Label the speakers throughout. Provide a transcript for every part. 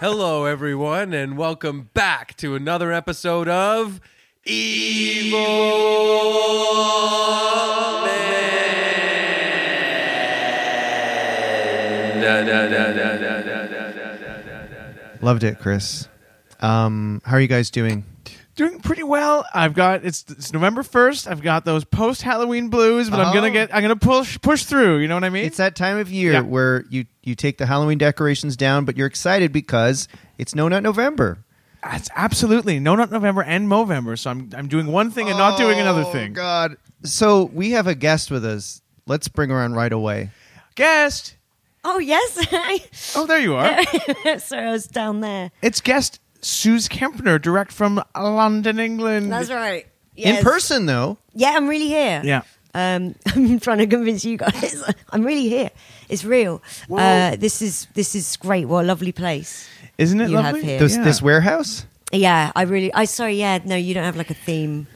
Speaker 1: Hello, everyone, and welcome back to another episode of E- Evil Man. Da, da, da, da, da, da, da, da, da, da.
Speaker 2: Loved it, Chris. Um, how are you guys doing?
Speaker 3: doing pretty well. I've got it's, it's November first. I've got those post Halloween blues, but I'm
Speaker 2: Oh.
Speaker 3: gonna get I'm gonna push push through. You know what I mean?
Speaker 2: It's that time of year
Speaker 3: Yeah.
Speaker 2: where you you take the Halloween decorations down, but you're excited because it's No Nut November.
Speaker 3: That's absolutely no, not November and Movember. So I'm I'm doing one thing and not doing another thing.
Speaker 2: Oh, God. So we have a guest with us. Let's bring her on right away.
Speaker 3: Guest.
Speaker 4: Oh yes, I-
Speaker 3: Oh, there you are.
Speaker 4: sorry, I was down there.
Speaker 3: it's guest Suze Kempner, direct from London, England.
Speaker 4: That's right.
Speaker 2: In
Speaker 4: Yes.
Speaker 2: person, though.
Speaker 4: Yeah, I'm really here.
Speaker 3: Yeah.
Speaker 4: Um, I'm trying to convince you guys. I'm really here. It's real. Uh, this is this is great. What a lovely place.
Speaker 3: Isn't it
Speaker 4: You have
Speaker 3: lovely?
Speaker 4: here.
Speaker 2: This
Speaker 3: Yeah.
Speaker 2: this warehouse.
Speaker 4: Yeah, I really. I sorry. Yeah, no, you don't have like a theme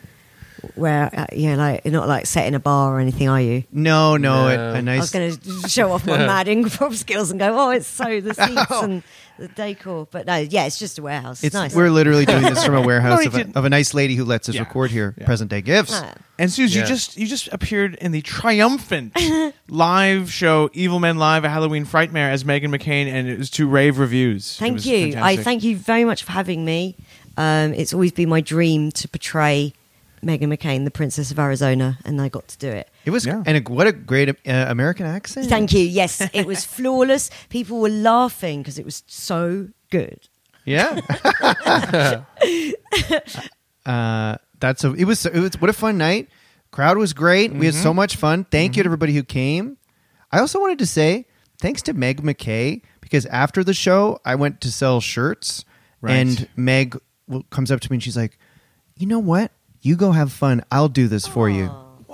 Speaker 4: where uh, you know, like you're not like set in a bar or anything, are you?
Speaker 2: No, no, it- a
Speaker 4: I
Speaker 2: nice.
Speaker 4: was going to show off my mad improv skills and go, oh, it's so the seats and the decor. But no, yeah, it's just a warehouse. It's,
Speaker 2: Oh. it's
Speaker 4: nice.
Speaker 2: we're literally doing this from a warehouse
Speaker 3: he
Speaker 2: of, a,
Speaker 3: didn't.
Speaker 2: of a nice lady who lets us
Speaker 3: Yeah.
Speaker 2: record here.
Speaker 3: Yeah.
Speaker 2: Present day gifts.
Speaker 4: Ah.
Speaker 3: And Suze,
Speaker 1: Yeah.
Speaker 3: you just you just appeared in the triumphant live show Evil Men Live, a Halloween Frightmare as Megan McCain, and it was two rave reviews. It
Speaker 4: Thank
Speaker 3: was
Speaker 4: you. I
Speaker 3: fantastic.
Speaker 4: thank you very much for having me. Um, it's always been my dream to portray Megan McCain, the Princess of Arizona, and I got to do it.
Speaker 2: It was
Speaker 3: Yeah.
Speaker 2: and a, what a great uh, American accent.
Speaker 3: Mm.
Speaker 4: Thank you. Yes, it was flawless. People were laughing because it was so good.
Speaker 2: Yeah. uh, that's a. It was. It was. What a fun night. Crowd was great. We had so much fun. Thank you to everybody who came. I also wanted to say thanks to Meg McKay because after the show, I went to sell shirts,
Speaker 3: Right.
Speaker 2: and Meg w- comes up to me and she's like, "You know what? You go have fun. I'll do this for you."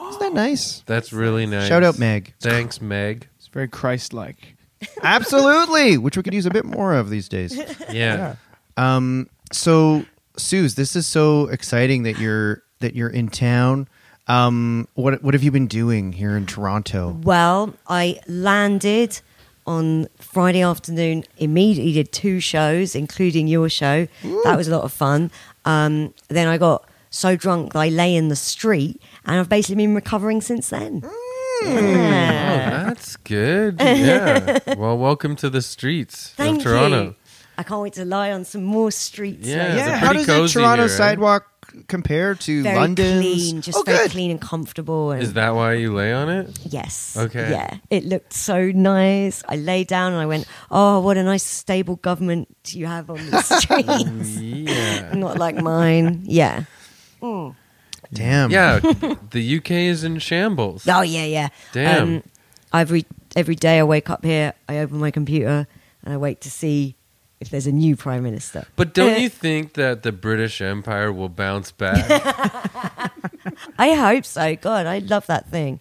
Speaker 2: Isn't that nice?
Speaker 1: That's really nice.
Speaker 2: Shout out, Meg.
Speaker 1: Thanks, Meg.
Speaker 3: It's very Christ-like.
Speaker 2: Absolutely, which we could use a bit more of these days.
Speaker 1: Yeah.
Speaker 2: Um, so, Suze, this is so exciting that you're that you're in town. Um, what what have you been doing here in Toronto?
Speaker 4: Well, I landed on Friday afternoon, immediately did two shows, including your show. That was a lot of fun. Um, then I got so drunk that I lay in the street, and I've basically been recovering since then.
Speaker 3: Mm.
Speaker 4: Yeah.
Speaker 1: Oh, that's good. Yeah. well, welcome to the streets
Speaker 4: Thank
Speaker 1: of Toronto.
Speaker 4: you. I can't wait to lie on some more streets.
Speaker 1: Yeah,
Speaker 4: later.
Speaker 1: it's a
Speaker 2: yeah,
Speaker 1: pretty
Speaker 2: how does the
Speaker 1: cozy
Speaker 2: Toronto
Speaker 1: here, eh?
Speaker 2: sidewalk compare to
Speaker 4: very
Speaker 2: London's?
Speaker 4: clean, just
Speaker 2: oh,
Speaker 4: very
Speaker 2: good.
Speaker 4: clean and comfortable. And
Speaker 1: Is that why you lay on it?
Speaker 4: yes?
Speaker 1: Okay.
Speaker 4: Yeah, it looked so nice. I lay down and I went, "Oh, what a nice stable government you have on the streets,
Speaker 1: Yeah.
Speaker 4: not like mine." Yeah.
Speaker 2: Damn.
Speaker 1: Yeah, the UK is in shambles.
Speaker 4: Oh yeah, yeah. Um,
Speaker 1: Damn.
Speaker 4: every every day I wake up here, I open my computer and I wait to see if there's a new prime minister.
Speaker 1: But don't
Speaker 4: Eh.
Speaker 1: you think that the British Empire will bounce back?
Speaker 4: I hope so. God, I love that thing.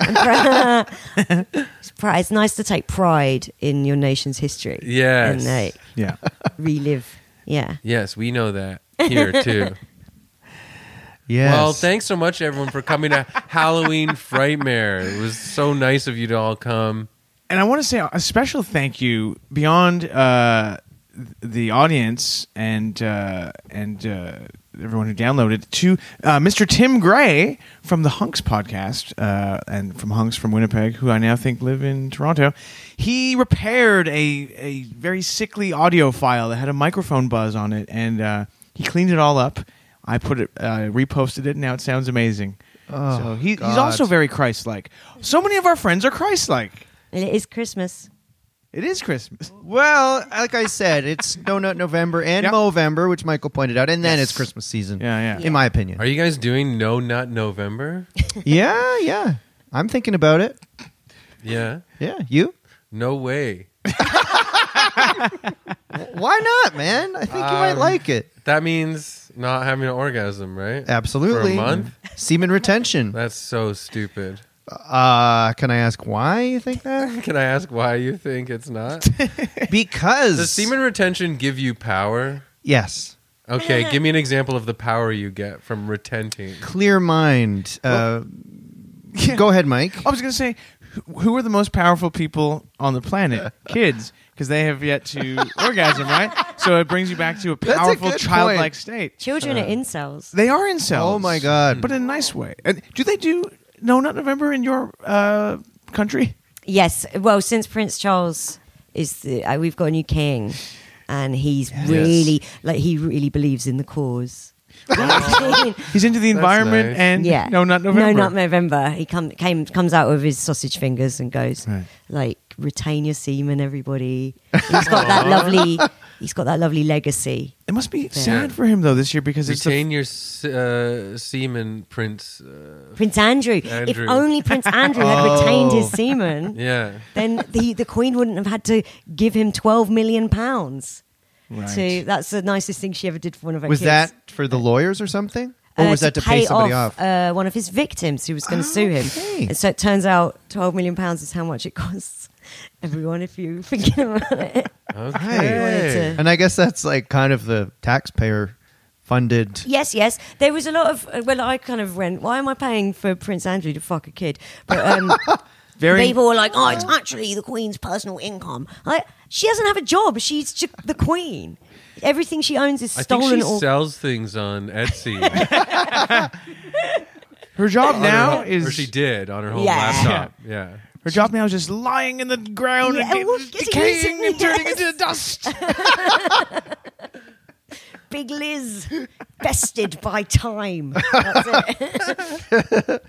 Speaker 4: I'm proud- it's, pri- it's nice to take pride in your nation's history.
Speaker 1: Yes.
Speaker 4: And like,
Speaker 3: Yeah.
Speaker 4: relive. Yeah.
Speaker 1: yes, we know that here too.
Speaker 2: Yes.
Speaker 1: Well, thanks so much everyone for coming to Halloween Frightmare. It was so nice of you to all come.
Speaker 3: and I want to say a special thank you beyond uh, th- the audience and uh, and uh, everyone who downloaded to uh, Mr. Tim Gray from the Hunks podcast uh, and from Hunks from Winnipeg, who I now think live in Toronto. He repaired a a very sickly audio file that had a microphone buzz on it, and uh, he cleaned it all up. I put it, uh, reposted it, and now it sounds amazing.
Speaker 2: Oh,
Speaker 3: so he, he's
Speaker 2: God.
Speaker 3: also very Christ-like. So many of our friends are Christ-like.
Speaker 4: And it is Christmas.
Speaker 3: It is Christmas.
Speaker 2: Well, like I said, it's No Nut November and
Speaker 3: Yeah.
Speaker 2: Movember, which Michael pointed out, and then
Speaker 3: Yes.
Speaker 2: it's Christmas season.
Speaker 3: Yeah, yeah.
Speaker 2: In my opinion.
Speaker 1: Are you guys doing No Nut November?
Speaker 2: yeah, yeah. I'm thinking about it.
Speaker 1: Yeah.
Speaker 2: Yeah, you?
Speaker 1: No way.
Speaker 2: Why not, man? I think you might
Speaker 1: Um,
Speaker 2: like it.
Speaker 1: That means not having an orgasm, right?
Speaker 2: Absolutely.
Speaker 1: For a month?
Speaker 2: Semen retention.
Speaker 1: That's so stupid.
Speaker 2: Uh, can I ask why you think that?
Speaker 1: Can I ask why you think it's not?
Speaker 2: because
Speaker 1: Does semen retention give you power?
Speaker 2: Yes.
Speaker 1: Okay, give me an example of the power you get from retenting.
Speaker 2: Clear mind. Uh, Go ahead, Mike.
Speaker 3: I was going to say, who- who are the most powerful people on the planet? Kids, because they have yet to orgasm, right? So it brings you back to a
Speaker 2: a
Speaker 3: powerful
Speaker 2: good
Speaker 3: childlike
Speaker 2: point.
Speaker 3: state.
Speaker 4: Children are incels.
Speaker 3: They are incels.
Speaker 2: Oh my God.
Speaker 3: But in a nice way. And do they do No Nut November in your uh, country?
Speaker 4: Yes. Well, since Prince Charles is the, uh, we've got a new king, and he's really like he really believes in the cause.
Speaker 3: He's into the
Speaker 1: That's
Speaker 3: environment
Speaker 1: nice.
Speaker 3: and
Speaker 4: yeah.
Speaker 3: No Nut November.
Speaker 4: No, not November. He come, came comes out with his sausage fingers and goes
Speaker 3: Right.
Speaker 4: like retain your semen, everybody. He's got that lovely. He's got that lovely legacy.
Speaker 3: It must be
Speaker 4: Fair.
Speaker 3: sad for him though this year because it's the
Speaker 1: Retain your s- uh, semen, Prince. Uh,
Speaker 4: Prince Andrew. If
Speaker 1: Andrew.
Speaker 4: only Prince Andrew had retained his semen,
Speaker 1: yeah.
Speaker 4: then the the Queen wouldn't have had to give him twelve million pounds.
Speaker 3: Right.
Speaker 4: To that's the nicest thing she ever did for one of her
Speaker 2: Was
Speaker 4: kids.
Speaker 2: that for the lawyers or something? Or
Speaker 4: uh,
Speaker 2: was that to pay somebody off?
Speaker 4: Uh, one of his victims who was going to sue him.
Speaker 2: Okay.
Speaker 4: And so it turns out twelve million pounds is how much it costs everyone if you think about it.
Speaker 1: Okay.
Speaker 4: to-
Speaker 2: And I guess that's like kind of the taxpayer funded.
Speaker 4: Yes, yes. There was a lot of uh, well, I kind of went. Why am I paying for Prince Andrew to fuck a kid? But um,
Speaker 3: very
Speaker 4: people were like, "Oh, it's actually the Queen's personal income." Like, she doesn't have a job. She's ju- the Queen. Everything she owns is
Speaker 1: I think uh, she
Speaker 4: stolen. Or
Speaker 1: sells things on Etsy.
Speaker 3: her job
Speaker 1: on her
Speaker 3: now
Speaker 1: ho-
Speaker 3: is
Speaker 1: or she did on her home
Speaker 4: Yeah.
Speaker 1: laptop. Yeah.
Speaker 3: Her job now is just lying in the ground
Speaker 4: Yeah,
Speaker 3: and getting-
Speaker 4: well, getting
Speaker 3: decaying and
Speaker 4: used to-
Speaker 3: turning
Speaker 4: yes.
Speaker 3: into dust.
Speaker 4: Big Liz, bested by time. That's it.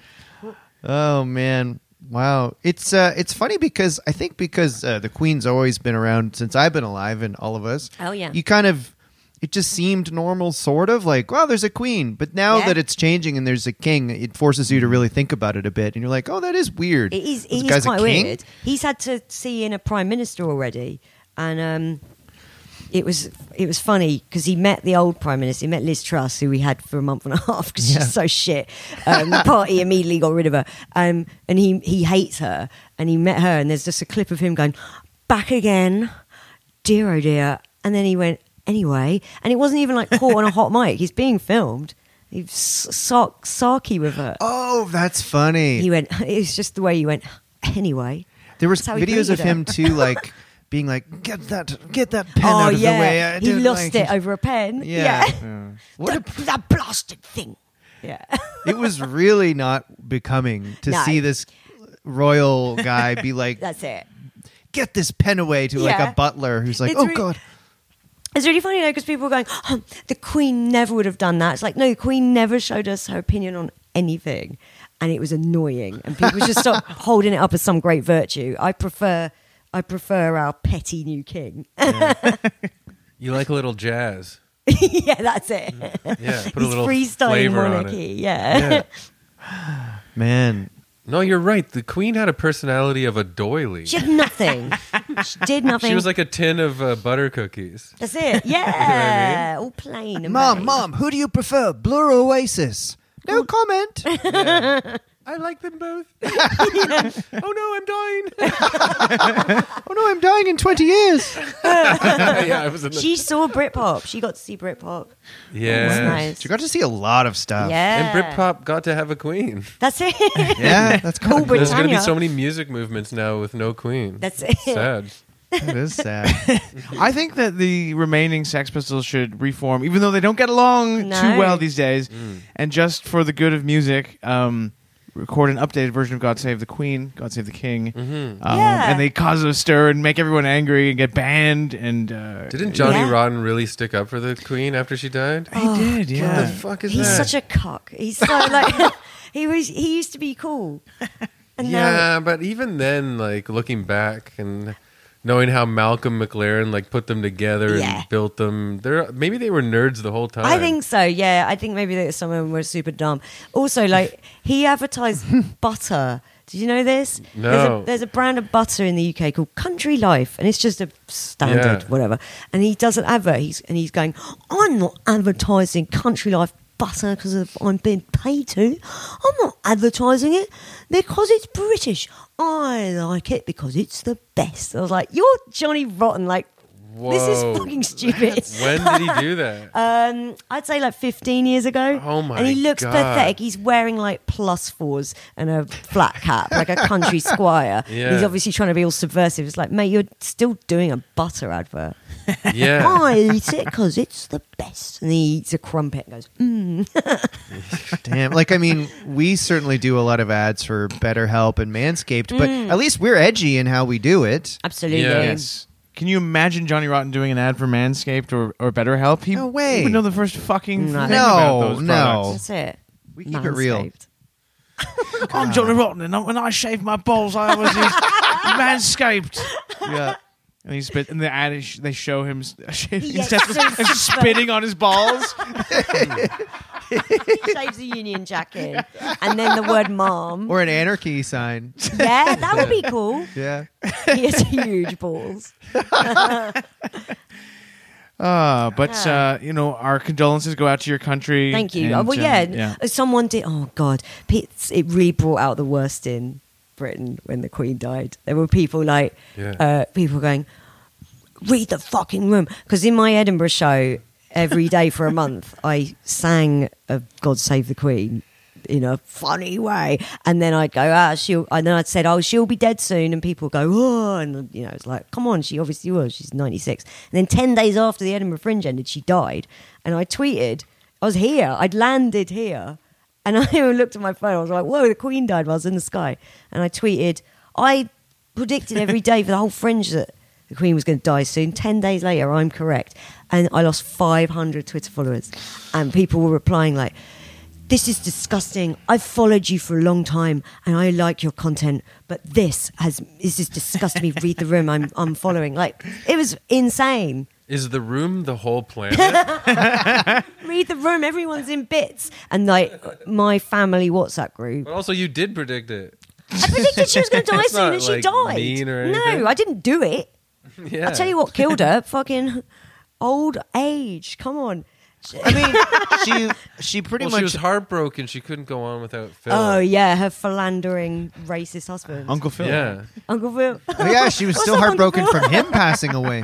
Speaker 2: Oh man, wow! It's uh, it's funny because I think because uh, the Queen's always been around since I've been alive, and all of us.
Speaker 4: Oh, yeah.
Speaker 2: You kind of it just seemed normal, sort of like well, there's a Queen, but now
Speaker 4: Yeah.
Speaker 2: that it's changing and there's a King, it forces you to really think about it a bit, and you're like, oh, that is weird.
Speaker 4: It is.
Speaker 2: This
Speaker 4: It
Speaker 2: guy's
Speaker 4: is
Speaker 2: a
Speaker 4: quite
Speaker 2: king?
Speaker 4: weird. He's had to see in a prime minister already, and um, it was it was funny because he met the old prime minister. He met Liz Truss, who we had for a month and a half because
Speaker 2: Yeah.
Speaker 4: she's so shit. Um, the party immediately got rid of her, um, and he he hates her. And he met her, and there's just a clip of him going back again, dear oh dear. And then he went anyway, and it wasn't even like caught on a hot mic. He's being filmed. He's so- sarky with her.
Speaker 2: Oh, that's funny.
Speaker 4: He went. It's just the way he went. Anyway,
Speaker 2: there were
Speaker 4: that's how he
Speaker 2: videos of
Speaker 4: greeted her.
Speaker 2: him too, like. Being like, get that, get that pen
Speaker 4: oh
Speaker 2: out of
Speaker 4: yeah,
Speaker 2: the way. I
Speaker 4: he
Speaker 2: don't
Speaker 4: lost
Speaker 2: like
Speaker 4: it over a pen.
Speaker 2: Yeah.
Speaker 4: Yeah,
Speaker 2: What a
Speaker 4: that, that blasted thing. Yeah,
Speaker 2: it was really not becoming to
Speaker 4: No.
Speaker 2: see this royal guy be like,
Speaker 4: that's it.
Speaker 2: "Get this pen away" to like
Speaker 4: Yeah.
Speaker 2: a butler who's like,
Speaker 4: It's
Speaker 2: "Oh
Speaker 4: re-
Speaker 2: God,
Speaker 4: It's really funny though because people are going, oh, the Queen never would have done that. It's like no, the Queen never showed us her opinion on anything, and it was annoying. And people just stop holding it up as some great virtue. I prefer. I prefer our petty new king.
Speaker 1: You like a little jazz.
Speaker 4: yeah, that's it.
Speaker 1: Mm. Yeah. Put a
Speaker 4: He's
Speaker 1: little
Speaker 4: freestyling
Speaker 1: flavor on
Speaker 4: monarchy.
Speaker 1: it.
Speaker 4: yeah.
Speaker 1: Yeah.
Speaker 2: man,
Speaker 1: No, you're right. The queen had a personality of a doily.
Speaker 4: She had nothing. she did nothing.
Speaker 1: She was like a tin of uh, butter cookies.
Speaker 4: That's it. Yeah. All plain. And
Speaker 2: Mom,
Speaker 4: vague.
Speaker 2: Mom, who do you prefer, Blur or Oasis?" No comment. Oh,
Speaker 1: I like them both. oh no, I'm dying.
Speaker 2: oh no, I'm dying in twenty years.
Speaker 1: yeah, I was in the-
Speaker 4: She saw Britpop. She got to see Britpop. That's
Speaker 1: yeah.
Speaker 4: nice.
Speaker 2: She got to see a lot of stuff.
Speaker 4: Yeah.
Speaker 1: And Britpop got to have a queen.
Speaker 4: That's it.
Speaker 2: yeah, that's kind
Speaker 4: Cool
Speaker 2: of cool.
Speaker 1: There's going to be
Speaker 4: Britannia.
Speaker 1: so many music movements now with no queen.
Speaker 4: That's it.
Speaker 1: sad.
Speaker 2: That is sad.
Speaker 3: I think that the remaining Sex Pistols should reform, even though they don't get along
Speaker 4: No.
Speaker 3: too well these days.
Speaker 2: Mm.
Speaker 3: And just for the good of music, um, record an updated version of "God Save the Queen," "God Save the King,"
Speaker 2: Mm-hmm.
Speaker 3: um,
Speaker 4: Yeah.
Speaker 3: and they cause a stir and make everyone angry and get banned. And uh,
Speaker 1: Didn't Johnny
Speaker 4: Yeah.
Speaker 1: Rotten really stick up for the queen after she died?
Speaker 3: He did, yeah.
Speaker 1: What the fuck is
Speaker 4: He's
Speaker 1: that?
Speaker 4: such a cock. He's so like he was. He used to be cool. And
Speaker 1: yeah, but even then, like looking back and knowing how Malcolm McLaren like put them together
Speaker 4: Yeah.
Speaker 1: and built them, they're maybe they were nerds the whole time.
Speaker 4: I think so. Yeah, I think maybe that some of them were super dumb. Also, like he advertised butter. Did you know this? There's
Speaker 1: No.
Speaker 4: a, there's a brand of butter in the UK called Country Life, and it's just a standard
Speaker 1: Yeah.
Speaker 4: whatever. And he doesn't advert. He's and he's going, I'm not advertising Country Life butter because I'm being paid to. I'm not advertising it because it's British. I like it because it's the best. I was like, you're Johnny Rotten, like. This is
Speaker 1: Whoa.
Speaker 4: fucking stupid.
Speaker 1: When did he do that?
Speaker 4: Um, I'd say like 15 years ago.
Speaker 1: Oh my
Speaker 4: And he looks
Speaker 1: God.
Speaker 4: pathetic. He's wearing like plus fours and a flat cap, like a country squire. And He's
Speaker 1: Yeah.
Speaker 4: obviously trying to be all subversive. It's like, mate, you're still doing a butter advert.
Speaker 1: yeah.
Speaker 4: I eat it because it's the best. And he eats a crumpet and goes, mm.
Speaker 2: Damn. Like, I mean, we certainly do a lot of ads for BetterHelp and Manscaped, but
Speaker 4: Mm.
Speaker 2: at least we're edgy in how we do it.
Speaker 4: absolutely.
Speaker 1: Yeah.
Speaker 3: Yes. Can you imagine Johnny Rotten doing an ad for Manscaped or, or BetterHelp? He,
Speaker 2: No way.
Speaker 3: he would know the first fucking thing
Speaker 4: No.
Speaker 3: about
Speaker 2: No,
Speaker 3: those
Speaker 2: no.
Speaker 3: products.
Speaker 4: That's it.
Speaker 2: We keep it real.
Speaker 4: Manscaped.
Speaker 3: I'm Johnny Rotten, and I- when I shave my balls, I always use Manscaped.
Speaker 2: Yeah.
Speaker 3: And he spit, and the ad is, they show him s- shaving his
Speaker 4: Yes.
Speaker 3: testicles and spitting on his balls.
Speaker 4: He shaves a union jack in. And then the word mom.
Speaker 2: Or an anarchy sign.
Speaker 4: Yeah, that would be cool.
Speaker 2: Yeah.
Speaker 4: He has huge balls.
Speaker 3: Uh, but uh, you know, our condolences go out to your country.
Speaker 4: Thank you.
Speaker 3: and,
Speaker 4: well,
Speaker 3: uh,
Speaker 4: yeah, uh, someone did. Oh God, P- it's- it really brought out the worst in Britain when the Queen died. There were people like
Speaker 1: Yeah.
Speaker 4: uh, people going, "Read the fucking room," because in my Edinburgh show every day for a month, I sang a "God Save the Queen." In a funny way, and then I'd go, ah, she'll, and then I'd said, oh, she'll be dead soon, and people go, oh, and you know, it's like, come on, she obviously was, she's ninety six, and then ten days after the Edinburgh Fringe ended, she died, and I tweeted, I was here. I'd landed here. And I even looked at my phone. I was like, whoa, the Queen died while I was in the sky. And I tweeted, I predicted every day for the whole fringe that the Queen was going to die soon. 10 days later, I'm correct. And I lost 500 Twitter followers. And people were replying, like, this is disgusting. I've followed you for a long time and I like your content, but this has this has disgusted me. Read the room. I'm unfollowing. Like it was insane.
Speaker 1: Is the room the whole planet?
Speaker 4: read the room. Everyone's in bits. And like my family WhatsApp group.
Speaker 1: but also, you did predict it.
Speaker 4: I predicted she was going to die
Speaker 1: That's
Speaker 4: soon,
Speaker 1: not,
Speaker 4: and she
Speaker 1: like,
Speaker 4: died.
Speaker 1: mean or anything.
Speaker 4: no, I didn't do it.
Speaker 1: Yeah.
Speaker 4: I tell you what killed her. fucking old age. Come on.
Speaker 2: I mean, she she pretty
Speaker 1: Well,
Speaker 2: much
Speaker 1: she was heartbroken. She couldn't go on without Phil.
Speaker 4: Oh yeah, her philandering racist husband,
Speaker 3: Uncle Phil.
Speaker 1: yeah.
Speaker 4: Uncle Phil.
Speaker 2: Oh, yeah, she was
Speaker 4: What's
Speaker 2: still
Speaker 4: up,
Speaker 2: heartbroken
Speaker 4: Uncle
Speaker 2: from him passing away.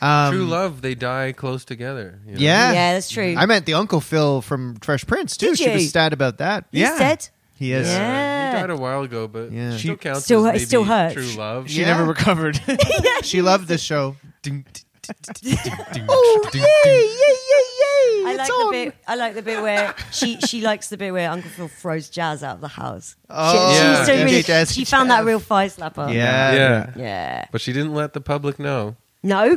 Speaker 2: Um,
Speaker 1: True love, they die close together. you know?
Speaker 2: Yeah.
Speaker 4: Yeah, that's true.
Speaker 2: I meant the Uncle Phil from Fresh Prince, too.
Speaker 4: Did
Speaker 2: She was
Speaker 4: you?
Speaker 2: sad about that.
Speaker 4: He's
Speaker 3: Yeah.
Speaker 4: dead.
Speaker 2: He is.
Speaker 4: Yeah.
Speaker 1: Uh, He died a while ago, but
Speaker 2: Yeah.
Speaker 1: still counts.
Speaker 4: Still
Speaker 1: as
Speaker 4: hu- it still
Speaker 1: maybe
Speaker 4: hurts.
Speaker 1: True love.
Speaker 3: She
Speaker 2: Yeah.
Speaker 3: never recovered.
Speaker 2: She loved the show.
Speaker 1: oh,
Speaker 2: yay,
Speaker 4: I like the bit. I like the bit where she she likes the bit where Uncle Phil throws jazz out of the house.
Speaker 2: Oh,
Speaker 4: she, she
Speaker 1: Yeah.
Speaker 4: used to
Speaker 1: DJ
Speaker 4: really-
Speaker 2: Jazzy
Speaker 4: she found that
Speaker 2: Jeff.
Speaker 4: real fire slapper.
Speaker 2: Yeah.
Speaker 1: Yeah.
Speaker 4: yeah.
Speaker 1: But she didn't let the public know.
Speaker 4: No,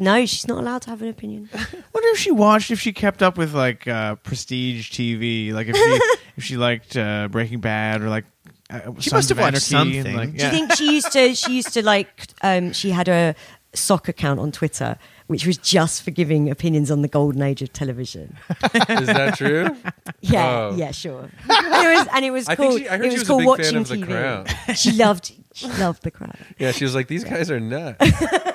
Speaker 4: no, she's not allowed to have an opinion.
Speaker 3: Wonder if she watched, if she kept up with like uh, prestige TV, like if she if she liked uh, Breaking Bad or like uh, Sons
Speaker 2: must
Speaker 3: of
Speaker 2: have watched
Speaker 3: Anarchy and,
Speaker 2: something.
Speaker 3: like,
Speaker 2: Do
Speaker 4: Do
Speaker 3: yeah.
Speaker 4: you think she used to? She used to like. Um, she had a sock account on Twitter, which was just for giving opinions on the golden age of television.
Speaker 1: Is that true?
Speaker 4: Yeah,
Speaker 1: Oh.
Speaker 4: yeah, sure. And it was, and it was
Speaker 1: I
Speaker 4: called.
Speaker 1: think she, I heard
Speaker 4: it
Speaker 1: she was a
Speaker 4: was, called
Speaker 1: big
Speaker 4: watching
Speaker 1: fan of The
Speaker 4: TV.
Speaker 1: Crown.
Speaker 4: She loved. She loved the crowd.
Speaker 1: Yeah, she was like, these guys are nuts.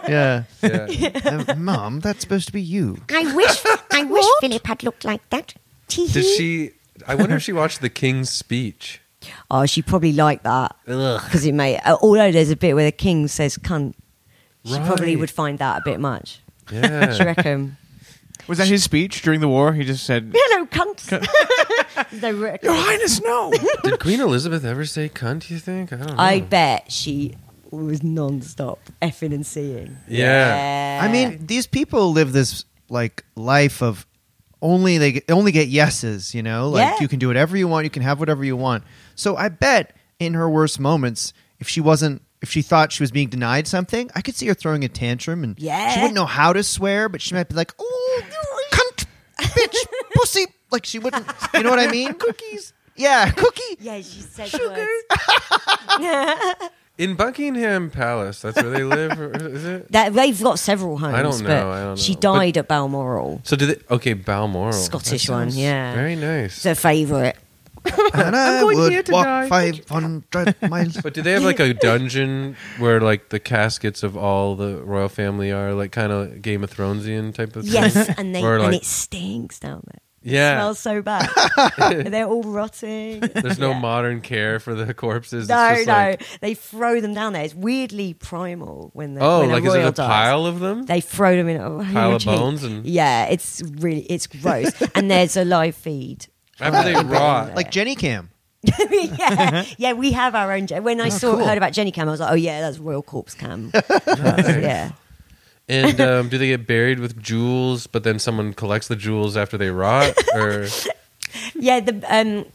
Speaker 2: Yeah.
Speaker 1: Yeah.
Speaker 2: Uh, Mom, that's supposed to be you.
Speaker 5: I wish I wish Philip had looked like that.
Speaker 1: Did she? I wonder if she watched The King's Speech.
Speaker 4: Oh, she probably liked that
Speaker 1: Ugh.
Speaker 4: because it may. Although there's a bit where the king says "cunt," she probably
Speaker 1: Right.
Speaker 4: would find that a bit much. Do you
Speaker 1: Yeah.
Speaker 4: reckon?
Speaker 3: was that his speech during the war? He just said,
Speaker 4: Hello, cunt. They were-
Speaker 3: "Your Highness, no."
Speaker 1: Did Queen Elizabeth ever say cunt, you think? I don't know.
Speaker 4: I bet she was non-stop effing and seeing.
Speaker 1: Yeah.
Speaker 2: I mean, these people live this like life of only they get, only get yeses, you know? Like
Speaker 4: Yeah.
Speaker 2: you can do whatever you want, you can have whatever you want. So I bet in her worst moments, if she wasn't if she thought she was being denied something, I could see her throwing a tantrum and
Speaker 4: Yeah.
Speaker 2: she wouldn't know how to swear, but she might be like, "Oh, cunt, bitch, pussy." Like she wouldn't, you know what I mean? Cookies. Yeah, cookie.
Speaker 4: yeah, she said
Speaker 2: Sugar.
Speaker 1: In Buckingham Palace, that's where they live, or- is it?
Speaker 4: That they've got several homes.
Speaker 1: I don't know,
Speaker 4: But
Speaker 1: I don't
Speaker 4: She
Speaker 1: know. But-
Speaker 4: died at Balmoral,
Speaker 1: So did they? Okay, Balmoral,
Speaker 4: Scottish
Speaker 1: That
Speaker 4: one.
Speaker 1: sounds
Speaker 4: Yeah,
Speaker 1: very nice.
Speaker 4: it's her favourite.
Speaker 2: And I
Speaker 3: going
Speaker 2: would
Speaker 3: here to
Speaker 2: walk
Speaker 3: die.
Speaker 2: 500 miles.
Speaker 1: But do they have like a dungeon where like the caskets of all the royal family are like kind of Game of Thronesian type of thing?
Speaker 4: Yes, and they
Speaker 1: Or,
Speaker 4: and
Speaker 1: like-
Speaker 4: it stinks down there.
Speaker 1: Yeah.
Speaker 4: smells so bad. And they're all rotting.
Speaker 1: There's no modern care for the corpses. It's
Speaker 4: No,
Speaker 1: just
Speaker 4: no,
Speaker 1: like-
Speaker 4: they throw them down there. It's weirdly primal when they.
Speaker 1: oh,
Speaker 4: when
Speaker 1: like
Speaker 4: a
Speaker 1: is
Speaker 4: royal
Speaker 1: it a
Speaker 4: dies.
Speaker 1: pile of them?
Speaker 4: They throw them in a
Speaker 1: Pile of bones and-
Speaker 4: yeah, it's really it's gross. and there's a live feed.
Speaker 1: After they rot.
Speaker 2: Like Jenny Cam.
Speaker 4: yeah, yeah, we have our own. Gen-
Speaker 1: Oh,
Speaker 4: When I saw heard about Jenny Cam, I was like, oh yeah, that's Royal Corpse Cam. yeah,
Speaker 1: and um, do they get buried with jewels? But then someone collects the jewels after they rot, or
Speaker 4: yeah. The um,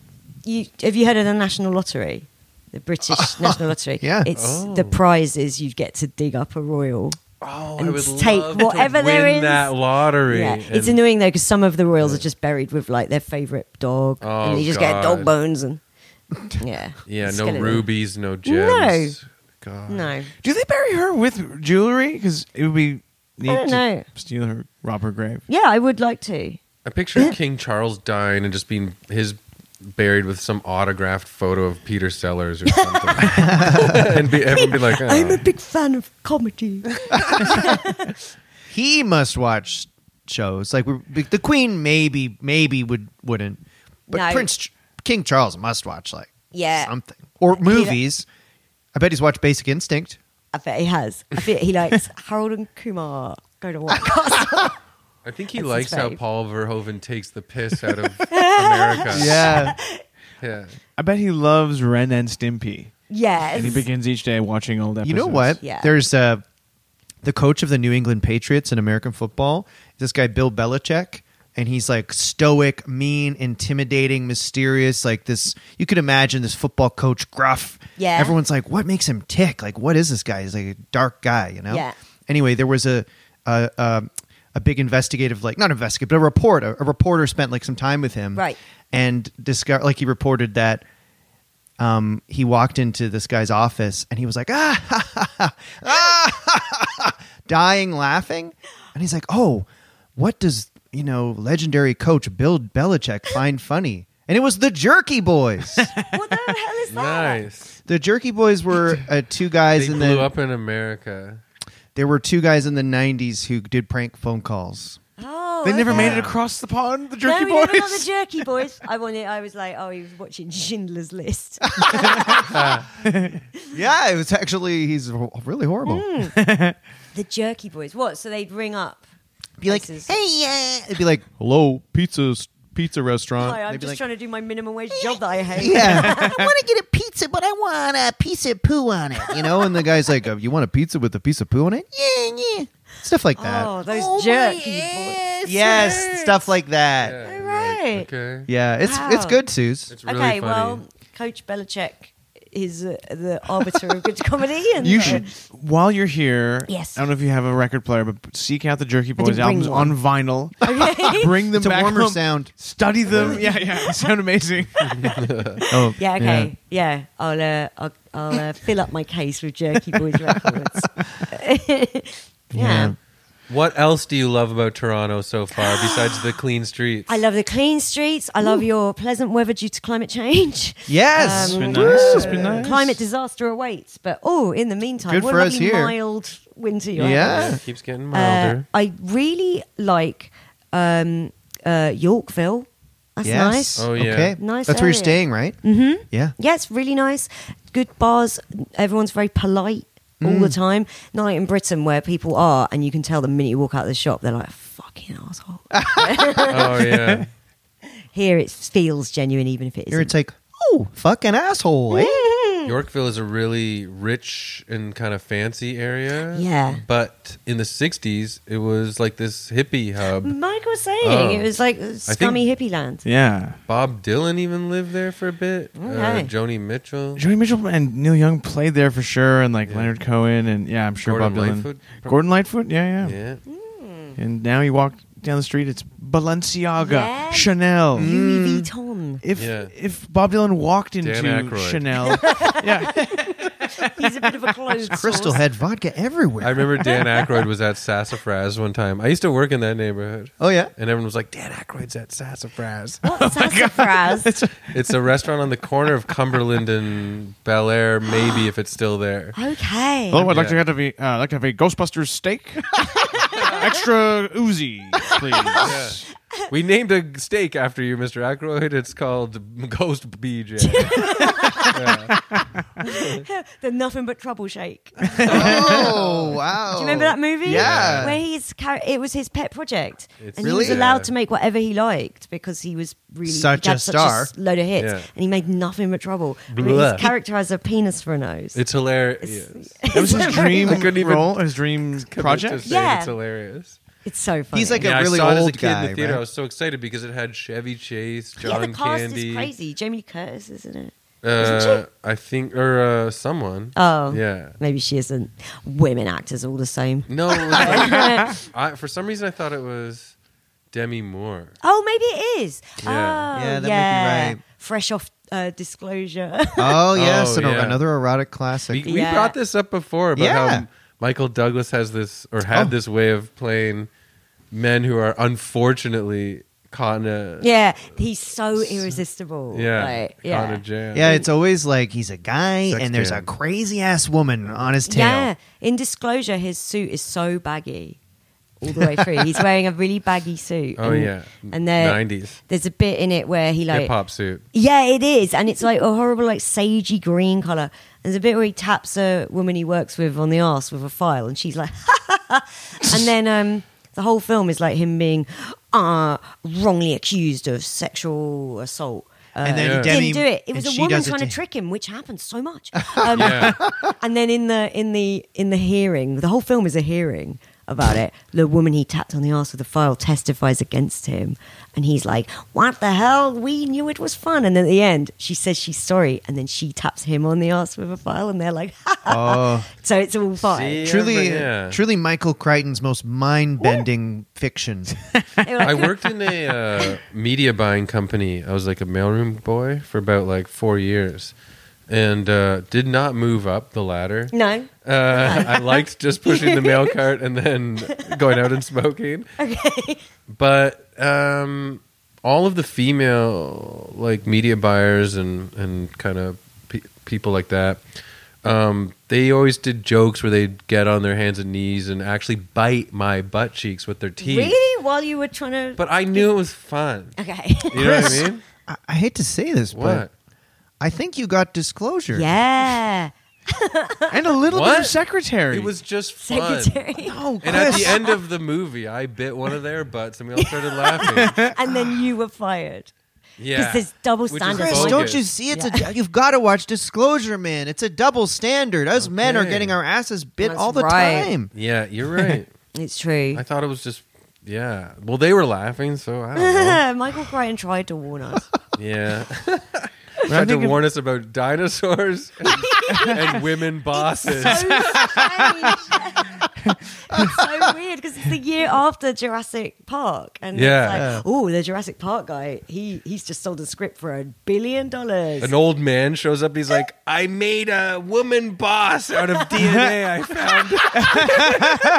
Speaker 4: you have you heard of the National Lottery? The British National Lottery.
Speaker 2: Yeah.
Speaker 4: it's
Speaker 1: Oh.
Speaker 4: the prizes you get to dig up a royal.
Speaker 1: oh,
Speaker 4: And take
Speaker 1: to
Speaker 4: whatever there
Speaker 1: win
Speaker 4: is.
Speaker 1: that lottery.
Speaker 4: Yeah, it's
Speaker 1: and-
Speaker 4: annoying though because some of the royals are just buried with like their favorite dog,
Speaker 1: Oh,
Speaker 4: and you just get
Speaker 1: God.
Speaker 4: dog bones and yeah,
Speaker 1: yeah, no
Speaker 4: skeleton.
Speaker 1: rubies, no gems. God.
Speaker 4: No,
Speaker 3: Do they bury her with jewelry? Because it would be neat
Speaker 4: don't
Speaker 3: to
Speaker 4: know.
Speaker 3: steal her, rob her grave.
Speaker 4: yeah, I would like to.
Speaker 1: I picture King Charles dying and just being his buried with some autographed photo of Peter Sellers or something, and be, everyone be like,
Speaker 4: I'm
Speaker 1: "Oh."
Speaker 4: a big fan of comedy.
Speaker 2: He must watch shows. Like we're, the Queen, maybe maybe would wouldn't, but
Speaker 4: No.
Speaker 2: Prince Ch- King Charles must watch like
Speaker 4: Yeah.
Speaker 2: something or movies. I bet he's watched Basic Instinct.
Speaker 4: I bet he has. I bet he likes Harold and Kumar. Go to White Castle.
Speaker 1: I think he
Speaker 4: That's his
Speaker 1: likes how
Speaker 4: fave.
Speaker 1: Paul Verhoeven takes the piss out of America.
Speaker 2: Yeah,
Speaker 1: Yeah.
Speaker 3: I bet he loves Ren and Stimpy.
Speaker 4: yes.
Speaker 3: And he begins each day watching old episodes.
Speaker 2: you know what?
Speaker 4: Yeah.
Speaker 2: There's uh, the coach of the New England Patriots in American football. This guy Bill Belichick, and he's like stoic, mean, intimidating, mysterious. Like this, you could imagine this football coach gruff.
Speaker 4: Yeah.
Speaker 2: everyone's like, what makes him tick? Like, what is this guy? He's like a dark guy, you know.
Speaker 4: Yeah.
Speaker 2: Anyway, there was a a a, a big investigative, like not investigative, but a report. A, a reporter spent like some time with him,
Speaker 4: Right.
Speaker 2: And discovered, like, he reported that um, he walked into this guy's office and he was like, ah, ha, ha, ha, ah, ha, ha, ha," dying laughing. And he's like, oh, what does, you know, legendary coach Bill Belichick find funny? And it was the Jerky Boys.
Speaker 4: what the hell is that?
Speaker 1: Nice. the
Speaker 2: the Jerky Boys were uh, two guys
Speaker 1: they
Speaker 2: in
Speaker 1: blew
Speaker 2: the
Speaker 1: up in America.
Speaker 2: there were two guys in the '90s who did prank phone calls.
Speaker 4: Oh,
Speaker 3: They never
Speaker 4: okay.
Speaker 3: made it across the pond, the
Speaker 4: No,
Speaker 3: Jerky
Speaker 4: we
Speaker 3: Boys.
Speaker 4: never got the Jerky Boys. I wanted. I was like, oh, he was watching Schindler's List.
Speaker 2: Yeah, it was actually he's ho- really horrible.
Speaker 4: Mm. the Jerky Boys. What? So they'd ring up.
Speaker 2: Be like,
Speaker 4: places.
Speaker 2: hey, uh, it'd be like, hello, pizza pizza
Speaker 3: Uh,
Speaker 2: restaurant.
Speaker 4: Hi,
Speaker 2: They'd
Speaker 4: I'm
Speaker 2: be
Speaker 4: just
Speaker 2: like,
Speaker 4: trying to do my minimum wage job that I hate.
Speaker 2: Yeah,
Speaker 5: I want to get a pizza, but I want a piece of poo on it.
Speaker 2: you know, and the guy's like, uh, "You want a pizza with a piece of poo in it?"
Speaker 5: Yeah, yeah.
Speaker 2: Stuff like that.
Speaker 4: Oh, those
Speaker 5: Oh, my
Speaker 4: Jerky Boys.
Speaker 5: ass
Speaker 2: yes,
Speaker 5: hurts.
Speaker 2: stuff like that.
Speaker 1: Yeah,
Speaker 2: Yeah,
Speaker 1: you're like,
Speaker 4: right.
Speaker 1: okay.
Speaker 2: it's
Speaker 4: Wow.
Speaker 2: it's good, Suze.
Speaker 1: It's really funny.
Speaker 4: okay, well, Coach Belichick is uh, the arbiter of good comedy, and
Speaker 3: You
Speaker 4: uh,
Speaker 3: should, while you're here,
Speaker 5: Yes.
Speaker 3: I don't know if you have a record player, but seek out the Jerky Boys
Speaker 4: bring
Speaker 3: albums
Speaker 4: one.
Speaker 3: on vinyl.
Speaker 4: Okay.
Speaker 3: Bring them
Speaker 2: It's a
Speaker 3: back
Speaker 2: warmer
Speaker 3: home.
Speaker 4: Um,
Speaker 2: sound.
Speaker 3: Study them. Yeah, yeah. They sound amazing.
Speaker 2: Oh,
Speaker 4: Yeah, okay. Yeah, I'll, uh, I'll, I'll uh, fill up my case with Jerky Boys records. yeah.
Speaker 1: What else do you love about Toronto so far besides the clean streets?
Speaker 4: I love the clean streets. I love your pleasant weather due to climate change.
Speaker 2: Yes,
Speaker 3: been nice. It's been nice.
Speaker 4: Climate disaster awaits. But oh, in the meantime,
Speaker 2: Good
Speaker 4: what
Speaker 2: for
Speaker 4: a
Speaker 2: us
Speaker 4: lovely
Speaker 2: here.
Speaker 4: mild winter you
Speaker 2: Yeah.
Speaker 1: Yeah, it keeps getting
Speaker 4: Uh,
Speaker 1: milder.
Speaker 4: I really like um, uh, Yorkville. That's
Speaker 2: yes.
Speaker 4: nice.
Speaker 1: Oh, yeah.
Speaker 2: Okay,
Speaker 4: Nice
Speaker 2: That's where you're
Speaker 4: area.
Speaker 2: staying, right? Mm-hmm. Yeah.
Speaker 4: Yeah, it's really nice. Good bars. Everyone's very polite all
Speaker 1: Mm.
Speaker 4: the time. Not like in Britain where people are, and you can tell the minute you walk out of the shop, they're like, fucking asshole.
Speaker 1: oh yeah.
Speaker 4: Here it feels genuine, even if it
Speaker 2: Here
Speaker 4: isn't.
Speaker 2: it's like, oh, fucking asshole. eh?"
Speaker 1: Yorkville is a really rich and kind of fancy area.
Speaker 4: Yeah.
Speaker 1: But in the 60s, it was like this hippie hub.
Speaker 4: Mike was saying
Speaker 1: Oh.
Speaker 4: it was like scummy hippie land.
Speaker 3: yeah.
Speaker 1: Bob Dylan even lived there for a bit. Uh,
Speaker 4: Okay.
Speaker 1: Joni Mitchell.
Speaker 3: Joey Mitchell and Neil Young played there for sure, and like Leonard Cohen, and yeah, I'm sure
Speaker 1: Gordon
Speaker 3: Bob Dylan.
Speaker 1: Lightfoot?
Speaker 3: Gordon Lightfoot, yeah, yeah,
Speaker 1: Yeah.
Speaker 3: And now you walk down the street, it's Balenciaga,
Speaker 4: Yeah.
Speaker 3: Chanel.
Speaker 1: Mm.
Speaker 4: Louis Vuitton.
Speaker 3: If
Speaker 1: Yeah.
Speaker 3: if Bob Dylan walked into
Speaker 1: Aykroyd.
Speaker 3: Chanel, yeah,
Speaker 4: He's a bit of a clothes
Speaker 2: Crystal
Speaker 4: source.
Speaker 2: had vodka everywhere.
Speaker 1: I remember Dan Aykroyd was at Sassafras one time. I used to work in that neighborhood.
Speaker 2: oh yeah.
Speaker 1: And everyone was like, Dan Aykroyd's at Sassafras.
Speaker 4: What sassafras?
Speaker 1: Oh It's a restaurant on the corner of Cumberland and Bel Air, maybe if it's still there.
Speaker 4: okay.
Speaker 3: hello, I'd like
Speaker 1: Yeah.
Speaker 3: to have a uh, I'd like to have a Ghostbusters steak, extra oozy, please.
Speaker 1: We named a steak after you, Mr. Ackroyd. It's called Ghost BJ.
Speaker 4: the nothing but trouble shake.
Speaker 2: oh wow!
Speaker 4: Do you remember that movie?
Speaker 2: Yeah.
Speaker 4: where he's car- it was his pet project,
Speaker 1: It's-
Speaker 4: and
Speaker 2: Really?
Speaker 4: he was allowed
Speaker 1: Yeah.
Speaker 4: to make whatever he liked because he was really
Speaker 2: Such
Speaker 4: he had
Speaker 2: a star.
Speaker 4: such a s- load of hits,
Speaker 1: Yeah.
Speaker 4: and he made nothing but trouble. But
Speaker 1: Blah.
Speaker 4: his character has a penis for a nose.
Speaker 1: It's hilarious.
Speaker 4: It's-
Speaker 3: That was his dream
Speaker 1: I couldn't even
Speaker 3: role, his dream
Speaker 1: Commit to
Speaker 3: project.
Speaker 1: saying
Speaker 4: Yeah.
Speaker 1: It's hilarious.
Speaker 4: It's so funny.
Speaker 2: He's like a
Speaker 1: Yeah,
Speaker 2: really
Speaker 1: I saw it as a
Speaker 2: old
Speaker 1: kid
Speaker 2: guy.
Speaker 1: in the theater.
Speaker 2: right?
Speaker 1: I was so excited because it had Chevy Chase,
Speaker 4: yeah,
Speaker 1: John
Speaker 4: the cast
Speaker 1: Candy.
Speaker 4: is crazy. Jamie Lee Curtis, isn't it?
Speaker 1: Uh, I think, or uh, someone.
Speaker 4: Oh,
Speaker 1: Yeah.
Speaker 4: Maybe she isn't. Women actors all the same.
Speaker 1: No, it was like- I, for some reason I thought it was Demi Moore.
Speaker 4: Oh, maybe it is.
Speaker 1: Yeah.
Speaker 4: Oh,
Speaker 2: Yeah, that might be
Speaker 4: yeah.
Speaker 2: right.
Speaker 4: Fresh off uh, disclosure.
Speaker 2: Oh yes,
Speaker 1: Oh,
Speaker 2: an-
Speaker 1: yeah.
Speaker 2: another erotic
Speaker 1: We,
Speaker 2: classic.
Speaker 1: we
Speaker 4: Yeah.
Speaker 1: brought this up before about
Speaker 2: Yeah.
Speaker 1: how Michael Douglas has this or had
Speaker 2: Oh.
Speaker 1: this way of playing men who are unfortunately caught in a
Speaker 4: yeah, he's so irresistible.
Speaker 1: yeah,
Speaker 4: Like,
Speaker 1: caught in a
Speaker 4: yeah.
Speaker 1: jam.
Speaker 2: yeah, it's always like he's a guy
Speaker 1: Sex
Speaker 2: and there's a
Speaker 1: jam.
Speaker 2: crazy ass woman on his tail.
Speaker 4: Yeah, in disclosure, his suit is so baggy all the way through. He's wearing a really baggy suit.
Speaker 1: Oh
Speaker 4: and-
Speaker 1: yeah,
Speaker 4: and there-
Speaker 1: nineties
Speaker 4: There's a bit in it where he like
Speaker 1: hip hop suit.
Speaker 4: Yeah, it is, and it's like a horrible, like sagey green color. There's a bit where he taps a woman he works with on the ass with a file, and she's like, and then um, the whole film is like him being uh, wrongly accused of sexual assault. Uh,
Speaker 2: And then
Speaker 1: Yeah.
Speaker 2: Demi-
Speaker 4: didn't do it. It
Speaker 2: and
Speaker 4: was
Speaker 2: she
Speaker 4: a woman
Speaker 2: does it
Speaker 4: trying to
Speaker 2: him.
Speaker 4: trick him, which happens so much. Um,
Speaker 1: Yeah.
Speaker 4: and then in the in the in the hearing, the whole film is a hearing about it. The woman he tapped on the ass with a file testifies against him, and he's like, "What the hell? We knew it was fun." And at the end, she says she's sorry, and then she taps him on the ass with a file, and they're like,
Speaker 2: Oh,
Speaker 4: "So it's all fine."
Speaker 1: See?
Speaker 2: truly,
Speaker 1: Yeah.
Speaker 2: truly Michael Crichton's most mind bending fiction.
Speaker 4: They were like,
Speaker 1: I worked in a uh, media buying company. I was like a mailroom boy for about like four years, and uh, did not move up the ladder.
Speaker 4: no,
Speaker 1: Uh, I liked just pushing the mail cart and then going out and smoking.
Speaker 4: okay,
Speaker 1: But um, all of the female like media buyers and and kind of pe- people like that, um, they always did jokes where they'd get on their hands and knees and actually bite my butt cheeks with their teeth.
Speaker 4: really? While you were trying to,
Speaker 1: But I knew it was fun.
Speaker 4: okay,
Speaker 1: You know what I
Speaker 2: Chris.
Speaker 1: mean?
Speaker 2: I, I hate to say this, but
Speaker 1: What?
Speaker 2: I think you got disclosure.
Speaker 4: yeah,
Speaker 3: And a little bit
Speaker 1: What?
Speaker 3: of secretary.
Speaker 1: It was just fun.
Speaker 4: secretary,
Speaker 2: Oh,
Speaker 1: And at the end of the movie, I bit one of their butts, and we all started laughing.
Speaker 4: and then you were fired.
Speaker 1: Yeah,
Speaker 4: there's double
Speaker 1: Which is
Speaker 4: standards.
Speaker 2: Chris,
Speaker 1: bogus.
Speaker 2: don't you see? It's a, you've got to watch Disclosure, man. It's a double standard. Us men are
Speaker 1: Okay.
Speaker 2: getting our asses bit
Speaker 4: That's
Speaker 2: all the
Speaker 4: right.
Speaker 2: time.
Speaker 1: Yeah, you're right.
Speaker 4: It's true.
Speaker 1: I thought it was just yeah. Well, they were laughing, so I don't know.
Speaker 4: Michael Crichton tried to warn us.
Speaker 1: Yeah, tried to
Speaker 3: thinking-
Speaker 1: warn us about dinosaurs and, and women bosses.
Speaker 4: so strange. it's so weird because it's the year after Jurassic Park, and
Speaker 1: Yeah.
Speaker 4: it's like, oh, the Jurassic Park guy, he he's just sold a script for a billion dollars.
Speaker 1: An old man shows up. He's like, "I made a woman boss out of DNA I found."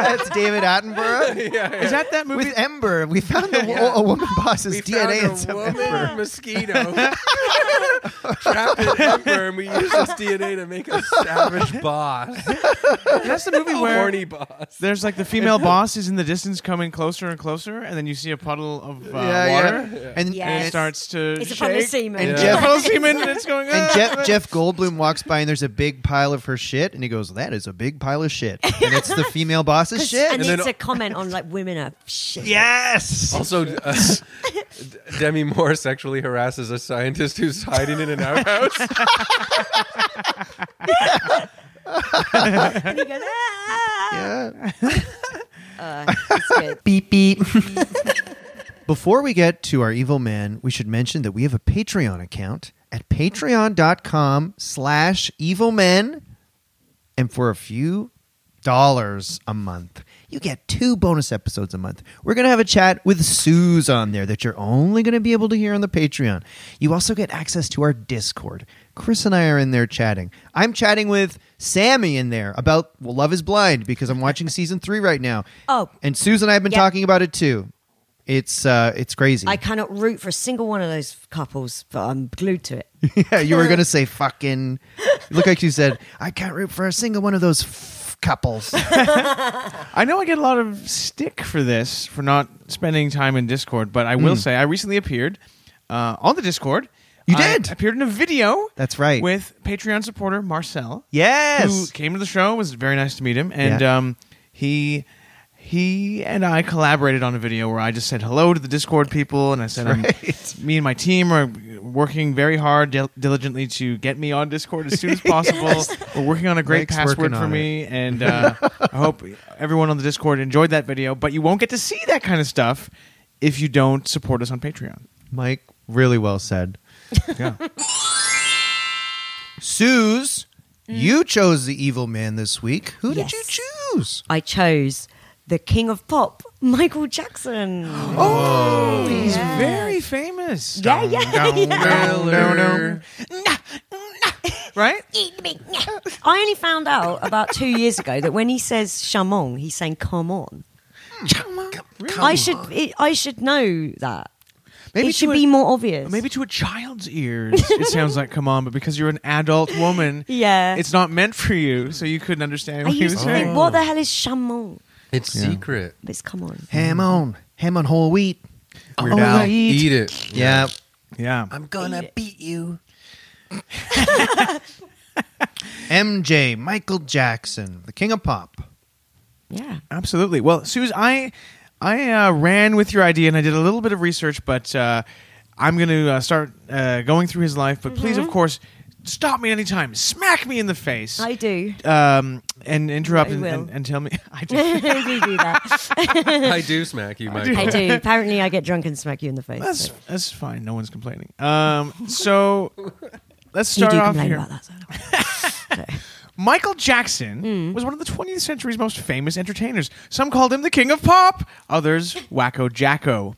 Speaker 2: That's David Attenborough
Speaker 1: yeah,
Speaker 3: Is that that movie?
Speaker 2: with Ember. We found the, a woman boss's
Speaker 1: we
Speaker 2: DNA in
Speaker 1: found a
Speaker 2: some
Speaker 1: woman
Speaker 2: Ember.
Speaker 1: mosquito trapped in Ember, and we used this DNA to make a savage boss,
Speaker 3: that's the movie
Speaker 1: a
Speaker 3: where
Speaker 1: horny boss.
Speaker 3: there's like the female boss is in the distance coming closer and closer, and then you see a puddle of uh, water.
Speaker 2: And,
Speaker 4: Yeah.
Speaker 3: And it
Speaker 4: Yes.
Speaker 3: starts to
Speaker 4: It's a
Speaker 3: shake.
Speaker 4: puddle of semen.
Speaker 2: And
Speaker 1: Yeah.
Speaker 2: Jeff-
Speaker 3: Puddle of semen, and it's going.
Speaker 2: and
Speaker 3: "Ah."
Speaker 2: Jeff, Jeff Goldblum walks by and there's a big pile of her shit, and he goes, "That is a big pile of shit," and it's the female boss's
Speaker 4: 'Cause-
Speaker 2: shit.
Speaker 4: and,
Speaker 1: And then-
Speaker 4: it's a comment on like women are shit.
Speaker 2: yes.
Speaker 1: Also, uh, D- Demi Moore sexually harasses a scientist who's hiding in an outhouse.
Speaker 4: And he goes, ah!
Speaker 2: Yeah.
Speaker 4: Uh, it's good.
Speaker 2: Beep beep. Before we get to our evil man, we should mention that we have a Patreon account at patreon.com slash evil men. And for a few dollars a month, you get two bonus episodes a month. We're going to have a chat with Suze on there that you're only going to be able to hear on the Patreon. You also get access to our Discord. Chris and I are in there chatting. I'm chatting with Sammy in there about well, Love is Blind because I'm watching season three right now.
Speaker 4: Oh.
Speaker 2: And Suze and I have been
Speaker 4: Yeah.
Speaker 2: talking about it too. It's uh, it's crazy.
Speaker 4: I cannot root for a single one of those couples, but I'm glued to it.
Speaker 2: yeah, you were gonna say fucking. Look like you said I can't root for a single one of those f- couples.
Speaker 3: I know I get a lot of stick for this for not spending time in Discord, but I will say I recently appeared uh, on the Discord.
Speaker 2: Hmm. You
Speaker 3: I
Speaker 2: did?
Speaker 3: appeared in a video.
Speaker 2: That's right.
Speaker 3: With Patreon supporter Marcel, who
Speaker 2: yes.
Speaker 3: came to the show. It was very nice to meet him, and
Speaker 2: Yeah.
Speaker 3: um, he he and I collaborated on a video where I just said hello to the Discord people, and I said, I'm-
Speaker 2: Right.
Speaker 3: "Me and my team are working very hard, dil- diligently to get me on Discord as soon as possible. We're working on a great
Speaker 2: Mike's
Speaker 3: password
Speaker 2: working
Speaker 3: for
Speaker 2: on
Speaker 3: me, and uh, I hope everyone on the Discord enjoyed that video. But you won't get to see that kind of stuff if you don't support us on Patreon.
Speaker 2: Mike, really well said.
Speaker 3: Yeah,
Speaker 2: Suze, you chose the evil man this week. Who did
Speaker 4: Mm. Yes.
Speaker 2: you choose?
Speaker 4: I chose the king of pop, Michael Jackson.
Speaker 3: oh, he's very famous.
Speaker 4: yeah, yeah, yeah.
Speaker 1: Thriller.
Speaker 3: Right?
Speaker 4: I only found out about two years ago that when he says shamong, he's saying come on.
Speaker 3: Hmm.
Speaker 4: I should, it, I should know that. it should
Speaker 3: to
Speaker 4: be
Speaker 3: a,
Speaker 4: more obvious.
Speaker 3: Maybe to a child's ears, it sounds like "come on," but because you're an adult woman,
Speaker 4: Yeah.
Speaker 3: it's not meant for you, so you couldn't understand
Speaker 4: I
Speaker 3: what he
Speaker 4: used
Speaker 3: was
Speaker 4: to
Speaker 3: saying.
Speaker 4: think, what the hell is shamong?
Speaker 1: It's secret.
Speaker 4: But it's come on.
Speaker 2: Ham on, ham on whole wheat. Weird
Speaker 3: Oh,
Speaker 2: Al.
Speaker 3: I eat.
Speaker 1: Eat it.
Speaker 2: Yeah.
Speaker 3: Yeah,
Speaker 5: I'm gonna beat you.
Speaker 2: MJ, Michael Jackson, the king of pop.
Speaker 4: Yeah.
Speaker 3: absolutely. Well, Suze, I I uh, ran with your idea and I did a little bit of research, but uh, I'm going to uh, start uh, going through his life. But please, of course, stop me anytime. Smack me in the face.
Speaker 4: Mm-hmm. I do.
Speaker 3: um, and interrupt
Speaker 4: I
Speaker 3: and,
Speaker 4: will.
Speaker 3: and, and tell me. I do.
Speaker 4: we do that.
Speaker 1: I do smack you, Michael.
Speaker 4: I do. Apparently, I get drunk and smack you in the face.
Speaker 3: That's
Speaker 4: so.
Speaker 3: that's fine. No one's complaining. Um, so let's
Speaker 4: You
Speaker 3: start
Speaker 4: do
Speaker 3: off
Speaker 4: complain
Speaker 3: here.
Speaker 4: about that. so.
Speaker 3: Michael Jackson was one of the 20th century's most famous entertainers. Some called him the king of pop. Others, Wacko Jacko.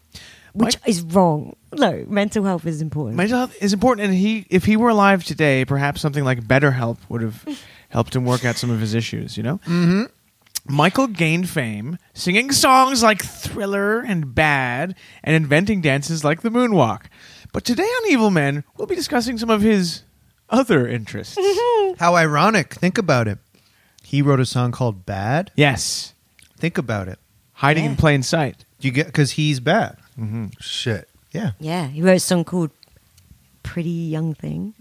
Speaker 4: Which is wrong. No, mental health is important.
Speaker 3: Mental health is important, and he if he were alive today, perhaps something like BetterHelp would have helped him work out some of his issues. You know. Mm-hmm. Michael gained fame singing songs like Thriller and Bad and inventing dances like the moonwalk. But today on Evil Men, we'll be discussing some of his other interests.
Speaker 2: How ironic. Think about it. He wrote a song called Bad.
Speaker 3: yes,
Speaker 2: Think about it.
Speaker 3: hiding in
Speaker 4: Yeah.
Speaker 3: plain sight.
Speaker 2: You get because he's bad.
Speaker 1: Shit.
Speaker 2: Yeah.
Speaker 4: yeah, he wrote a song called Pretty Young Thing.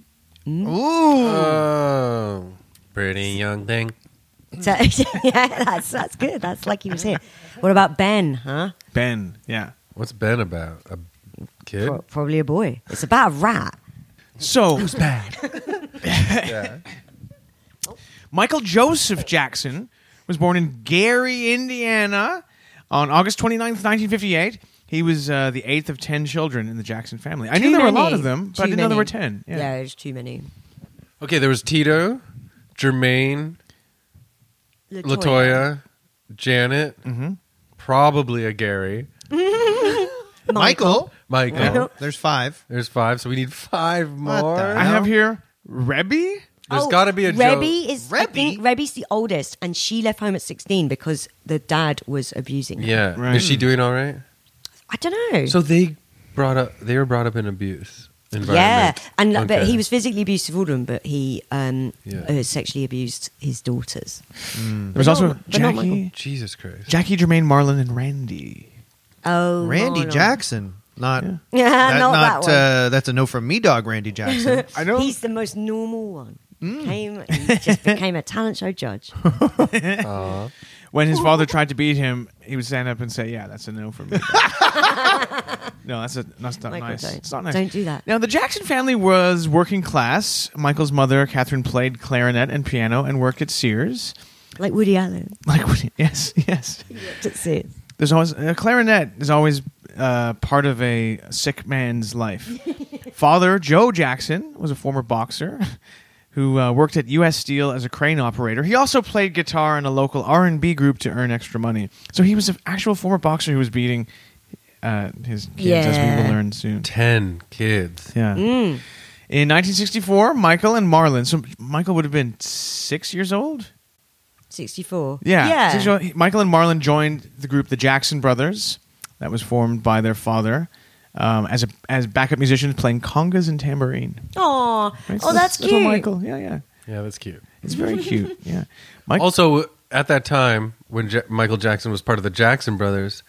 Speaker 2: Ooh.
Speaker 1: Oh, pretty young thing.
Speaker 4: So, yeah, that's, that's good. That's like he was here. What about Ben, huh?
Speaker 3: Ben, yeah.
Speaker 1: What's Ben about? A kid?
Speaker 4: Pro- probably a boy. It's about a rat.
Speaker 3: So
Speaker 2: Bad.
Speaker 1: Yeah.
Speaker 3: Michael Joseph Jackson was born in Gary, Indiana on August 29th, 1958. He was uh, the eighth of 10 children in the Jackson family. I knew
Speaker 4: Too
Speaker 3: there were a lot
Speaker 4: many.
Speaker 3: of them, but I
Speaker 4: Too
Speaker 3: didn't know there were
Speaker 4: many.
Speaker 3: 10. Yeah.
Speaker 4: yeah it's too many.
Speaker 1: Okay, there was Tito, Jermaine, Latoya, Janet, probably a Gary,
Speaker 2: Michael.
Speaker 1: Michael.
Speaker 2: There's five.
Speaker 1: There's five, so we need five
Speaker 2: What
Speaker 1: more.
Speaker 2: the-
Speaker 3: I
Speaker 1: There's
Speaker 3: have here Rebbe.
Speaker 4: Oh,
Speaker 1: got to be a joke.
Speaker 4: Rebby is. I
Speaker 2: Rebby?
Speaker 4: think Rebby's the oldest, and she left home at sixteen because the dad was abusing her.
Speaker 1: Yeah.
Speaker 3: Right.
Speaker 1: Is she doing all right?
Speaker 4: I don't know.
Speaker 1: So they brought up. They were brought up in abuse
Speaker 4: yeah,
Speaker 1: environment.
Speaker 4: and but
Speaker 1: Okay.
Speaker 4: he was physically abusive all of them, but he um,
Speaker 1: Yeah.
Speaker 4: uh, sexually abused his daughters.
Speaker 3: There was
Speaker 4: Mm. But
Speaker 3: also
Speaker 4: not- but not Michael.
Speaker 3: Jackie,
Speaker 1: Jesus Christ.
Speaker 3: Jackie, Jermaine, Marlon, and Randy.
Speaker 4: Oh,
Speaker 2: Randy
Speaker 4: Marlon.
Speaker 2: Jackson. Not.
Speaker 3: Yeah.
Speaker 4: Yeah, not, that one.
Speaker 2: Uh, that's a no from me, dog. Randy Jackson.
Speaker 3: I know. Mm.
Speaker 4: He's the most normal one. Came, he just became a talent show judge.
Speaker 1: Aw.
Speaker 3: when his father tried to beat him, he would stand up and say, "Yeah, that's a no for me." no, that's a that's not
Speaker 4: Michael,
Speaker 3: nice.
Speaker 4: don't.
Speaker 3: It's not nice.
Speaker 4: Don't do that.
Speaker 3: Now, the Jackson family was working class. Michael's mother, Catherine, played clarinet and piano and worked at Sears.
Speaker 4: Like Woody Allen.
Speaker 3: Like, yes, yes.
Speaker 4: That's it.
Speaker 3: There's always a clarinet is always uh, part of a sick man's life. Father Joe Jackson was a former boxer who uh, worked at U.S. Steel as a crane operator. He also played guitar in a local R and B group to earn extra money. So he was an actual former boxer who was beating uh, his kids, as we
Speaker 4: Yeah.
Speaker 3: will learn soon.
Speaker 1: Ten kids.
Speaker 3: Yeah. In 1964, Michael and Marlon. So Michael would have been six years old.
Speaker 4: 64.
Speaker 3: Yeah.
Speaker 4: Yeah.
Speaker 3: So he- Michael and Marlon joined the group the Jackson Brothers, that was formed by their father, um, as a, as backup musicians playing congas and tambourine.
Speaker 4: Aw.
Speaker 3: Right? So
Speaker 4: Oh, that's
Speaker 3: little
Speaker 4: cute.
Speaker 3: Michael. Yeah, yeah.
Speaker 1: Yeah, that's cute.
Speaker 3: It's very cute. Yeah. Michael.
Speaker 1: Also, at that time when Ja Michael Jackson was part of the Jackson Brothers,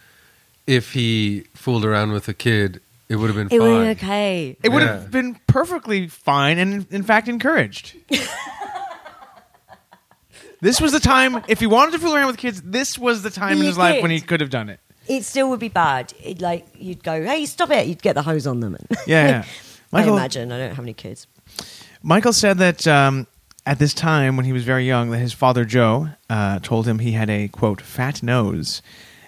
Speaker 1: if he fooled around with a kid, it would have been
Speaker 4: It
Speaker 1: fine.
Speaker 4: was okay.
Speaker 3: It would have
Speaker 1: Yeah.
Speaker 3: been perfectly fine and, in fact, encouraged. this was the time, if he wanted to fool around with kids, this was the time in
Speaker 4: He
Speaker 3: his life when
Speaker 4: did.
Speaker 3: he could have done it.
Speaker 4: It still would be bad. It like you'd go, hey, stop it. You'd get the hose on them. And
Speaker 3: Yeah. yeah.
Speaker 4: I imagine I don't have any kids.
Speaker 3: Michael said that um, at this time, when he was very young, that his father Joe uh, told him he had a quote fat nose,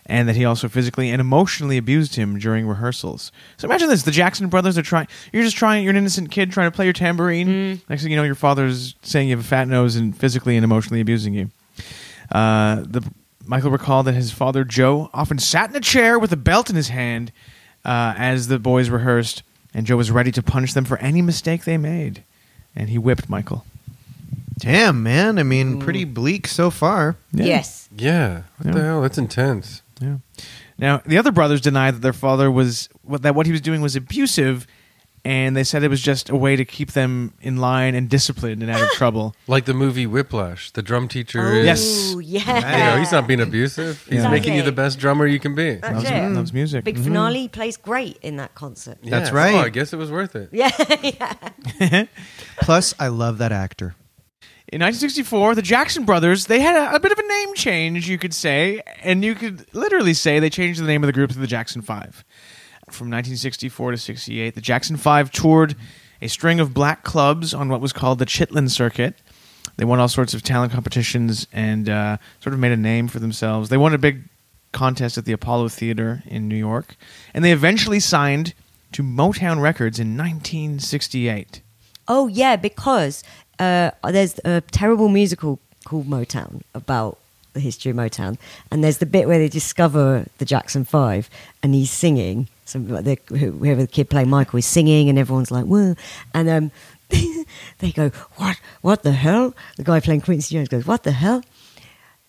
Speaker 3: and that he also physically and emotionally abused him during rehearsals. So imagine this: the Jackson brothers are trying. You're just trying. You're an innocent kid trying to play your tambourine. Next thing you know, your father's saying you have a fat nose and physically and emotionally abusing you. Uh, the Michael recalled that his father Joe often sat in a chair with a belt in his hand uh, as the boys rehearsed, and Joe was ready to punish them for any mistake they made, and he whipped Michael.
Speaker 2: Damn, man. I mean, pretty bleak so far.
Speaker 3: Yeah.
Speaker 4: Yes.
Speaker 1: Yeah. What the
Speaker 3: Yeah.
Speaker 1: hell? That's intense.
Speaker 3: Yeah. Now the other brothers denied that their father was what- that what he was doing was abusive, and they said it was just a way to keep them in line and disciplined and out of trouble.
Speaker 1: Like the movie Whiplash, the drum teacher
Speaker 4: Oh,
Speaker 1: is.
Speaker 3: Yes.
Speaker 1: You
Speaker 4: Yeah.
Speaker 1: know, he's not being abusive. He's
Speaker 4: Yeah.
Speaker 1: making you the best drummer you can be.
Speaker 4: That's
Speaker 3: Loves,
Speaker 4: it.
Speaker 3: loves music. Mm-hmm.
Speaker 4: Big finale he plays great in that concert.
Speaker 1: Yeah.
Speaker 2: That's right.
Speaker 1: Oh, I guess it was worth it.
Speaker 4: Yeah.
Speaker 2: Plus, I love that actor.
Speaker 3: In 1964, the Jackson Brothers they had a, a bit of a name change, you could say, and you could literally say they changed the name of the group to the Jackson Five. From 1964 to 68, the Jackson Five toured a string of black clubs on what was called the Chitlin Circuit. They won all sorts of talent competitions and uh, sort of made a name for themselves. They won a big contest at the Apollo Theater in New York, and they eventually signed to Motown Records in 1968.
Speaker 4: Oh yeah, because uh, there's a terrible musical called Motown about the history of Motown, and there's the bit where they discover the Jackson Five, and he's singing. So the, whoever the kid playing Michael is singing, and everyone's like, "Whoa!" And um, they go, "What? What the hell?" The guy playing Quincy Jones goes, "What the hell?"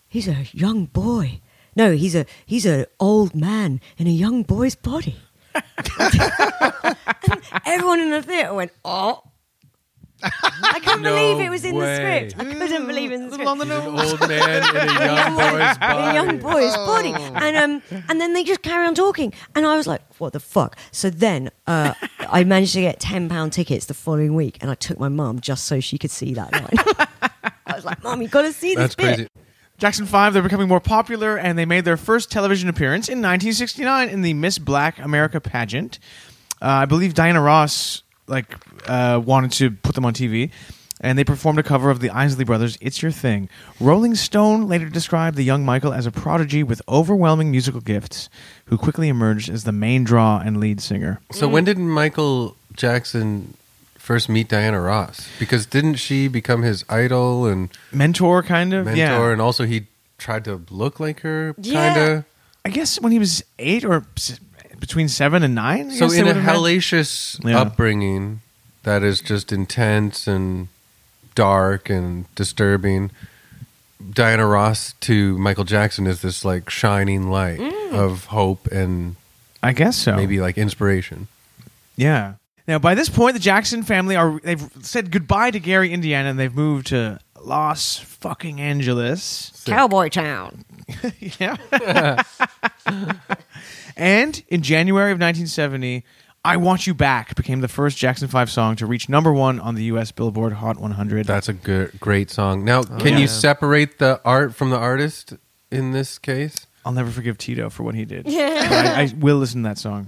Speaker 4: He's a young boy. No, he's a he's an old man in a young boy's body. Everyone in the theater went, "Oh." I couldn't
Speaker 1: No
Speaker 4: believe it was in
Speaker 1: way.
Speaker 4: the script. I couldn't believe it in the script.
Speaker 3: the
Speaker 1: An old man in a young boy's
Speaker 4: A
Speaker 1: body. Oh.
Speaker 4: young boy's body, and um, and then they just carry on talking, and I was like, "What the fuck?" So then, uh, I managed to get ten pound tickets the following week, and I took my mum just so she could see that line. I was like, "Mum, you gotta see
Speaker 1: That's
Speaker 4: this bit."
Speaker 1: crazy.
Speaker 3: Jackson 5, they're becoming more popular, and they made their first television appearance in 1969 in the Miss Black America pageant. Uh, I believe Diana Ross like uh, wanted to put them on TV, and they performed a cover of the Isley Brothers' "It's Your Thing." Rolling Stone later described the young Michael as a prodigy with overwhelming musical gifts, who quickly emerged as the main draw and lead singer.
Speaker 1: So
Speaker 4: Mm.
Speaker 1: when did Michael Jackson first meet Diana Ross? Because didn't she become his idol and
Speaker 3: Mentor, kind of,
Speaker 1: mentor,
Speaker 3: yeah.
Speaker 1: and also he tried to look like her,
Speaker 4: Yeah.
Speaker 1: kinda.
Speaker 3: I guess when he was eight or s- between seven and nine. I
Speaker 1: So
Speaker 3: guess they
Speaker 1: in a
Speaker 3: would've met.
Speaker 1: hellacious
Speaker 3: Yeah.
Speaker 1: upbringing that is just intense and dark and disturbing, Diana Ross to Michael Jackson is this like shining light
Speaker 4: Mm.
Speaker 1: of hope and
Speaker 3: I guess so.
Speaker 1: maybe like inspiration.
Speaker 3: Yeah. Now, by this point, the Jackson family are they've said goodbye to Gary, Indiana, and they've moved to Los fucking Angeles.
Speaker 4: Cowboy Town.
Speaker 3: yeah. and in January of 1970, "I Want You Back" became the first Jackson Five song to reach number one on the U.S. Billboard Hot 100.
Speaker 1: That's a good, great song. Now,
Speaker 2: Oh,
Speaker 1: can
Speaker 3: yeah.
Speaker 1: you separate the art from the artist in this case?
Speaker 3: I'll never forgive Tito for what he did. But I, I will listen to that song.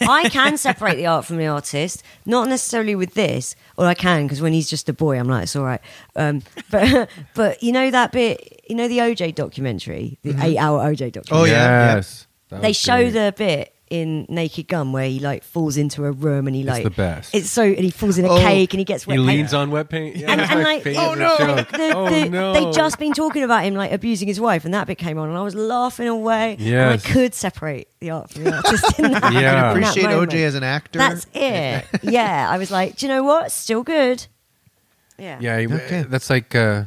Speaker 4: I can separate the art from the artist, not necessarily with this, or I can because when he's just a boy, I'm like, it's all right. Um, but but you know that bit, you know the OJ documentary, the eight-hour OJ documentary.
Speaker 2: Oh, yeah, yeah.
Speaker 1: Yes. Mm-hmm. That
Speaker 4: they
Speaker 1: was
Speaker 4: show
Speaker 1: great.
Speaker 4: the bit in Naked Gun where he like falls into a room and he
Speaker 1: It's
Speaker 4: like
Speaker 1: the best.
Speaker 4: It's so and he falls in a
Speaker 2: Oh,
Speaker 4: cake and he gets wet
Speaker 1: He
Speaker 4: paint.
Speaker 1: leans on wet paint. Yeah,
Speaker 4: And,
Speaker 1: that's
Speaker 4: and
Speaker 1: my
Speaker 4: like,
Speaker 1: favorite
Speaker 4: oh no,
Speaker 1: joke.
Speaker 4: the- the-
Speaker 1: oh no!
Speaker 4: they just been talking about him like abusing his wife, and that bit came on, and I was laughing away. And
Speaker 1: Yes.
Speaker 4: I could separate the art from the artist in that.
Speaker 1: Yeah. I
Speaker 4: in that
Speaker 2: Appreciate
Speaker 4: moment.
Speaker 2: OJ as an actor.
Speaker 4: That's it. yeah, I was like, do you know what? Still good. Yeah.
Speaker 1: Yeah, he-
Speaker 2: Okay.
Speaker 1: that's like. Uh,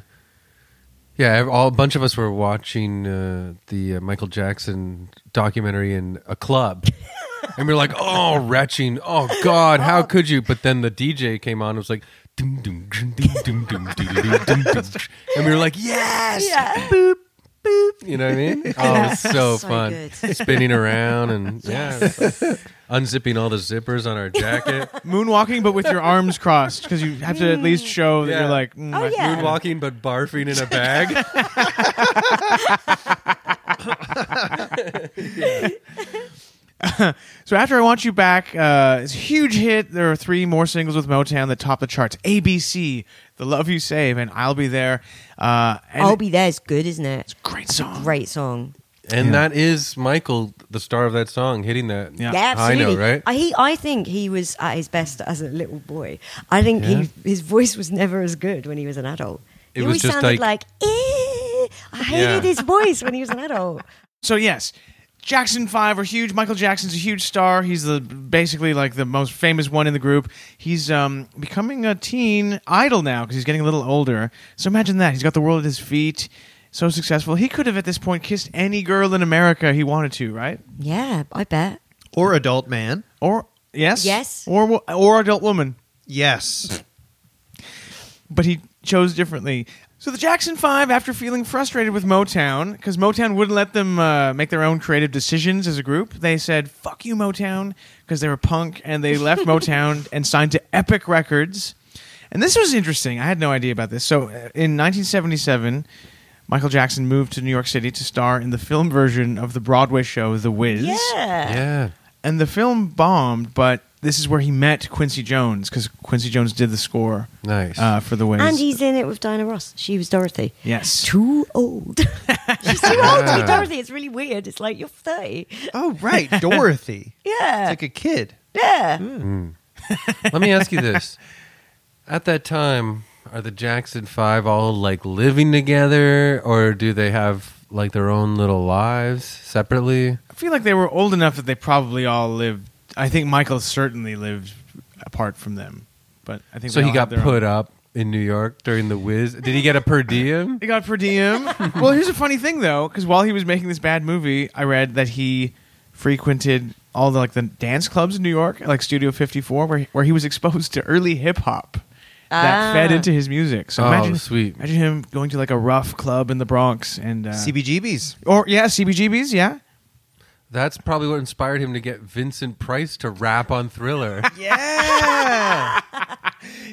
Speaker 1: yeah, all a bunch of us were watching uh, the uh, Michael Jackson documentary in a club, and we were like, "Oh, retching! Oh God, how could you?" But then the DJ came on and was like, dum, dum, dum, dum, dum, dum, dum, dum, dum, dum. and we were like, yes,
Speaker 4: Yeah.
Speaker 1: boop, boop. You know what I mean? Oh, it was so,
Speaker 4: So
Speaker 1: fun.
Speaker 4: good.
Speaker 1: Spinning around and yeah, unzipping all the zippers on our jacket.
Speaker 3: Moonwalking, but with your arms crossed because you have to at least show that
Speaker 1: Yeah.
Speaker 3: you're like. mm,
Speaker 4: Oh,
Speaker 3: I-
Speaker 4: yeah.
Speaker 1: Moonwalking, but barfing in a bag.
Speaker 3: So after I want you back, uh, it's a huge hit. There are three more singles with Motown that top the charts: ABC, "The Love You Save," and "I'll Be There." Uh, and
Speaker 4: I'll be there is good, isn't it?
Speaker 3: great song.
Speaker 4: Great song.
Speaker 1: And that is Michael, the star of that song, hitting that
Speaker 3: Yeah.
Speaker 4: Yeah,
Speaker 1: high
Speaker 4: absolutely.
Speaker 1: note, right?
Speaker 4: I, he, I think he was at his best as a little boy. I think
Speaker 1: Yeah.
Speaker 4: he, his voice was never as good when he was an adult.
Speaker 1: It
Speaker 4: he
Speaker 1: was
Speaker 4: always
Speaker 1: just like-
Speaker 4: sounded like, "Eh." I hated
Speaker 1: Yeah.
Speaker 4: his voice when he was an adult.
Speaker 3: So yes, Jackson Five are huge. Michael Jackson's a huge star. He's the basically like the most famous one in the group. He's um, becoming a teen idol now because he's getting a little older. So imagine that he's got the world at his feet. So successful, he could have at this point kissed any girl in America he wanted to, right?
Speaker 4: Yeah, I bet.
Speaker 2: or adult man.
Speaker 3: Or yes,
Speaker 4: Yes.
Speaker 3: or wo- or adult woman.
Speaker 2: Yes.
Speaker 3: but he chose differently. So the Jackson Five, after feeling frustrated with Motown, because Motown wouldn't let them uh, make their own creative decisions as a group, they said "fuck you, Motown," because they were punk, and they left Motown and signed to Epic Records. And this was interesting. I had no idea about this. So uh, in 1977, Michael Jackson moved to New York City to star in the film version of the Broadway show The Wiz
Speaker 4: Yeah.
Speaker 1: yeah.
Speaker 3: and the film bombed, but this is where he met Quincy Jones because Quincy Jones did the score.
Speaker 1: Nice.
Speaker 3: uh, for the Wiz.
Speaker 4: And he's in it with Diana Ross. She was Dorothy.
Speaker 3: yes.
Speaker 4: Too old. She's too old to
Speaker 1: Yeah.
Speaker 4: be Dorothy. It's really weird. It's like you're 30.
Speaker 2: Oh right, Dorothy. It's
Speaker 4: Yeah.
Speaker 2: like a kid.
Speaker 4: yeah.
Speaker 3: Mm.
Speaker 1: Let me ask you this. At that time, are the Jackson Five all like living together or do they have like their own little lives separately?
Speaker 3: I feel like they were old enough that they probably all lived. I think Michael certainly lived apart from them, but I think
Speaker 1: So
Speaker 3: they
Speaker 1: he
Speaker 3: all had
Speaker 1: got
Speaker 3: their
Speaker 1: put
Speaker 3: own-
Speaker 1: up in New York during the whiz. Did he get a per diem?
Speaker 3: He got per diem. well, here's a funny thing though, because while he was making this bad movie, I read that he frequented all the like the dance clubs in New York, like Studio 54, where where he was exposed to early hip hop. That
Speaker 4: Ah.
Speaker 3: fed into his music. So
Speaker 1: Oh,
Speaker 3: imagine,
Speaker 1: sweet.
Speaker 3: imagine him going to like a rough club in the Bronx and uh,
Speaker 2: CBGBs.
Speaker 3: or yeah, CBGBs, yeah.
Speaker 1: That's probably what inspired him to get Vincent Price to rap on Thriller.
Speaker 2: Yeah.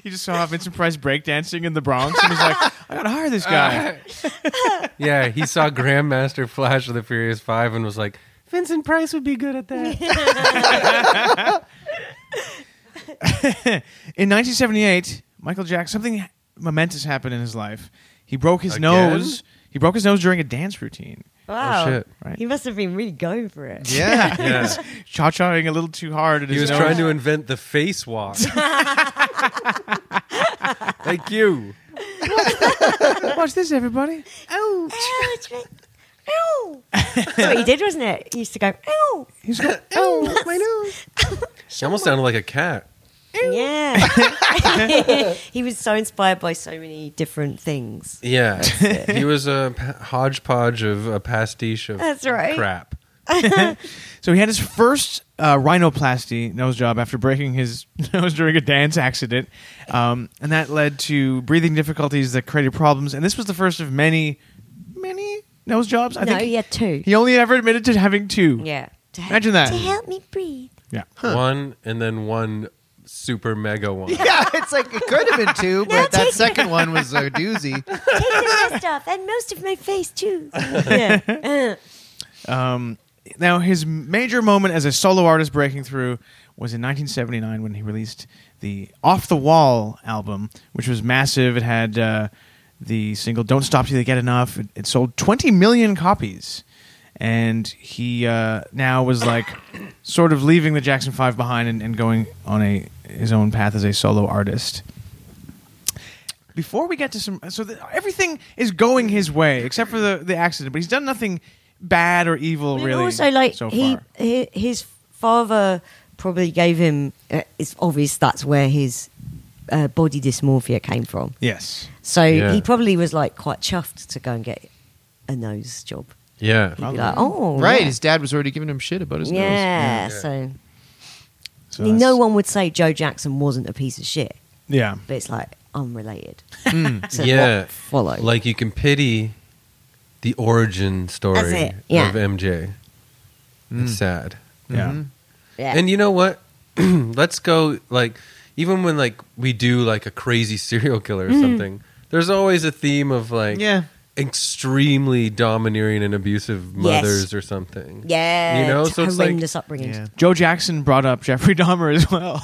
Speaker 3: You just saw Vincent Price breakdancing in the Bronx and was like, I gotta hire this guy.
Speaker 1: Uh-huh. yeah, he saw Grandmaster Flash of the Furious Five and was like, Vincent Price would be good at that.
Speaker 3: In 1978, Michael Jackson, something momentous happened in his life. He broke his
Speaker 1: Again?
Speaker 3: nose. He broke his nose during a dance routine.
Speaker 4: Wow.
Speaker 1: shit.
Speaker 3: Oh, Right.
Speaker 4: He must have been really going for it.
Speaker 2: yeah.
Speaker 1: Yeah.
Speaker 3: Cha chaing a little too hard. At
Speaker 1: He was
Speaker 3: his
Speaker 1: trying
Speaker 3: nose.
Speaker 1: to invent the face walk. Thank you.
Speaker 3: Watch this, everybody.
Speaker 4: Ow. Ah, it's right- Ow. That's what he did, wasn't it? He used to go, ow.
Speaker 3: He's going, oh, my nose.
Speaker 1: She almost sounded like a cat.
Speaker 4: Yeah. he was so inspired by so many different things.
Speaker 1: Yeah. he was a p- hodgepodge of a pastiche of
Speaker 4: That's right.
Speaker 1: crap.
Speaker 3: So he had his first uh, rhinoplasty nose job after breaking his nose during a dance accident, um, and that led to breathing difficulties that created problems. And this was the first of many, many nose jobs. I
Speaker 4: no,
Speaker 3: think
Speaker 4: he had two.
Speaker 3: he only ever admitted to having two.
Speaker 4: yeah. To help-
Speaker 3: Imagine that.
Speaker 4: To help me breathe.
Speaker 3: Yeah.
Speaker 1: One and then one super mega one.
Speaker 2: Yeah, it's like it could have been two, but
Speaker 4: Now
Speaker 2: that
Speaker 4: take-
Speaker 2: second one was a doozy.
Speaker 4: Take the rest off and most of my face, too. Yeah. Uh,
Speaker 3: Um, now his major moment as a solo artist breaking through was in 1979 when he released the Off the Wall album, which was massive. It had uh, the single "Don't Stop Till You Get Enough." It, it sold 20 million copies, and he uh, now was like sort of leaving the Jackson Five behind and, and going on a his own path as a solo artist. Before we get to some, so the, everything is going his way except for the, the accident, but he's done nothing bad or evil
Speaker 4: But
Speaker 3: really.
Speaker 4: also, like
Speaker 3: so
Speaker 4: he,
Speaker 3: far.
Speaker 4: hi his father probably gave him. Uh, it's obvious that's where his uh, body dysmorphia came from.
Speaker 3: Yes.
Speaker 4: So
Speaker 1: Yeah.
Speaker 4: he probably was like quite chuffed to go and get a nose job.
Speaker 1: Yeah.
Speaker 4: He'd be like, oh,
Speaker 2: Right,
Speaker 4: yeah.
Speaker 2: his dad was already giving him shit about his
Speaker 4: Yeah,
Speaker 2: nose.
Speaker 1: Yeah.
Speaker 4: so,
Speaker 3: So
Speaker 4: no
Speaker 3: that's-
Speaker 4: one would say Joe Jackson wasn't a piece of shit.
Speaker 3: Yeah.
Speaker 4: but it's like unrelated to
Speaker 1: Hmm. Yeah.
Speaker 4: what followed.
Speaker 1: Like you can pity the origin
Speaker 4: That's
Speaker 1: story
Speaker 4: it, yeah.
Speaker 1: of MJ. It's sad.
Speaker 3: Yeah.
Speaker 4: yeah.
Speaker 1: And you know what? Let's go like even when like we do like a crazy serial killer or
Speaker 4: Hmm.
Speaker 1: something, there's always a theme of like
Speaker 2: Yeah.
Speaker 1: extremely domineering and abusive mothers or something.
Speaker 4: yeah,
Speaker 1: You know,
Speaker 4: it's
Speaker 1: so it's like
Speaker 4: horrendous upbringing.
Speaker 2: Yeah.
Speaker 3: Joe Jackson brought up Jeffrey Dahmer as well.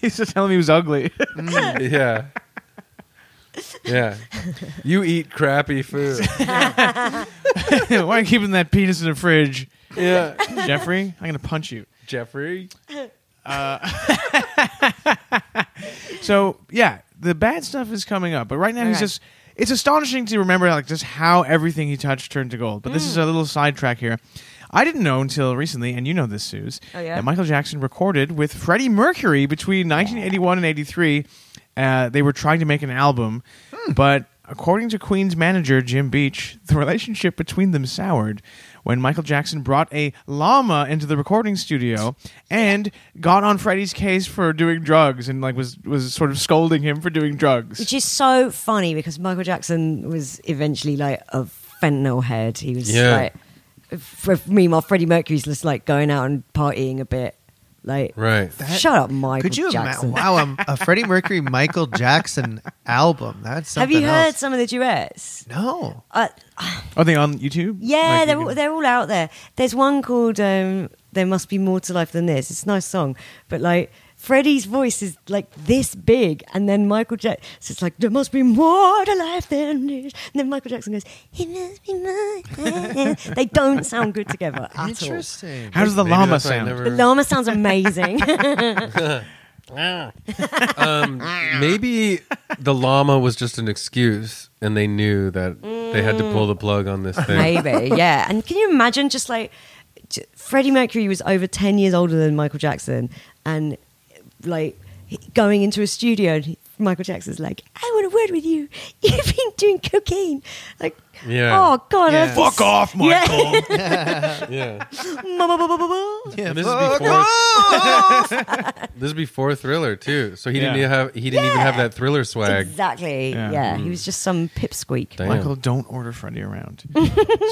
Speaker 3: He's just telling me he was ugly.
Speaker 1: yeah. Yeah. You eat crappy food.
Speaker 3: Why are you keeping that penis in the fridge?
Speaker 1: Yeah.
Speaker 3: Jeffrey, I'm going to punch you.
Speaker 1: Jeffrey.
Speaker 3: So, yeah, the bad stuff is coming up. But right now, he's
Speaker 4: Alright.
Speaker 3: just. It's astonishing to remember like just how everything he touched turned to gold. But this
Speaker 4: Mm.
Speaker 3: is a little sidetrack here. I didn't know until recently, and you know this, Suze,
Speaker 4: Oh, yeah?
Speaker 3: that Michael Jackson recorded with Freddie Mercury between 1981 and 83. Uh, they were trying to make an album,
Speaker 1: Hmm.
Speaker 3: but according to Queen's manager, Jim Beach, the relationship between them soured when Michael Jackson brought a llama into the recording studio and got on Freddie's case for doing drugs and like was was sort of scolding him for doing drugs.
Speaker 4: Which is so funny because Michael Jackson was eventually like a fentanyl head. He was
Speaker 1: Yeah.
Speaker 4: like, for, meanwhile, Freddie Mercury's just like going out and partying a bit. Like,
Speaker 1: Right.
Speaker 4: shut up, Michael
Speaker 2: Could you
Speaker 4: Jackson.
Speaker 2: imagine? Wow, a, a Freddie Mercury Michael Jackson album. That's
Speaker 4: Have
Speaker 2: something
Speaker 4: you heard
Speaker 2: else.
Speaker 4: some of the duets?
Speaker 2: No.
Speaker 4: Uh,
Speaker 3: Are they on YouTube?
Speaker 4: yeah,
Speaker 3: Like, you
Speaker 4: they're,
Speaker 3: can-
Speaker 4: all, they're all out there. There's one called um, There Must Be More to Life Than This. It's a nice song, but like, Freddie's voice is like this big, and then Michael Jackson. So it's like there must be more to life than this. And then Michael Jackson goes, "It must be more." they don't sound good together at all.
Speaker 2: Interesting.
Speaker 3: How does the
Speaker 1: Maybe
Speaker 3: llama
Speaker 1: that's why I
Speaker 3: sound?
Speaker 1: never-
Speaker 4: The llama sounds amazing.
Speaker 1: Um, Maybe the llama was just an excuse, and they knew that they had to
Speaker 4: Mm.
Speaker 1: pull the plug on this thing.
Speaker 4: Maybe, yeah. And can you imagine just like j- Freddie Mercury was over 10 years older than Michael Jackson and like he- going into a studio and he, Michael Jackson's like, I want a word with you. You've been doing cocaine. Like,
Speaker 1: Yeah.
Speaker 4: oh, God.
Speaker 2: Yeah.
Speaker 4: I'd be
Speaker 3: Fuck
Speaker 4: s-
Speaker 3: off, Michael.
Speaker 1: Yeah,
Speaker 4: Yeah.
Speaker 2: Yeah,
Speaker 1: And this
Speaker 2: fuck
Speaker 1: is before
Speaker 4: Oh,
Speaker 1: this is before Thriller too. So he didn't
Speaker 3: Yeah.
Speaker 1: even have he didn't even have that Thriller swag.
Speaker 4: exactly.
Speaker 3: Yeah.
Speaker 4: Yeah. He was just some pipsqueak.
Speaker 1: Damn.
Speaker 3: Michael, don't order Freddy around.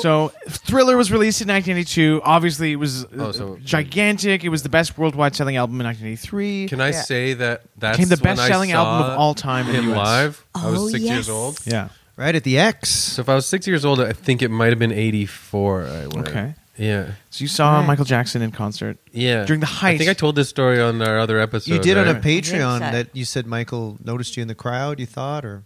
Speaker 3: so, Thriller was released in 1982. Obviously, it was uh,
Speaker 1: Oh, so-
Speaker 3: gigantic. It was the best worldwide selling album in 1983.
Speaker 1: Can I say that that's
Speaker 3: Became the
Speaker 1: when I
Speaker 3: best-selling
Speaker 1: saw
Speaker 3: album of all time in
Speaker 1: him
Speaker 3: the US.
Speaker 1: live? I
Speaker 4: Oh,
Speaker 1: was six
Speaker 4: yes.
Speaker 1: years old.
Speaker 3: yeah.
Speaker 2: Right at the X.
Speaker 1: So if I was six years old, I think it might have been eighty four. I went.
Speaker 3: Okay.
Speaker 1: Yeah.
Speaker 3: So you saw
Speaker 4: Right.
Speaker 3: Michael Jackson in concert.
Speaker 1: Yeah.
Speaker 3: During the height.
Speaker 1: I think I told this story on our other episode.
Speaker 2: You did on a
Speaker 1: right?
Speaker 2: Patreon
Speaker 4: Exact-
Speaker 2: that you said Michael noticed you in the crowd, you thought, or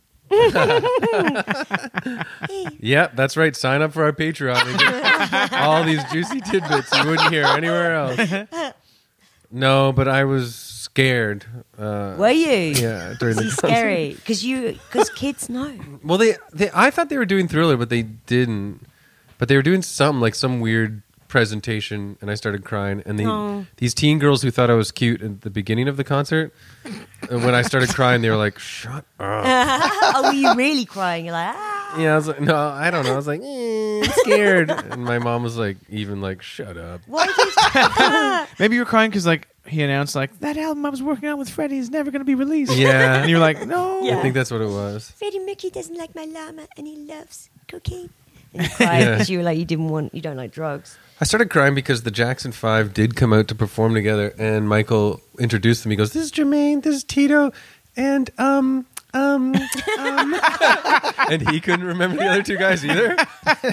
Speaker 1: Yep, that's right. Sign up for our Patreon. and get all these juicy tidbits you wouldn't hear anywhere else. No, but I was scared. Uh,
Speaker 4: Were you?
Speaker 1: Yeah, during the
Speaker 4: He's
Speaker 1: concert.
Speaker 4: scary because you because kids know.
Speaker 1: Well, they, they I thought they were doing Thriller, but they didn't. But they were doing some like some weird presentation, and I started crying. And they,
Speaker 4: Oh.
Speaker 1: these teen girls who thought I was cute at the beginning of the concert, uh, when I started crying, they were like, "Shut up."
Speaker 4: oh, were you really crying? You're like, ah.
Speaker 1: Yeah, I was like, no, I don't know. I was like, eh, I'm scared. and my mom was like, even like, shut up.
Speaker 4: Why did you
Speaker 3: Maybe you were crying because, like, he announced, like, that album I was working on with Freddie is never going to be released.
Speaker 1: Yeah.
Speaker 3: And you were like, no.
Speaker 1: I
Speaker 4: Yeah.
Speaker 1: think that's what it was.
Speaker 4: Freddie Mercury doesn't like my llama and he loves cocaine. And you cried
Speaker 1: Yeah.
Speaker 4: because you were like, you didn't want, you don't like drugs.
Speaker 1: I started crying because the Jackson Five did come out to perform together, and Michael introduced them. He goes, "This is Jermaine. This is Tito, and um." Um, um, and he couldn't remember the other two guys either.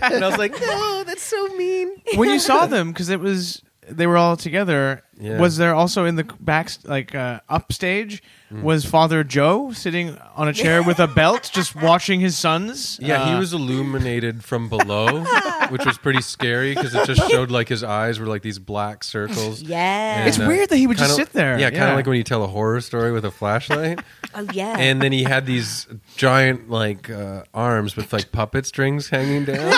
Speaker 1: And I was like, "No, that's so mean."
Speaker 3: when you saw them, because it was they were all together.
Speaker 1: Yeah.
Speaker 3: Was there also in the back, like uh, upstage,
Speaker 1: Mm.
Speaker 3: was Father Joe sitting on a chair with a belt, just watching his sons?
Speaker 1: Yeah, he
Speaker 3: Uh,
Speaker 1: was illuminated from below, which was pretty scary because it just showed like his eyes were like these black circles. uh,
Speaker 4: Yeah.
Speaker 3: It's weird that he would just
Speaker 1: kinda-
Speaker 3: sit there.
Speaker 1: Yeah, kind of
Speaker 3: Yeah.
Speaker 1: like when you tell a horror story with a flashlight.
Speaker 4: oh, yeah.
Speaker 1: and then he had these giant like uh, arms with like puppet strings hanging down.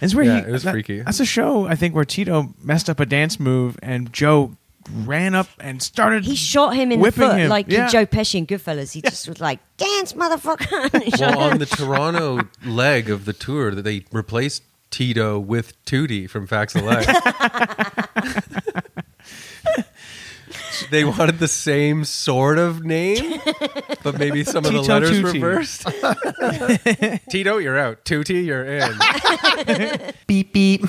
Speaker 3: It's where
Speaker 1: Yeah,
Speaker 3: he,
Speaker 1: it was
Speaker 3: that-
Speaker 1: freaky.
Speaker 3: That's a show I think where Tito messed up a dance move and Joe ran up and started.
Speaker 4: he shot him in the
Speaker 3: whipping
Speaker 4: foot
Speaker 3: him.
Speaker 4: like
Speaker 3: Yeah.
Speaker 4: Joe Pesci in Goodfellas. He just was like, dance, motherfucker. And he shot
Speaker 1: well,
Speaker 4: him.
Speaker 1: on the Toronto leg of the tour, that they replaced Tito with Tootie from Facts of Life. they wanted the same sort of name, but maybe some of the
Speaker 3: Tito
Speaker 1: letters
Speaker 3: Tutti.
Speaker 1: reversed. Tito, you're out. Tutti, you're in.
Speaker 2: beep beep.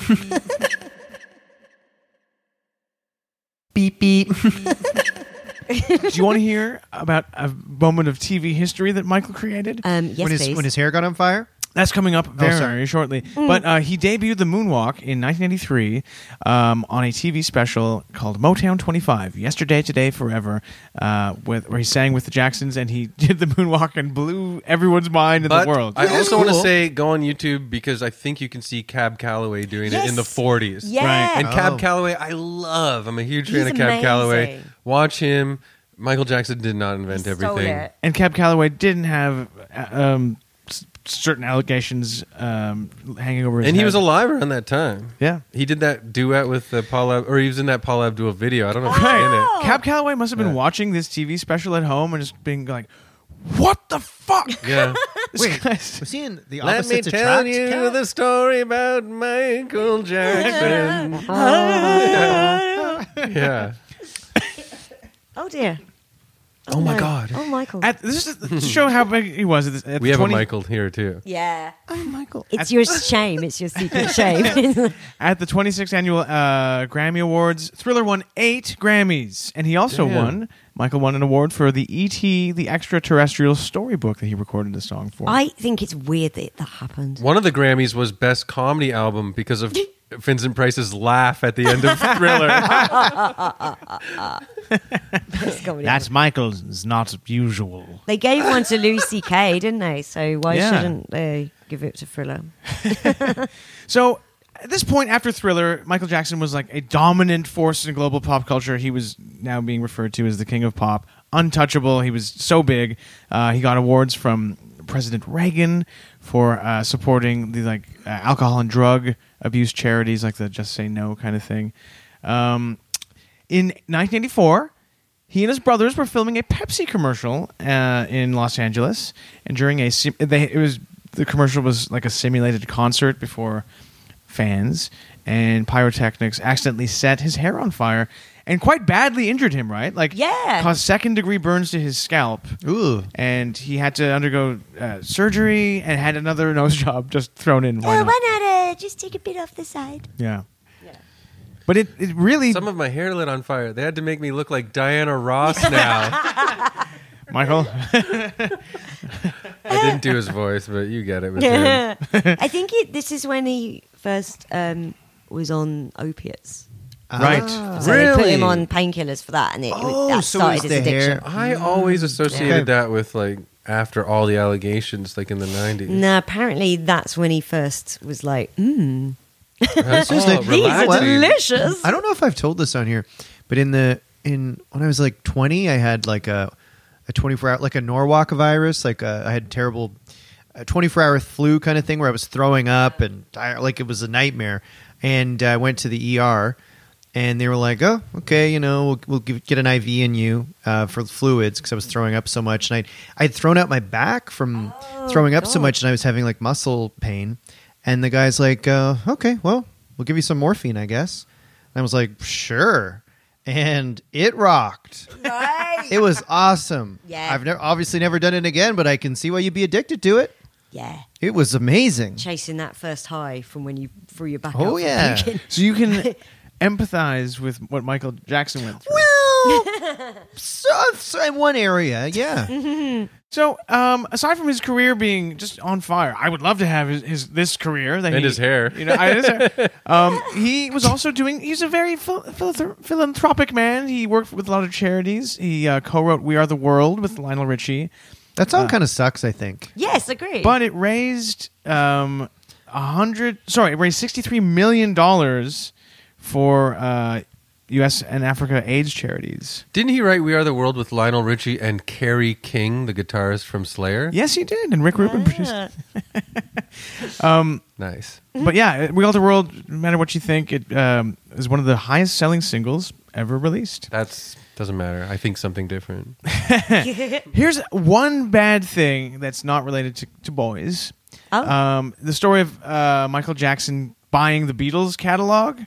Speaker 2: beep beep.
Speaker 3: Do you want to hear about a moment of TV history that Michael created?
Speaker 4: Um, yes,
Speaker 2: when his
Speaker 4: please.
Speaker 2: when his hair got on fire.
Speaker 3: That's coming up very
Speaker 2: sorry.
Speaker 3: shortly. But uh, he debuted the moonwalk in 1983 um, on a TV special called Motown 25, Yesterday, Today, Forever, uh, with, where he sang with the Jacksons and he did the moonwalk and blew everyone's mind in
Speaker 1: But
Speaker 3: the world.
Speaker 1: I
Speaker 2: Yeah,
Speaker 1: also
Speaker 2: that's
Speaker 1: want to
Speaker 2: cool.
Speaker 1: say go on YouTube because I think you can see Cab Calloway doing it in the
Speaker 4: Yes.
Speaker 1: 40s.
Speaker 4: Yeah.
Speaker 3: Right.
Speaker 1: And Cab
Speaker 2: Oh.
Speaker 1: Calloway, I love. I'm a huge fan
Speaker 4: He's
Speaker 1: of Cab Calloway.
Speaker 4: amazing.
Speaker 1: Watch him. Michael Jackson did not invent
Speaker 4: He stole
Speaker 1: everything.
Speaker 4: it.
Speaker 3: and Cab Calloway didn't have uh, um, s- certain allegations um, hanging over his
Speaker 1: And he was
Speaker 3: head.
Speaker 1: alive around that time.
Speaker 3: Yeah.
Speaker 1: He did that duet with uh, Paul, Ab- or he was in that Paul Abdul video. I don't know if he's in it.
Speaker 4: Oh.
Speaker 3: Cab Calloway must have been
Speaker 1: Yeah.
Speaker 3: watching this TV special at home and just being like, what the fuck?
Speaker 1: Yeah.
Speaker 3: This
Speaker 2: Wait,
Speaker 3: guy's-
Speaker 2: was he in the
Speaker 1: Let me
Speaker 2: opposites
Speaker 1: tell
Speaker 2: attract?
Speaker 1: you
Speaker 2: cat?
Speaker 1: the story about Michael Jackson. yeah.
Speaker 4: Oh dear. Oh,
Speaker 1: my
Speaker 4: no.
Speaker 1: God.
Speaker 4: Oh Michael.
Speaker 3: At, this is to show how big he was. At this, at
Speaker 1: We have
Speaker 3: 20
Speaker 1: a Michael here too.
Speaker 4: yeah.
Speaker 3: I'm Michael.
Speaker 4: It's your shame. It's your secret shame.
Speaker 3: At the 26th annual uh, Grammy Awards, Thriller won eight Grammys, and he also
Speaker 1: Damn.
Speaker 3: won. Michael won an award for the E.T. the Extraterrestrial Storybook that he recorded the song for.
Speaker 4: I think it's weird that that happened.
Speaker 1: One of the Grammys was Best Comedy Album because of Vincent Price's laugh at the end of Thriller.
Speaker 4: It's comedy.
Speaker 3: Michael's not usual.
Speaker 4: they gave one to Lucy K, didn't they? So why
Speaker 3: Yeah.
Speaker 4: shouldn't they give it to Thriller?
Speaker 3: So at this point, after Thriller, Michael Jackson was like a dominant force in global pop culture. He was now being referred to as the king of pop, untouchable. He was so big. Uh, he got awards from President Reagan for uh, supporting the like uh, alcohol and drug abuse charities, like the Just Say No kind of thing. Um, in 1984, he and his brothers were filming a Pepsi commercial uh, in Los Angeles, and during a sim- they, it was the commercial was like a simulated concert before fans, and pyrotechnics accidentally set his hair on fire and quite badly injured him. Right, like
Speaker 4: Yeah.
Speaker 3: caused second degree burns to his scalp.
Speaker 2: Ooh.
Speaker 3: And he had to undergo uh, surgery and had another nose job just thrown in. Why
Speaker 6: Uh,
Speaker 3: not?
Speaker 6: why not uh, just take a bit off the side?
Speaker 3: Yeah. But it, it really
Speaker 1: Some of my hair lit on fire. They had to make me look like Diana Ross now.
Speaker 3: Michael.
Speaker 1: I didn't do his voice, but you get it. With him.
Speaker 4: I think it, this is when he first um, was on opiates.
Speaker 3: right.
Speaker 4: So they put
Speaker 1: Really?
Speaker 4: him on painkillers for that, and it,
Speaker 2: Oh,
Speaker 4: that
Speaker 2: so
Speaker 4: started
Speaker 2: it was
Speaker 4: his
Speaker 2: the hair.
Speaker 4: addiction.
Speaker 1: I always associated
Speaker 2: Okay.
Speaker 1: that with like after all the allegations, like in the nineties.
Speaker 4: No, apparently that's when he first was like, mm,
Speaker 2: Seriously,
Speaker 1: oh,
Speaker 2: these
Speaker 4: these are
Speaker 1: relaxing.
Speaker 4: delicious.
Speaker 2: I don't know if I've told this on here, but in the in when I was like 20, I had like a a 24 hour like a Norwalk virus, like uh, I had terrible a 24 hour flu kind of thing where I was throwing up and dire- like it was a nightmare. And uh, I went to the ER and they were like, "Oh, okay, you know, we'll, we'll give, get an IV in you uh, for fluids because I was throwing up so much, and I I had thrown out my back from
Speaker 4: Oh,
Speaker 2: throwing up so much, and I was having like muscle pain, and the guy's like, uh, "Okay, well, we'll give you some morphine, I guess," and I was like, "Sure," and it rocked.
Speaker 4: Right?
Speaker 2: It was awesome.
Speaker 4: Yeah.
Speaker 2: I've never, obviously never done it again, but I can see why you'd be addicted to it.
Speaker 4: yeah,
Speaker 2: It was amazing.
Speaker 4: chasing that first high from when you threw your back.
Speaker 2: Oh,
Speaker 4: out for
Speaker 2: yeah.
Speaker 4: puking.
Speaker 3: So you can empathize with what Michael Jackson went through.
Speaker 2: So, so in one area, yeah.
Speaker 3: So, um, aside from his career being just on fire, I would love to have his, his this career that
Speaker 1: And
Speaker 3: he-
Speaker 1: his hair.
Speaker 3: You know, I, his hair. Um, he was also doing. He's a very phil- phil- philanthropic man. He worked with a lot of charities. He uh, co-wrote "We Are the World" with Lionel Richie,
Speaker 2: That song kind of sucks. I think.
Speaker 4: Yes, agree.
Speaker 3: but it raised um a hundred. Sorry, it raised sixty-three million dollars for uh, U.S. and Africa AIDS charities.
Speaker 1: Didn't he write "We Are the World" with Lionel Richie and Carrie King, the guitarist from Slayer?
Speaker 3: Yes, he did, and Rick
Speaker 4: Ah.
Speaker 3: Rubin produced.
Speaker 4: Yeah.
Speaker 1: Nice.
Speaker 3: but yeah, We Are the World. No matter what you think, it um, is one of the highest selling singles ever released.
Speaker 1: That's doesn't matter. I think something different.
Speaker 3: Here's one bad thing that's not related to, to boys.
Speaker 4: Oh.
Speaker 3: uh, Um, the story of uh, Michael Jackson buying the Beatles catalog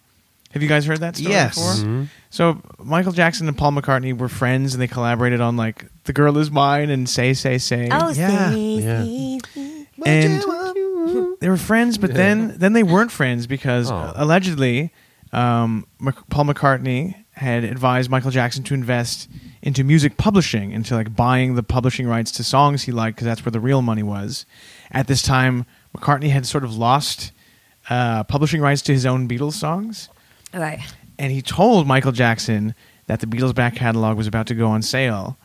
Speaker 3: Have you guys heard that story
Speaker 2: Yes.
Speaker 3: before? So Michael Jackson and Paul McCartney were friends, and they collaborated on like "The Girl Is Mine" and "Say Say Say."
Speaker 4: Oh,
Speaker 2: Yeah.
Speaker 4: see,
Speaker 1: Yeah.
Speaker 4: see, see.
Speaker 3: and
Speaker 2: uh,
Speaker 3: they were friends, but then then they weren't friends because
Speaker 1: Oh.
Speaker 3: allegedly um, Mc- Paul McCartney had advised Michael Jackson to invest into music publishing, into like buying the publishing rights to songs he liked because that's where the real money was. At this time, McCartney had sort of lost uh, publishing rights to his own Beatles songs
Speaker 4: All right.
Speaker 3: and he told Michael Jackson that the Beatles' back catalog was about to go on sale.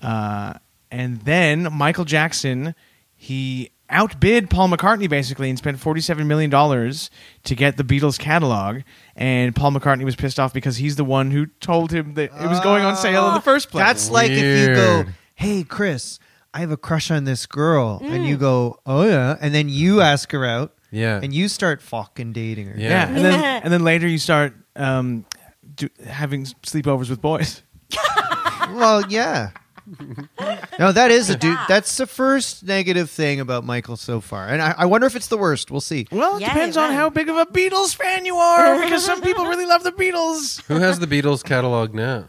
Speaker 3: Uh, and then Michael Jackson, he outbid Paul McCartney basically and spent $47 million to get the Beatles' catalog. And Paul McCartney was pissed off because he's the one who told him that it was going on sale in the first place.
Speaker 2: That's like if you go,
Speaker 1: Weird.
Speaker 2: "Hey, Chris, I have a crush on this girl," and you go, "Oh yeah," and then you ask her out,
Speaker 1: Yeah.
Speaker 2: and you start fucking dating her.
Speaker 1: Yeah.
Speaker 3: yeah. And, then, and then later you start um, do, having sleepovers with boys.
Speaker 2: Well, yeah. no, that is a dude. That's the first negative thing about Michael so far, and I, I wonder if it's the worst. We'll see.
Speaker 3: Well, it
Speaker 4: Yeah,
Speaker 3: depends on
Speaker 4: right.
Speaker 3: how big of a Beatles fan you are because some people really love the Beatles.
Speaker 1: Who has the Beatles catalog now?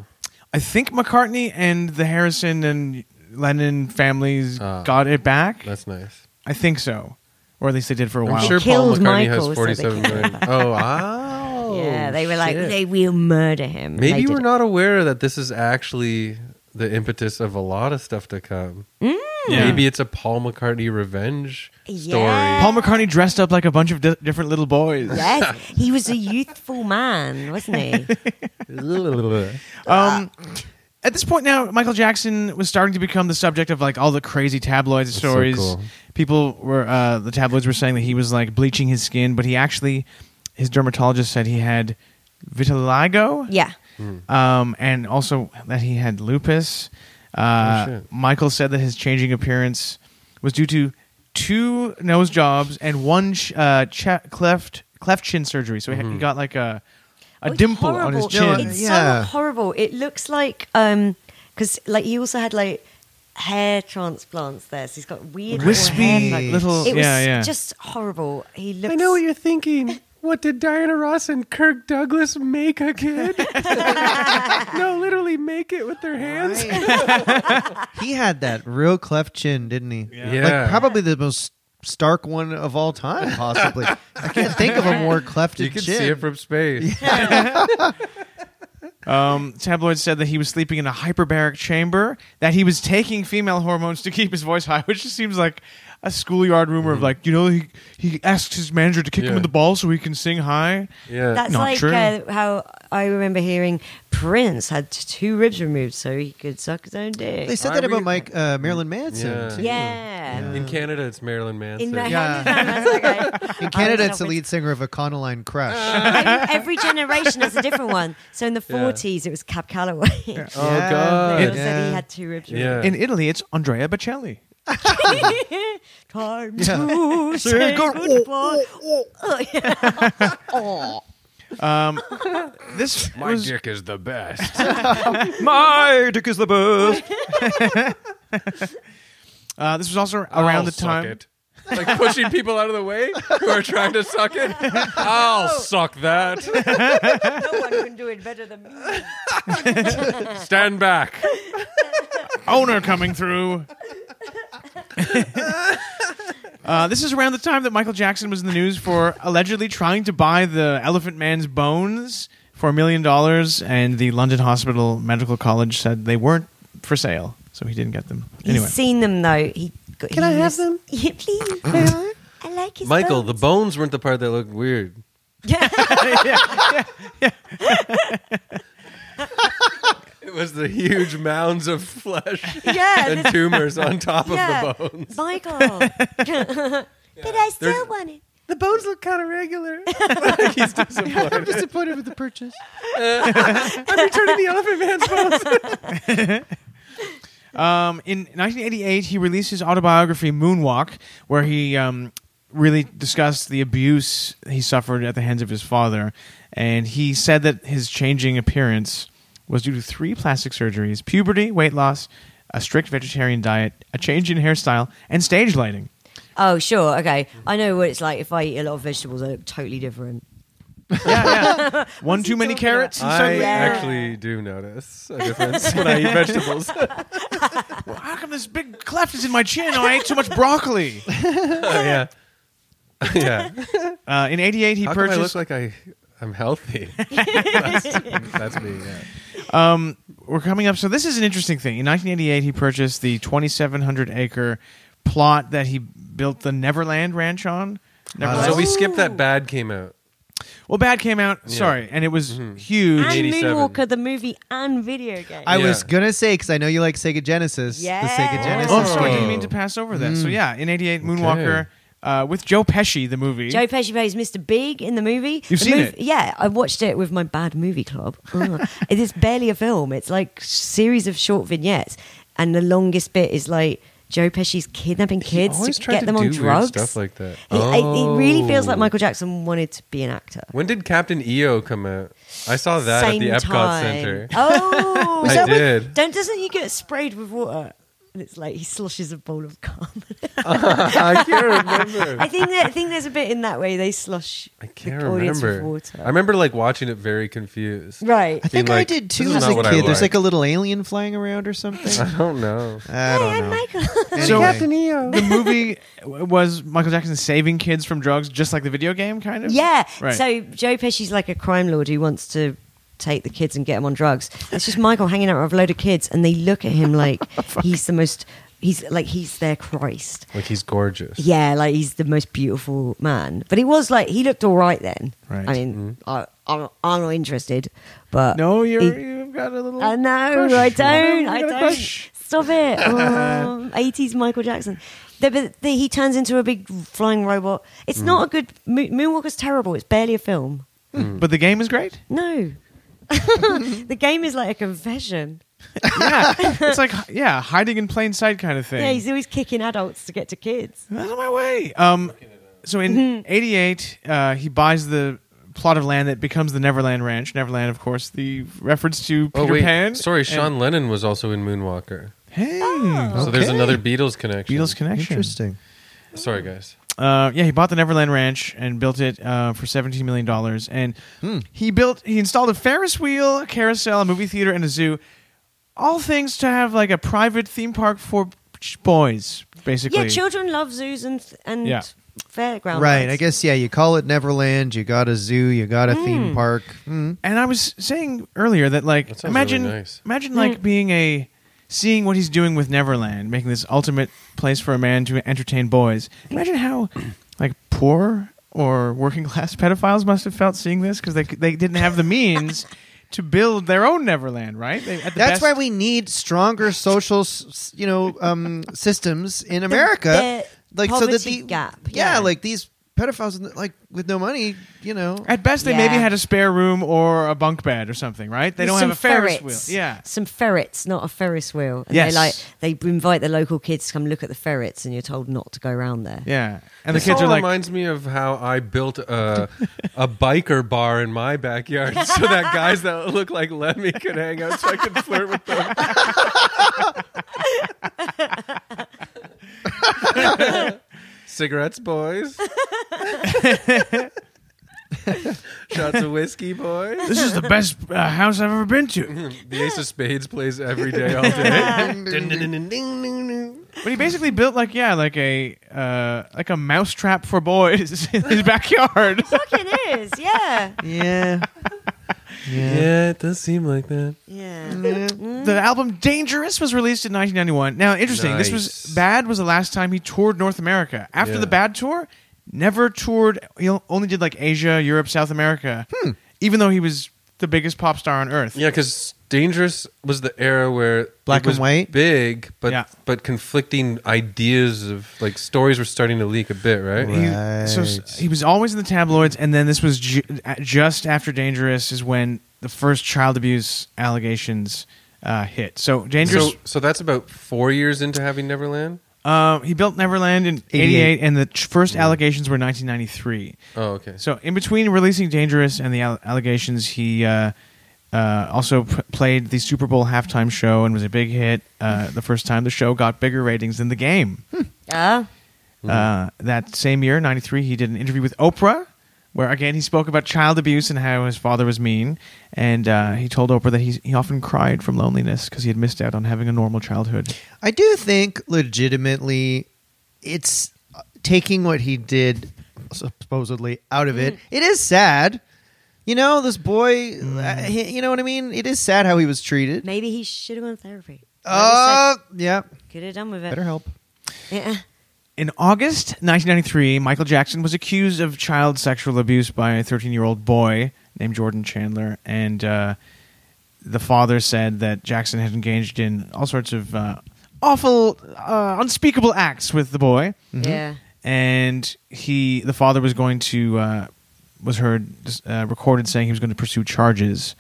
Speaker 3: I think McCartney and the Harrison and Lennon families
Speaker 1: Ah.
Speaker 3: got it back.
Speaker 1: That's nice.
Speaker 3: I think so, or at least they did for a
Speaker 1: I'm
Speaker 3: while.
Speaker 1: sure Paul
Speaker 4: killed
Speaker 1: McCartney
Speaker 4: Michael, so
Speaker 1: has
Speaker 4: they
Speaker 1: 47
Speaker 4: killed
Speaker 1: million. Oh, wow.
Speaker 4: Yeah, they were like,
Speaker 1: Shit.
Speaker 4: they will murder him. And
Speaker 1: Maybe
Speaker 4: they
Speaker 1: we're
Speaker 4: did.
Speaker 1: not aware that this is actually the impetus of a lot of stuff to come.
Speaker 4: Mm.
Speaker 3: Yeah.
Speaker 1: Maybe it's a Paul McCartney revenge story.
Speaker 4: Yeah.
Speaker 3: Paul McCartney dressed up like a bunch of di- different little boys.
Speaker 4: Yes, he was a youthful man, wasn't he?
Speaker 3: Um, at this point now, Michael Jackson was starting to become the subject of like all the crazy tabloid
Speaker 1: so
Speaker 3: stories.
Speaker 1: cool.
Speaker 3: People were uh, the tabloids were saying that he was like bleaching his skin, but he actually, his dermatologist said he had vitiligo.
Speaker 4: Yeah.
Speaker 1: Hmm.
Speaker 3: um, and also that he had lupus. Uh,
Speaker 1: Oh, shit.
Speaker 3: Michael said that his changing appearance was due to two nose jobs and one sh- uh, cha- cleft cleft chin surgery. So he,
Speaker 1: Mm-hmm.
Speaker 3: he got like a a
Speaker 4: Oh, it's
Speaker 3: dimple on his
Speaker 4: horrible.
Speaker 3: chin.
Speaker 4: It's
Speaker 2: Yeah.
Speaker 4: so horrible. It looks like um, because like he also had like hair transplants there, so he's got weird little
Speaker 3: Wispy
Speaker 4: hair like-
Speaker 3: little-
Speaker 4: It was
Speaker 3: yeah, yeah.
Speaker 4: just horrible. He looks.
Speaker 1: I know what you're thinking. What did Diana Ross and Kirk Douglas make a kid? no, literally make it with their hands.
Speaker 2: he had that real cleft chin, didn't he?
Speaker 1: Yeah.
Speaker 2: Like probably the most stark one of all time, possibly. I can't think of a more clefted
Speaker 1: You can
Speaker 2: chin.
Speaker 1: see it from space.
Speaker 3: Um, tabloids said that he was sleeping in a hyperbaric chamber, that he was taking female hormones to keep his voice high, which just seems like a schoolyard rumor of like, you know, he, he asks his manager to kick him
Speaker 1: Mm-hmm. Yeah.
Speaker 3: in the balls so he can sing high.
Speaker 1: Yeah.
Speaker 4: That's
Speaker 3: Not
Speaker 4: like
Speaker 3: true.
Speaker 4: Uh, how I remember hearing Prince had t- two ribs removed so he could suck his own dick.
Speaker 2: they said
Speaker 1: I
Speaker 2: that about
Speaker 1: read-
Speaker 2: Mike uh, Marilyn Manson.
Speaker 1: Yeah.
Speaker 2: too.
Speaker 4: yeah.
Speaker 1: In Canada, it's Marilyn Manson.
Speaker 4: In my
Speaker 2: Yeah. In Canada, it's the lead singer of Econoline Crush.
Speaker 4: every, every generation has a different one. So in the
Speaker 1: Yeah.
Speaker 4: 40s, it was Cab Calloway.
Speaker 1: Oh
Speaker 2: Yeah.
Speaker 1: god.
Speaker 4: They
Speaker 2: Yeah.
Speaker 4: all said he had two ribs
Speaker 1: Yeah.
Speaker 3: In Italy, it's Andrea Bocelli.
Speaker 4: removed. Time to say
Speaker 2: go-
Speaker 4: goodbye. Oh, yeah.
Speaker 3: This was,
Speaker 1: is the best.
Speaker 3: My dick is the best. uh, this was also around the time.
Speaker 1: Like pushing people out of the way who are trying to suck it. I'll suck that.
Speaker 4: No one can do it better than me.
Speaker 1: Stand back.
Speaker 3: Owner coming through. uh, this is around the time that Michael Jackson was in the news for allegedly trying to buy the Elephant Man's bones for a million dollars, and the London Hospital Medical College said they weren't for sale, so he didn't get them. Anyway,
Speaker 4: He's seen them though. He got, can I have them?
Speaker 6: Yeah, please. I like his
Speaker 1: Michael, the
Speaker 6: bones.
Speaker 1: bones weren't the part that looked weird.
Speaker 4: Yeah.
Speaker 1: It was the huge mounds of flesh
Speaker 4: yeah.
Speaker 1: and tumors on top
Speaker 4: yeah.
Speaker 1: of the bones.
Speaker 4: Michael.
Speaker 6: But I still
Speaker 1: There's-
Speaker 6: want it.
Speaker 1: The bones look kind of regular.
Speaker 2: I'm disappointed with the purchase.
Speaker 1: I'm returning the elephant man's bones.
Speaker 3: Um, in 1988, he released his autobiography Moonwalk, where he um, really discussed the abuse he suffered at the hands of his father, and he said that his changing appearance was due to three plastic surgeries: puberty, weight loss, a strict vegetarian diet, a change in hairstyle, and stage lighting.
Speaker 4: oh sure. Okay. I know what it's like. If I eat a lot of vegetables, I look totally different.
Speaker 3: yeah, yeah. One
Speaker 4: he
Speaker 3: too many
Speaker 4: talking
Speaker 3: carrots. And
Speaker 1: I
Speaker 3: suddenly,
Speaker 4: Yeah.
Speaker 1: actually do notice a difference when I eat vegetables. Oh,
Speaker 3: "Well, how come this big cleft is in my chin? Oh, I ate too much broccoli.
Speaker 1: yeah, yeah.
Speaker 3: Uh, in '88, he
Speaker 1: How come I
Speaker 3: purchased.
Speaker 1: look like I I'm healthy? that's, that's me. Yeah.
Speaker 3: Um, we're coming up. So this is an interesting thing. In 1988, he purchased the 2,700 acre plot that he built the Neverland Ranch on. Neverland.
Speaker 1: Uh, So
Speaker 4: Oh.
Speaker 1: we skipped that. Bad came out.
Speaker 3: well, Bad came out. Sorry, and it was
Speaker 1: Mm-hmm.
Speaker 3: huge.
Speaker 1: Eighty-
Speaker 4: And
Speaker 1: 87.
Speaker 4: Moonwalker, the movie and video game.
Speaker 2: I was
Speaker 1: Yeah.
Speaker 2: gonna say because I know you like Sega Genesis. The Sega
Speaker 4: Yeah.
Speaker 2: Genesis.
Speaker 3: Oh, sorry, I
Speaker 2: game.
Speaker 3: didn't mean to pass over that. So yeah, in '88, Moonwalker
Speaker 1: Mm. Okay.
Speaker 3: uh, with Joe Pesci, the movie.
Speaker 4: Joe Pesci plays Mr. Big in the movie.
Speaker 3: You've
Speaker 4: The
Speaker 3: seen
Speaker 4: mov-
Speaker 3: it?
Speaker 4: Yeah, I watched it with my bad movie club. Ugh. it is barely a film. It's like series of short vignettes, and the longest bit is like Joe Pesci's kidnapping
Speaker 1: He
Speaker 4: kids
Speaker 1: always
Speaker 4: to
Speaker 1: tried
Speaker 4: get
Speaker 1: to
Speaker 4: them
Speaker 1: do
Speaker 4: on
Speaker 1: weird
Speaker 4: drugs.
Speaker 1: stuff like that.
Speaker 4: he, I- he really feels like
Speaker 1: Oh.
Speaker 4: Michael Jackson wanted to be an actor.
Speaker 1: When did Captain EO come out? I saw that
Speaker 4: Same
Speaker 1: at the Epcot
Speaker 4: time.
Speaker 1: Center.
Speaker 4: Oh,
Speaker 1: I
Speaker 4: is that when-
Speaker 1: did.
Speaker 4: don't doesn't he get sprayed with water? And it's like he sloshes a bowl of cum.
Speaker 1: I can't remember.
Speaker 4: I think that, I think there's a bit in that way they slosh
Speaker 1: I can't
Speaker 4: the audience
Speaker 1: remember.
Speaker 4: with
Speaker 1: I
Speaker 4: water.
Speaker 1: remember like watching it very confused.
Speaker 4: right.
Speaker 2: I think
Speaker 1: Being like,
Speaker 2: I did
Speaker 1: this
Speaker 2: too
Speaker 1: is
Speaker 2: as
Speaker 1: not
Speaker 2: a kid.
Speaker 1: what I
Speaker 2: There's
Speaker 1: like.
Speaker 2: like a little alien flying around or something.
Speaker 1: I don't know.
Speaker 2: I don't know.
Speaker 3: So-
Speaker 2: Anyway.
Speaker 3: the movie w- was Michael Jackson saving kids from drugs, just like the video game, kind of.
Speaker 4: Yeah.
Speaker 3: Right.
Speaker 4: So Joe Pesci's like a crime lord who wants to take the kids and get them on drugs. It's just Michael hanging out with a load of kids, and they look at him like
Speaker 3: Oh,
Speaker 4: he's the most. He's like he's their Christ.
Speaker 1: Like he's gorgeous.
Speaker 4: Yeah, like he's the most beautiful man. But he was like he looked all right then.
Speaker 3: Right.
Speaker 4: I mean, I, I'm, I'm not interested, but
Speaker 3: No, you're
Speaker 4: he-
Speaker 3: you've got a little.
Speaker 4: I know.
Speaker 3: crush.
Speaker 4: I don't.
Speaker 3: You
Speaker 4: I
Speaker 3: got a
Speaker 4: don't.
Speaker 3: crush.
Speaker 4: Stop it. Oh, 80s Michael Jackson. The, but the, he turns into a big flying robot.
Speaker 3: Mm.
Speaker 4: It's not a good. Mo- Moonwalker's terrible. It's barely a film.
Speaker 1: Mm.
Speaker 3: But the game is great.
Speaker 4: No. the game is like a confession.
Speaker 3: Yeah, it's like yeah, hiding in plain sight kind of thing.
Speaker 4: Yeah, he's always kicking adults to get to kids.
Speaker 3: Out of my way. Um, so in '88, uh, he buys the plot of land that becomes the Neverland Ranch. Neverland, of course, the reference to Peter
Speaker 1: Oh wait,
Speaker 3: Pan.
Speaker 1: sorry.
Speaker 3: and-
Speaker 1: Sean Lennon was also in Moonwalker.
Speaker 3: Hey,
Speaker 1: So there's
Speaker 2: Okay.
Speaker 1: another Beatles connection.
Speaker 3: Beatles connection.
Speaker 2: Interesting.
Speaker 1: Sorry, guys.
Speaker 3: Uh, yeah, he bought the Neverland Ranch and built it uh, for seventeen million dollars. And
Speaker 1: Hmm.
Speaker 3: he built, he installed a Ferris wheel, a carousel, a movie theater, and a zoo. All things to have like a private theme park for ch- boys, basically.
Speaker 4: Yeah, children love zoos and th- and
Speaker 3: Yeah.
Speaker 4: fairgrounds.
Speaker 2: Right. I guess yeah. You call it Neverland. You got a zoo. You got a theme park. Mm.
Speaker 3: And I was saying earlier that like
Speaker 1: That sounds
Speaker 3: imagine,
Speaker 1: really nice.
Speaker 3: imagine
Speaker 4: Hmm.
Speaker 3: like being a seeing what he's doing with Neverland, making this ultimate place for a man to entertain boys. Imagine how like poor or working class pedophiles must have felt seeing this because they they didn't have the means to build their own Neverland, right? They, at the
Speaker 2: That's
Speaker 3: best-
Speaker 2: why we need stronger social, s- s- you know, um, systems in America.
Speaker 4: the
Speaker 2: like so that
Speaker 4: poverty
Speaker 2: the
Speaker 4: gap,
Speaker 2: Yeah,
Speaker 4: yeah.
Speaker 2: like these pedophiles, with- like with no money, you know.
Speaker 3: At best, they maybe
Speaker 4: Yeah.
Speaker 3: had a spare room or a bunk bed or something, right? They don't
Speaker 4: Some
Speaker 3: have a Ferris
Speaker 4: ferrets.
Speaker 3: wheel. Yeah.
Speaker 4: Some ferrets, not a Ferris wheel. And
Speaker 3: Yes.
Speaker 4: they like they invite the local kids to come look at the ferrets and you're told not to go around there.
Speaker 3: Yeah. And
Speaker 1: This
Speaker 3: the kids
Speaker 1: all
Speaker 3: are like,
Speaker 1: reminds me of how I built a, a biker bar in my backyard so that guys that look like Lemmy could hang out so I could flirt with them. Cigarettes, boys. Shots of whiskey, boys.
Speaker 3: this is the best uh, house I've ever been to.
Speaker 1: The Ace of Spades plays every day, all day. Dun, dun, dun, dun, ding, ding, ding.
Speaker 3: But he basically built like yeah, like a uh, like a mousetrap for boys in his backyard.
Speaker 4: Fucking is, yeah.
Speaker 2: yeah.
Speaker 1: Yeah, it does seem like that.
Speaker 4: Yeah.
Speaker 3: the album Dangerous was released in 1991. Now, interesting. This
Speaker 1: Nice.
Speaker 3: was Bad was the last time he toured North America. After
Speaker 1: Yeah.
Speaker 3: the Bad tour, never toured. He o- only did like Asia, Europe, South America. Even though he was the biggest pop star on earth.
Speaker 1: Hmm. Yeah, because Dangerous was the era where
Speaker 2: Black
Speaker 1: it was
Speaker 2: and white?
Speaker 1: big, but
Speaker 3: Yeah.
Speaker 1: but conflicting ideas of like stories were starting to leak a bit, right?
Speaker 2: Right.
Speaker 3: He, so s- he was always in the tabloids, and then this was ju- a- just after Dangerous is when the first child abuse allegations uh, hit. So Dangerous
Speaker 1: So so that's about four years into having Neverland.
Speaker 3: Uh, he built Neverland in 88,
Speaker 2: 88,
Speaker 3: and the ch- first allegations were 1993.
Speaker 1: Oh, okay.
Speaker 3: So, in between releasing Dangerous and the al- allegations, he uh, uh, also p- played the Super Bowl halftime show and was a big hit. Uh, the first time the show got bigger ratings than the game.
Speaker 4: Uh,
Speaker 3: Uh, that same year, 93, he did an interview with Oprah, where again he spoke about child abuse and how his father was mean, and uh, he told Oprah that he he often cried from loneliness because he had missed out on having a normal childhood.
Speaker 2: I do think legitimately it's uh, taking what he did supposedly out of it. It is sad. You know, this boy, uh, he- you know what I mean? It is sad how he was treated.
Speaker 4: Maybe he should have gone to therapy.
Speaker 2: Uh, yeah.
Speaker 4: could have done with it.
Speaker 2: Better help.
Speaker 4: Yeah.
Speaker 3: Mm-hmm. In August 1993, Michael Jackson was accused of child sexual abuse by a 13 year old boy named Jordan Chandler. And uh, the father said that Jackson had engaged in all sorts of uh, awful, uh, unspeakable acts with the boy.
Speaker 4: Yeah.
Speaker 3: And he, the father was going to, uh, was heard uh, recorded saying he was going to pursue charges.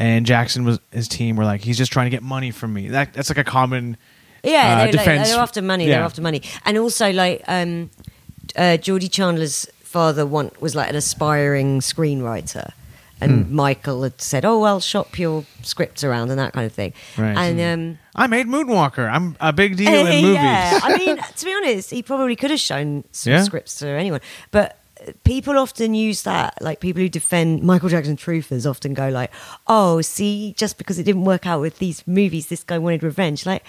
Speaker 3: And Jackson was his team were like, he's just trying to get money from me. That, that's like a common.
Speaker 4: Yeah,
Speaker 3: uh,
Speaker 4: they're,
Speaker 3: defense.
Speaker 4: Like, they're after money. They're
Speaker 3: Yeah.
Speaker 4: after money, and also like um, uh, Geordie Chandler's father want, was like an aspiring screenwriter, and
Speaker 3: Hmm.
Speaker 4: Michael had said, "Oh well, shop your scripts around and that kind of thing."
Speaker 3: Right. Hmm.
Speaker 4: And um,
Speaker 3: I made Moonwalker. I'm a big deal in movies.
Speaker 4: Eh, yeah, I mean, to be honest, he probably could have shown some
Speaker 3: Yeah.
Speaker 4: scripts to anyone, but uh, people often use that. Like people who defend Michael Jackson truthers often go like, "Oh, see, just because it didn't work out with these movies, this guy wanted revenge." Like,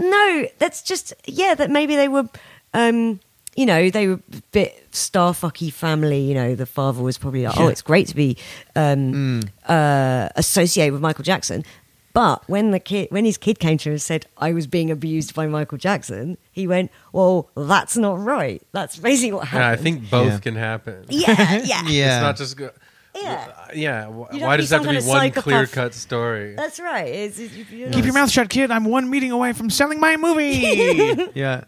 Speaker 4: no, that's just yeah. That maybe they were. um you know, they were a bit starfucky family. You know, the father was probably like, "Oh, it's great to be um, uh, associate with Michael Jackson. But when the kid, when his kid came to him and said, "I was being abused by Michael Jackson," he went, "Well, that's not right. That's basically what
Speaker 1: Yeah, I
Speaker 4: happened."
Speaker 1: think both
Speaker 2: Yeah.
Speaker 1: can happen.
Speaker 4: Yeah, yeah,
Speaker 2: Yeah.
Speaker 1: It's not just. Go-
Speaker 4: Yeah.
Speaker 1: Yeah. wh-
Speaker 4: You don't
Speaker 1: Why
Speaker 4: be
Speaker 1: does it have
Speaker 4: some
Speaker 1: to be
Speaker 4: kind of
Speaker 1: one
Speaker 4: psychopath.
Speaker 1: clear cut story?
Speaker 4: That's right. It's, it's, you know,
Speaker 3: Keep your mouth shut, kid. I'm one meeting away from selling my movie.
Speaker 2: yeah.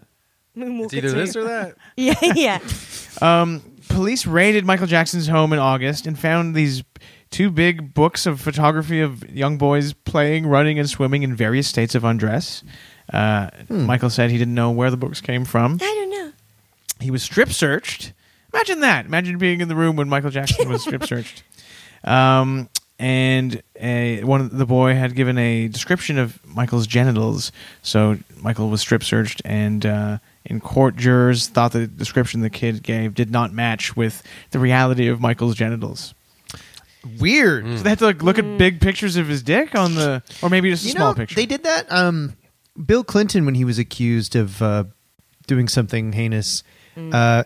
Speaker 4: Moonwalker
Speaker 1: It's either
Speaker 4: too.
Speaker 1: this or that.
Speaker 4: yeah, yeah.
Speaker 3: um, police raided Michael Jackson's home in August and found these two big books of photography of young boys playing, running, and swimming in various states of undress. Uh, Michael said he didn't know where the books came from.
Speaker 4: I don't know.
Speaker 3: He was strip searched. Imagine that. Imagine being in the room when Michael Jackson was strip searched. Um, and a, one of the boy had given a description of Michael's genitals. So Michael was strip searched, and uh, in court, jurors thought the description the kid gave did not match with the reality of Michael's genitals.
Speaker 2: Weird.
Speaker 3: So they had to like, look at big pictures of his dick on the, or maybe just
Speaker 2: Hmm.
Speaker 3: a
Speaker 2: you
Speaker 3: small
Speaker 2: know,
Speaker 3: picture.
Speaker 2: They did that. Um, Bill Clinton, when he was accused of uh, doing something heinous, uh,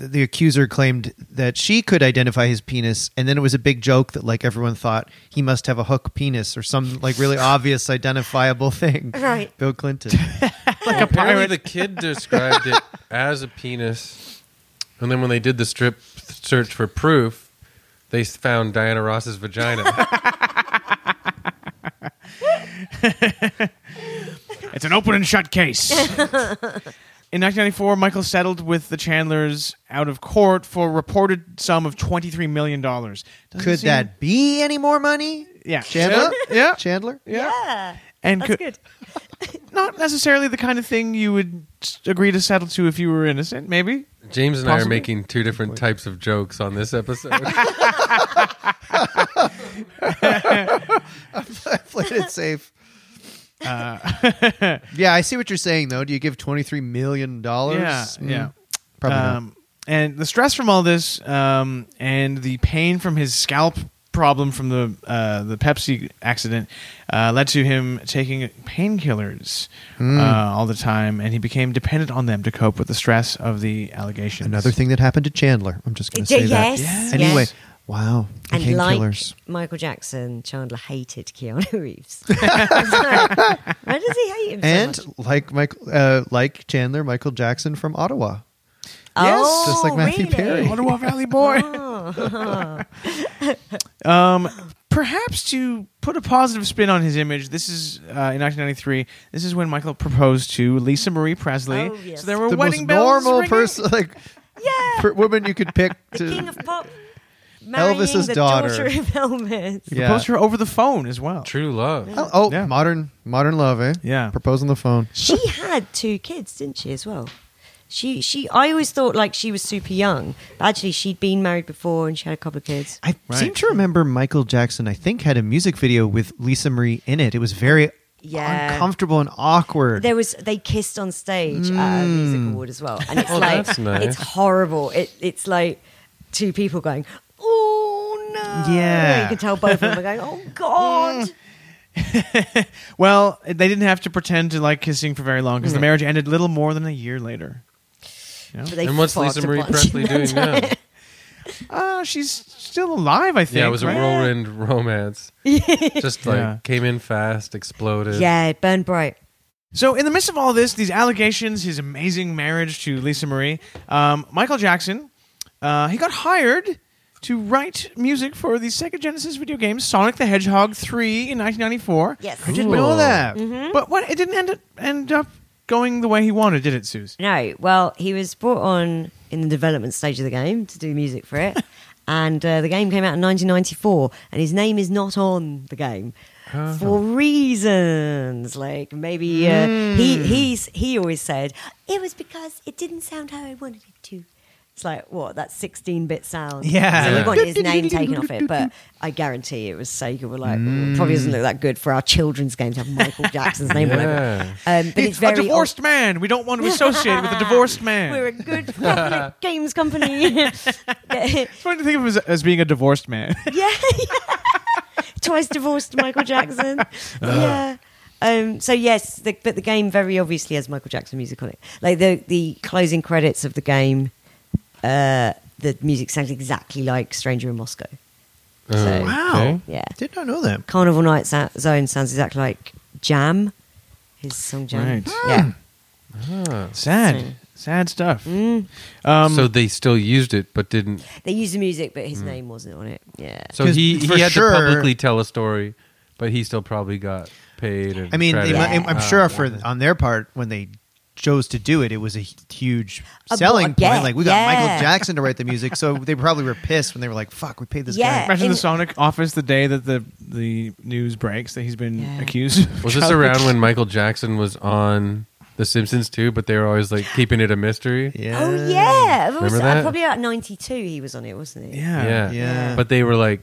Speaker 2: the accuser claimed that she could identify his penis, and then it was a big joke that like everyone thought he must have a hook penis or some like really obvious identifiable thing.
Speaker 4: Right.
Speaker 2: Bill Clinton.
Speaker 3: like a
Speaker 1: Apparently,
Speaker 3: pirate.
Speaker 1: the kid described it as a penis, and then when they did the strip search for proof, they found Diana Ross's vagina.
Speaker 3: It's an open and shut case. In 1994, Michael settled with the Chandlers out of court for a reported sum of 23 million dollars.
Speaker 2: could that be any more money?
Speaker 3: Yeah.
Speaker 2: Chandler.
Speaker 3: Yeah.
Speaker 2: Chandler.
Speaker 3: Yeah.
Speaker 4: Yeah,
Speaker 3: and
Speaker 4: that's
Speaker 3: could,
Speaker 4: good.
Speaker 3: not necessarily the kind of thing you would s- agree to settle to if you were innocent, maybe.
Speaker 1: James and I are
Speaker 3: Possibly.
Speaker 1: making two different types of jokes on this episode.
Speaker 2: I played it safe.
Speaker 3: Uh,
Speaker 2: yeah, I see what you're saying though. Do you give twenty three million dollars? Mm,
Speaker 3: Yeah. Yeah.
Speaker 2: Probably not.
Speaker 3: um, and the stress from all this um, and the pain from his scalp problem from the uh, the Pepsi accident uh, led to him taking painkillers
Speaker 2: Hmm.
Speaker 3: uh, all the time, and he became dependent on them to cope with the stress of the allegations.
Speaker 2: Another thing that happened to Chandler. I'm just going to
Speaker 4: Yeah,
Speaker 2: say that.
Speaker 4: yes, Yes.
Speaker 2: Anyway,
Speaker 4: yes.
Speaker 2: wow.
Speaker 4: And
Speaker 2: Became
Speaker 4: like
Speaker 2: killers.
Speaker 4: Michael Jackson, Chandler hated Keanu Reeves. So, Why does he hate him so
Speaker 2: And
Speaker 4: much?
Speaker 2: like Michael, uh, like Chandler, Michael Jackson from Ottawa.
Speaker 4: oh,
Speaker 2: just like Matthew
Speaker 4: really? Oh.
Speaker 2: Perry.
Speaker 3: Ottawa Valley boy. um, perhaps to put a positive spin on his image, this is uh, in 1993. This is when Michael proposed to Lisa Marie Presley.
Speaker 4: Oh, yes.
Speaker 3: So there were
Speaker 2: the
Speaker 3: wedding
Speaker 2: most
Speaker 3: bells
Speaker 2: normal
Speaker 3: ringing.
Speaker 2: person, like
Speaker 4: Yeah,
Speaker 2: per- woman you could pick
Speaker 4: the
Speaker 2: to.
Speaker 4: king of pop. Marrying
Speaker 2: Elvis's
Speaker 4: the
Speaker 2: daughter.
Speaker 4: daughter of Elvis.
Speaker 3: He
Speaker 2: Yeah.
Speaker 3: proposed to her over the phone as well.
Speaker 1: True love.
Speaker 2: oh, oh,
Speaker 3: Yeah.
Speaker 2: modern, modern love, eh?
Speaker 3: Yeah.
Speaker 2: Propose on the phone.
Speaker 4: she had two kids, didn't she, as well? She she I always thought like she was super young. But actually she'd been married before and she had a couple of kids.
Speaker 2: I
Speaker 3: Right.
Speaker 2: seem to remember Michael Jackson. I think had a music video with Lisa Marie in it. It was very
Speaker 4: Yeah.
Speaker 2: uncomfortable and awkward.
Speaker 4: There was they kissed on stage at a music award as well. And it's
Speaker 1: Mm. Oh,
Speaker 4: like
Speaker 1: that's nice.
Speaker 4: it's horrible. It it's like two people going, oh no.
Speaker 3: Yeah.
Speaker 4: You can tell both of them are going, oh God.
Speaker 3: Well, they didn't have to pretend to like kissing for very long because
Speaker 1: Mm-hmm.
Speaker 3: the marriage ended little more than a year later.
Speaker 4: But they
Speaker 1: and what's
Speaker 4: fucked
Speaker 1: Lisa
Speaker 4: a
Speaker 1: Marie
Speaker 4: bunch
Speaker 1: Presley
Speaker 4: in that
Speaker 1: doing now?
Speaker 4: time.
Speaker 3: Uh, she's still alive, I think.
Speaker 1: Yeah, it was a
Speaker 3: right?
Speaker 1: whirlwind romance. Just like
Speaker 3: Yeah.
Speaker 1: came in fast, exploded.
Speaker 4: Yeah, burn bright.
Speaker 3: So, in the midst of all this, these allegations, his amazing marriage to Lisa Marie, um, Michael Jackson, uh, he got hired to write music for the Sega Genesis video game Sonic the Hedgehog 3 in 1994.
Speaker 4: Yes.
Speaker 2: I didn't know
Speaker 1: Cool.
Speaker 4: Mm-hmm.
Speaker 2: that.
Speaker 3: But what it didn't end up, end up going the way he wanted, did it, Suze?
Speaker 4: No, well, he was brought on in the development stage of the game to do music for it. and uh, the game came out in 1994, and his name is not on the game. For reasons like maybe uh, he he's he always said
Speaker 6: It was because it didn't sound how I wanted it to.
Speaker 4: it's like what that sixteen bit sound
Speaker 3: Yeah.
Speaker 4: so we
Speaker 1: Yeah.
Speaker 4: want his name taken off it but I guarantee it was Sega were like "Well, it probably doesn't look that good for our children's game to have Michael Jackson's name on
Speaker 1: Yeah.
Speaker 4: it um, but
Speaker 3: He's
Speaker 4: it's, very
Speaker 3: a divorced man. We don't want to associate with a divorced man.
Speaker 4: We're a good public games company. yeah,
Speaker 3: it's funny to think of him as, as being a divorced man.
Speaker 4: twice divorced Michael Jackson.
Speaker 2: Uh-huh.
Speaker 4: Yeah. Um, so yes, the, but the game very obviously has Michael Jackson music on it. Like the the closing credits of the game, uh, the music sounds exactly like "Stranger in Moscow." So,
Speaker 2: Wow.
Speaker 1: Okay.
Speaker 4: Yeah,
Speaker 2: Did not know that.
Speaker 4: "Carnival Night Sa- Zone" sounds exactly like "Jam," his song "Jam."
Speaker 3: Right.
Speaker 2: Hmm.
Speaker 4: Yeah,
Speaker 3: Sad. Sad stuff.
Speaker 4: Mm.
Speaker 3: Um,
Speaker 1: so they still used it, but didn't.
Speaker 4: they used the music, but
Speaker 2: Hmm.
Speaker 4: his name wasn't on it. Yeah,
Speaker 1: So
Speaker 2: 'Cause
Speaker 1: he,
Speaker 2: for
Speaker 1: he had
Speaker 2: sure-
Speaker 1: to publicly tell a story, but he still probably got paid. And
Speaker 2: I mean, they,
Speaker 1: credit.
Speaker 2: mu- I'm sure for on their part when they chose to do it, it was a hu- huge
Speaker 4: A
Speaker 2: selling
Speaker 4: bo- yeah,
Speaker 2: point. Like we got
Speaker 4: yeah.
Speaker 2: Michael Jackson to write the music, so they probably were pissed when they were like, "Fuck, we paid this
Speaker 4: Yeah.
Speaker 2: guy."
Speaker 3: Imagine
Speaker 4: In-
Speaker 3: the Sonic office the day that the the news breaks that he's been
Speaker 4: Yeah.
Speaker 3: accused. of
Speaker 1: Was this
Speaker 3: child
Speaker 1: around when Michael Jackson was on The Simpsons too? But they were always like keeping it a mystery.
Speaker 2: Yeah.
Speaker 4: Oh yeah, I've always-
Speaker 1: Remember that?
Speaker 4: probably about '92. He was on it, wasn't he?
Speaker 3: abuse?
Speaker 1: yeah,
Speaker 3: Yeah.
Speaker 2: Yeah.
Speaker 1: But they were like,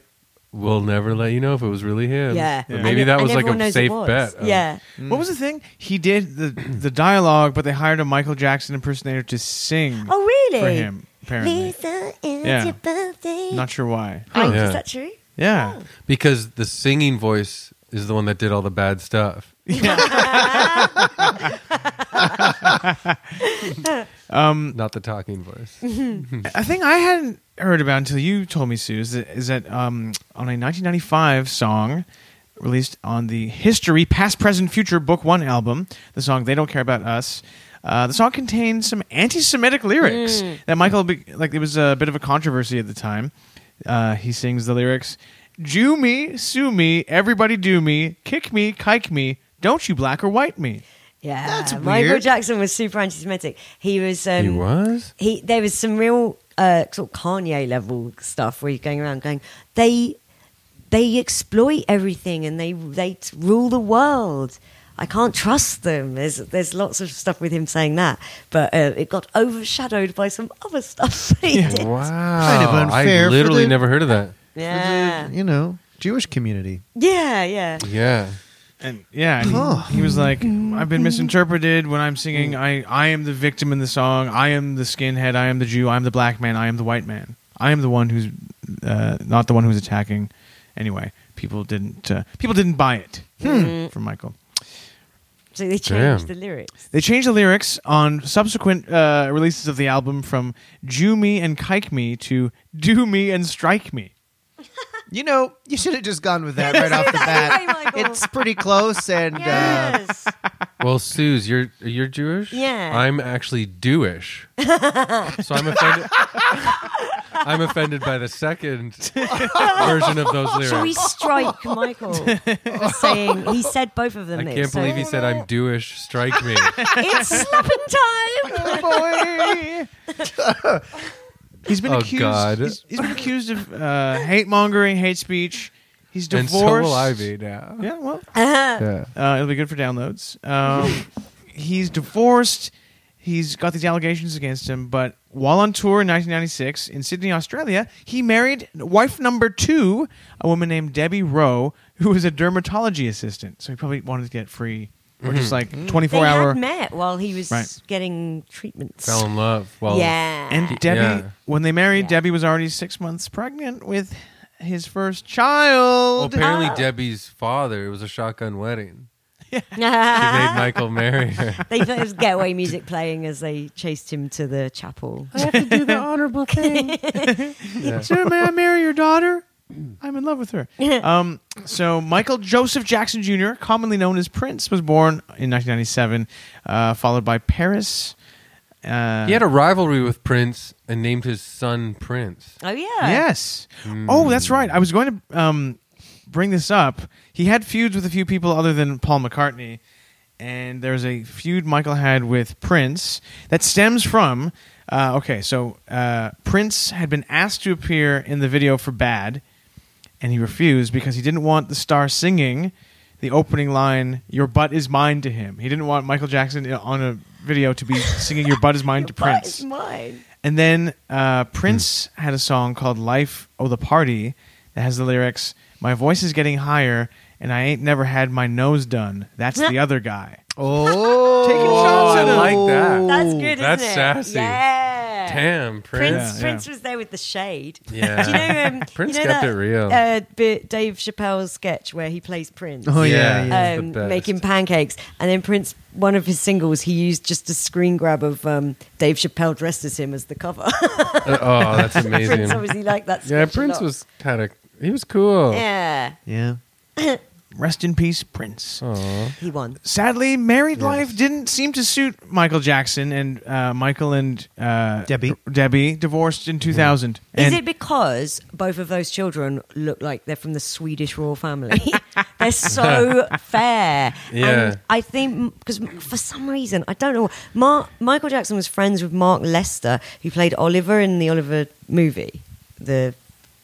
Speaker 1: "We'll never let you know if it was really him."
Speaker 4: Yeah.
Speaker 1: But
Speaker 4: Yeah.
Speaker 1: maybe
Speaker 4: And-
Speaker 1: that
Speaker 4: and
Speaker 1: was like
Speaker 4: everyone knows
Speaker 1: a
Speaker 4: it
Speaker 1: safe
Speaker 4: was.
Speaker 1: bet. uh, of-
Speaker 4: Yeah.
Speaker 3: What was the thing? He did the the dialogue, but they hired a Michael Jackson impersonator to sing
Speaker 4: Oh really?
Speaker 3: for him. Apparently,
Speaker 6: Lisa, it's
Speaker 3: Yeah.
Speaker 6: your birthday.
Speaker 3: not sure why.
Speaker 4: Oh,
Speaker 1: Yeah.
Speaker 4: Is that true? Oh.
Speaker 3: Yeah,
Speaker 1: because the singing voice is the one that did all the bad stuff. um, not the talking voice.
Speaker 3: I think I hadn't heard about until you told me, Sue. Is that, is that um, on a 1995 song released on the History Past, Present, Future Book One album, the song "They Don't Care About Us." Uh, the song contains some anti-Semitic lyrics that Michael, be- like, it was a bit of a controversy at the time. Uh, he sings the lyrics: "Jew me, sue me, everybody do me, kick me, kike me, don't you black or white me."
Speaker 4: Yeah,
Speaker 2: That's
Speaker 4: Michael
Speaker 2: weird.
Speaker 4: Jackson was super anti-Semitic. He was. Um,
Speaker 1: he was.
Speaker 4: he- There was some real uh, sort of Kanye level stuff where he's going around going, they, they exploit everything and they they t- rule the world. I can't trust them. There's there's lots of stuff with him saying that, but uh, it got overshadowed by some other stuff. he did.
Speaker 1: Wow,
Speaker 2: Kind of unfair
Speaker 1: I
Speaker 2: for
Speaker 1: literally
Speaker 2: the-
Speaker 1: never heard of that.
Speaker 4: Yeah,
Speaker 2: You know, Jewish community.
Speaker 4: yeah, yeah.
Speaker 1: Yeah,
Speaker 3: And yeah, and he-
Speaker 2: Huh.
Speaker 3: he, was like, "I've been misinterpreted when I'm singing. I, I am the victim in the song. I am the skinhead. I am the Jew. I am the black man. I am the white man. I am the one who's uh, not the one who's attacking." Anyway, people didn't uh, people didn't buy it from Michael.
Speaker 4: So they
Speaker 1: Damn.
Speaker 4: changed the lyrics.
Speaker 3: They changed the lyrics on subsequent uh, releases of the album from "Jew me and kike me" to "Do me and strike me."
Speaker 2: You know, you should have just gone with that right off the bat.
Speaker 4: Michael.
Speaker 2: It's pretty close, and uh,
Speaker 4: Yes.
Speaker 1: Well, Suze, you're you're Jewish.
Speaker 4: Yeah.
Speaker 1: I'm actually Jewish. so I'm offended. I'm offended by the second version of those lyrics.
Speaker 4: Should we strike Michael for saying he said both of them?
Speaker 1: I
Speaker 4: this,
Speaker 1: can't
Speaker 4: so-
Speaker 1: believe he said I'm Jewish. Strike me.
Speaker 4: it's slapping time.
Speaker 3: He's been
Speaker 1: Oh,
Speaker 3: accused.
Speaker 1: God.
Speaker 3: He's, he's been accused of uh, hate mongering, hate speech. He's
Speaker 1: and
Speaker 3: divorced.
Speaker 1: so will I be now.
Speaker 3: Yeah, well,
Speaker 1: Yeah.
Speaker 3: uh, it'll be good for downloads. Um, he's divorced. He's got these allegations against him, but while on tour in 1996 in Sydney, Australia, he married wife number two, a woman named Debbie Rowe, who was a dermatology assistant. So he probably wanted to get free or just like 24
Speaker 4: they
Speaker 3: hour.
Speaker 4: had met while he was
Speaker 3: Right.
Speaker 4: getting treatments.
Speaker 1: Fell in love. Well,
Speaker 4: yeah.
Speaker 3: And Debbie,
Speaker 1: Yeah.
Speaker 3: when they married,
Speaker 4: Yeah.
Speaker 3: Debbie was already six months pregnant with his first child.
Speaker 1: Well, apparently
Speaker 4: Oh.
Speaker 1: Debbie's father it was a shotgun wedding. Uh-huh. She
Speaker 4: they
Speaker 1: made Michael marry her.
Speaker 4: put his getaway music playing as they chased him to the chapel.
Speaker 3: I have to do the honorable thing. Sir, may I marry your daughter? I'm in love with her. Um, so Michael Joseph Jackson Jr., commonly known as Prince, was born in 1997, uh, followed by Paris. Uh,
Speaker 1: He had a rivalry with Prince and named his son Prince.
Speaker 4: Oh yeah.
Speaker 3: Yes. Oh, that's right. I was going to um, bring this up. He had feuds with a few people other than Paul McCartney, and there was a feud Michael had with Prince that stems from. Uh, okay, so uh, Prince had been asked to appear in the video for "Bad," and he refused because he didn't want the star singing the opening line "Your butt is mine" to him. He didn't want Michael Jackson uh, on a video to be singing "Your butt is mine" to Prince.
Speaker 4: It's mine.
Speaker 3: And then uh, Prince had a song called "Life Oh the Party" that has the lyrics, "My voice is getting higher, and I ain't never had my nose done. That's the other guy."
Speaker 2: Oh,
Speaker 3: Taking
Speaker 1: Oh,
Speaker 3: shots
Speaker 1: I
Speaker 3: at him.
Speaker 1: like that.
Speaker 4: That's good,
Speaker 1: That's
Speaker 4: isn't it?
Speaker 1: sassy.
Speaker 4: Yeah.
Speaker 1: Damn, Prince.
Speaker 4: Prince,
Speaker 3: Yeah,
Speaker 4: Prince
Speaker 3: yeah.
Speaker 4: was there with the shade.
Speaker 1: Yeah.
Speaker 4: Do you know? Um,
Speaker 1: Prince
Speaker 4: you know
Speaker 1: kept
Speaker 4: that,
Speaker 1: it real.
Speaker 4: Uh, bit Dave Chappelle's sketch where he plays Prince.
Speaker 2: Oh
Speaker 1: Yeah.
Speaker 2: yeah, yeah.
Speaker 1: He's the
Speaker 4: um,
Speaker 1: best.
Speaker 4: making pancakes, and then Prince, one of his singles, he used just a screen grab of um, Dave Chappelle dressed as him as the cover.
Speaker 1: Uh, oh, that's
Speaker 4: Prince
Speaker 1: amazing.
Speaker 4: obviously liked that.
Speaker 1: yeah,
Speaker 4: sketch a
Speaker 1: Prince
Speaker 4: lot.
Speaker 1: was kind of he was cool.
Speaker 4: Yeah,
Speaker 2: yeah.
Speaker 3: Rest in peace, Prince.
Speaker 1: Aw.
Speaker 4: he won.
Speaker 3: Sadly, married life didn't seem to suit Michael Jackson, and uh, Michael and uh,
Speaker 2: Debbie.
Speaker 3: Debbie divorced in 2000.
Speaker 4: Is
Speaker 3: And
Speaker 4: it because both of those children look like they're from the Swedish royal family? they're so fair.
Speaker 1: Yeah.
Speaker 4: And I think because for some reason I don't know. Mark, Michael Jackson was friends with Mark Lester, who played Oliver in the Oliver movie, the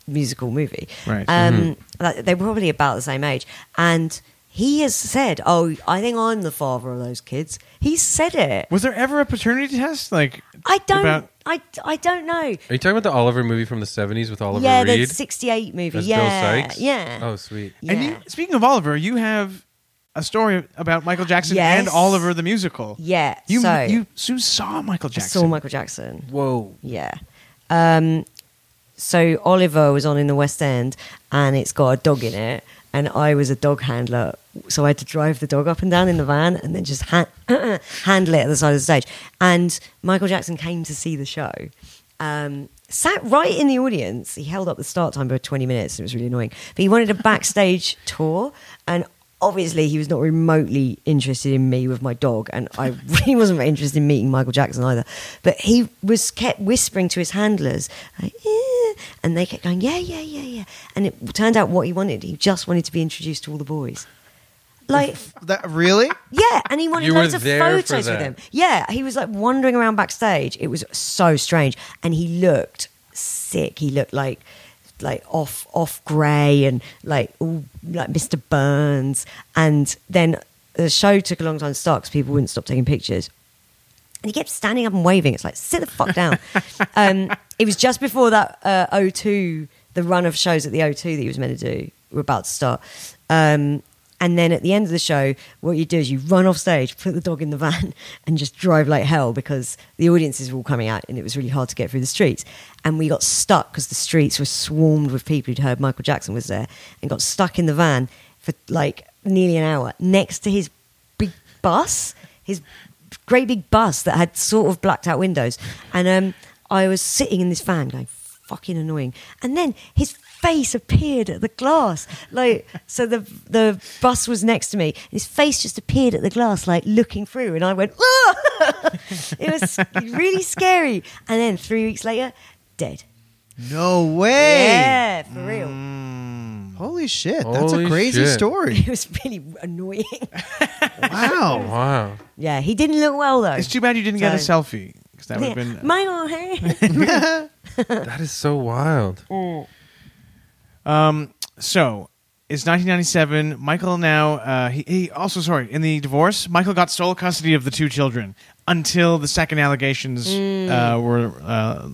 Speaker 4: musical movie.
Speaker 3: Right.
Speaker 4: Um,
Speaker 1: Mm-hmm.
Speaker 4: like, they were probably about the same age, and he has said, "Oh, I think I'm the father of those kids." He said it.
Speaker 3: was there ever a paternity test? Like
Speaker 4: I don't.
Speaker 3: about-
Speaker 4: I, I don't know.
Speaker 1: Are you talking about the Oliver movie from the seventies with Oliver
Speaker 4: yeah,
Speaker 1: Reed?
Speaker 4: the '68 movie.
Speaker 1: as
Speaker 4: yeah,
Speaker 1: Bill Sykes.
Speaker 4: yeah.
Speaker 1: Oh, sweet.
Speaker 4: Yeah.
Speaker 3: And you, speaking of Oliver, you have a story about Michael Jackson and
Speaker 4: Yes.
Speaker 3: Oliver the musical.
Speaker 4: Yeah,
Speaker 3: You
Speaker 4: so-
Speaker 3: you, you saw Michael
Speaker 4: I
Speaker 3: Jackson.
Speaker 4: saw Michael Jackson.
Speaker 1: Whoa.
Speaker 4: Yeah. Um, so Oliver was on in the West End, and it's got a dog in it, and I was a dog handler, so I had to drive the dog up and down in the van, and then just ha- uh-uh, handle it at the side of the stage. And Michael Jackson came to see the show. Um, sat right in the audience. He held up the start time by 20 minutes. It was really annoying. But he wanted a backstage tour, and obviously he was not remotely interested in me with my dog and i really wasn't very interested in meeting michael jackson either but he was kept whispering to his handlers like, "Eh," and they kept going yeah yeah yeah yeah and it turned out what he wanted he just wanted to be introduced to all the boys like
Speaker 2: That really?
Speaker 4: yeah, and he wanted
Speaker 1: You were
Speaker 4: loads of
Speaker 1: there for
Speaker 4: photos with
Speaker 1: that.
Speaker 4: him. Yeah, he was like wandering around backstage. It was so strange, and he looked sick. He looked like like off off grey and like all like Mr. Burns. And then the show took a long time to start because people wouldn't stop taking pictures. And he kept standing up and waving. It's like, sit the fuck down. um, it was just before that uh, O2, the run of shows at the O2 that he was meant to do were about to start. Um, and then at the end of the show, what you do is you run off stage, put the dog in the van, and just drive like hell because the audiences were all coming out and it was really hard to get through the streets. And we got stuck because the streets were swarmed with people who'd heard Michael Jackson was there and got stuck in the van for like nearly an hour next to his big bus, his great big bus that had sort of blacked out windows. And um, I was sitting in this van going, fucking annoying. And then his face appeared at the glass. Like, so the, the bus was next to me. and his face just appeared at the glass, like looking through. And I went, "Ah!" it was really scary. And then three weeks later, dead.
Speaker 2: No way.
Speaker 4: Yeah, for real.
Speaker 3: Mm.
Speaker 2: Holy shit. That's
Speaker 1: Holy
Speaker 2: a crazy
Speaker 1: shit.
Speaker 2: story.
Speaker 4: It was really annoying.
Speaker 2: Wow.
Speaker 1: Wow.
Speaker 4: yeah, he didn't look well though.
Speaker 3: It's too bad you didn't get a selfie because that would have been.
Speaker 4: Michael, hey.
Speaker 1: That is so wild.
Speaker 3: Um, so it's 1997. Michael now uh, he, he also sorry in the divorce, Michael got sole custody of the two children until the second allegations
Speaker 4: Mm.
Speaker 3: uh, were uh,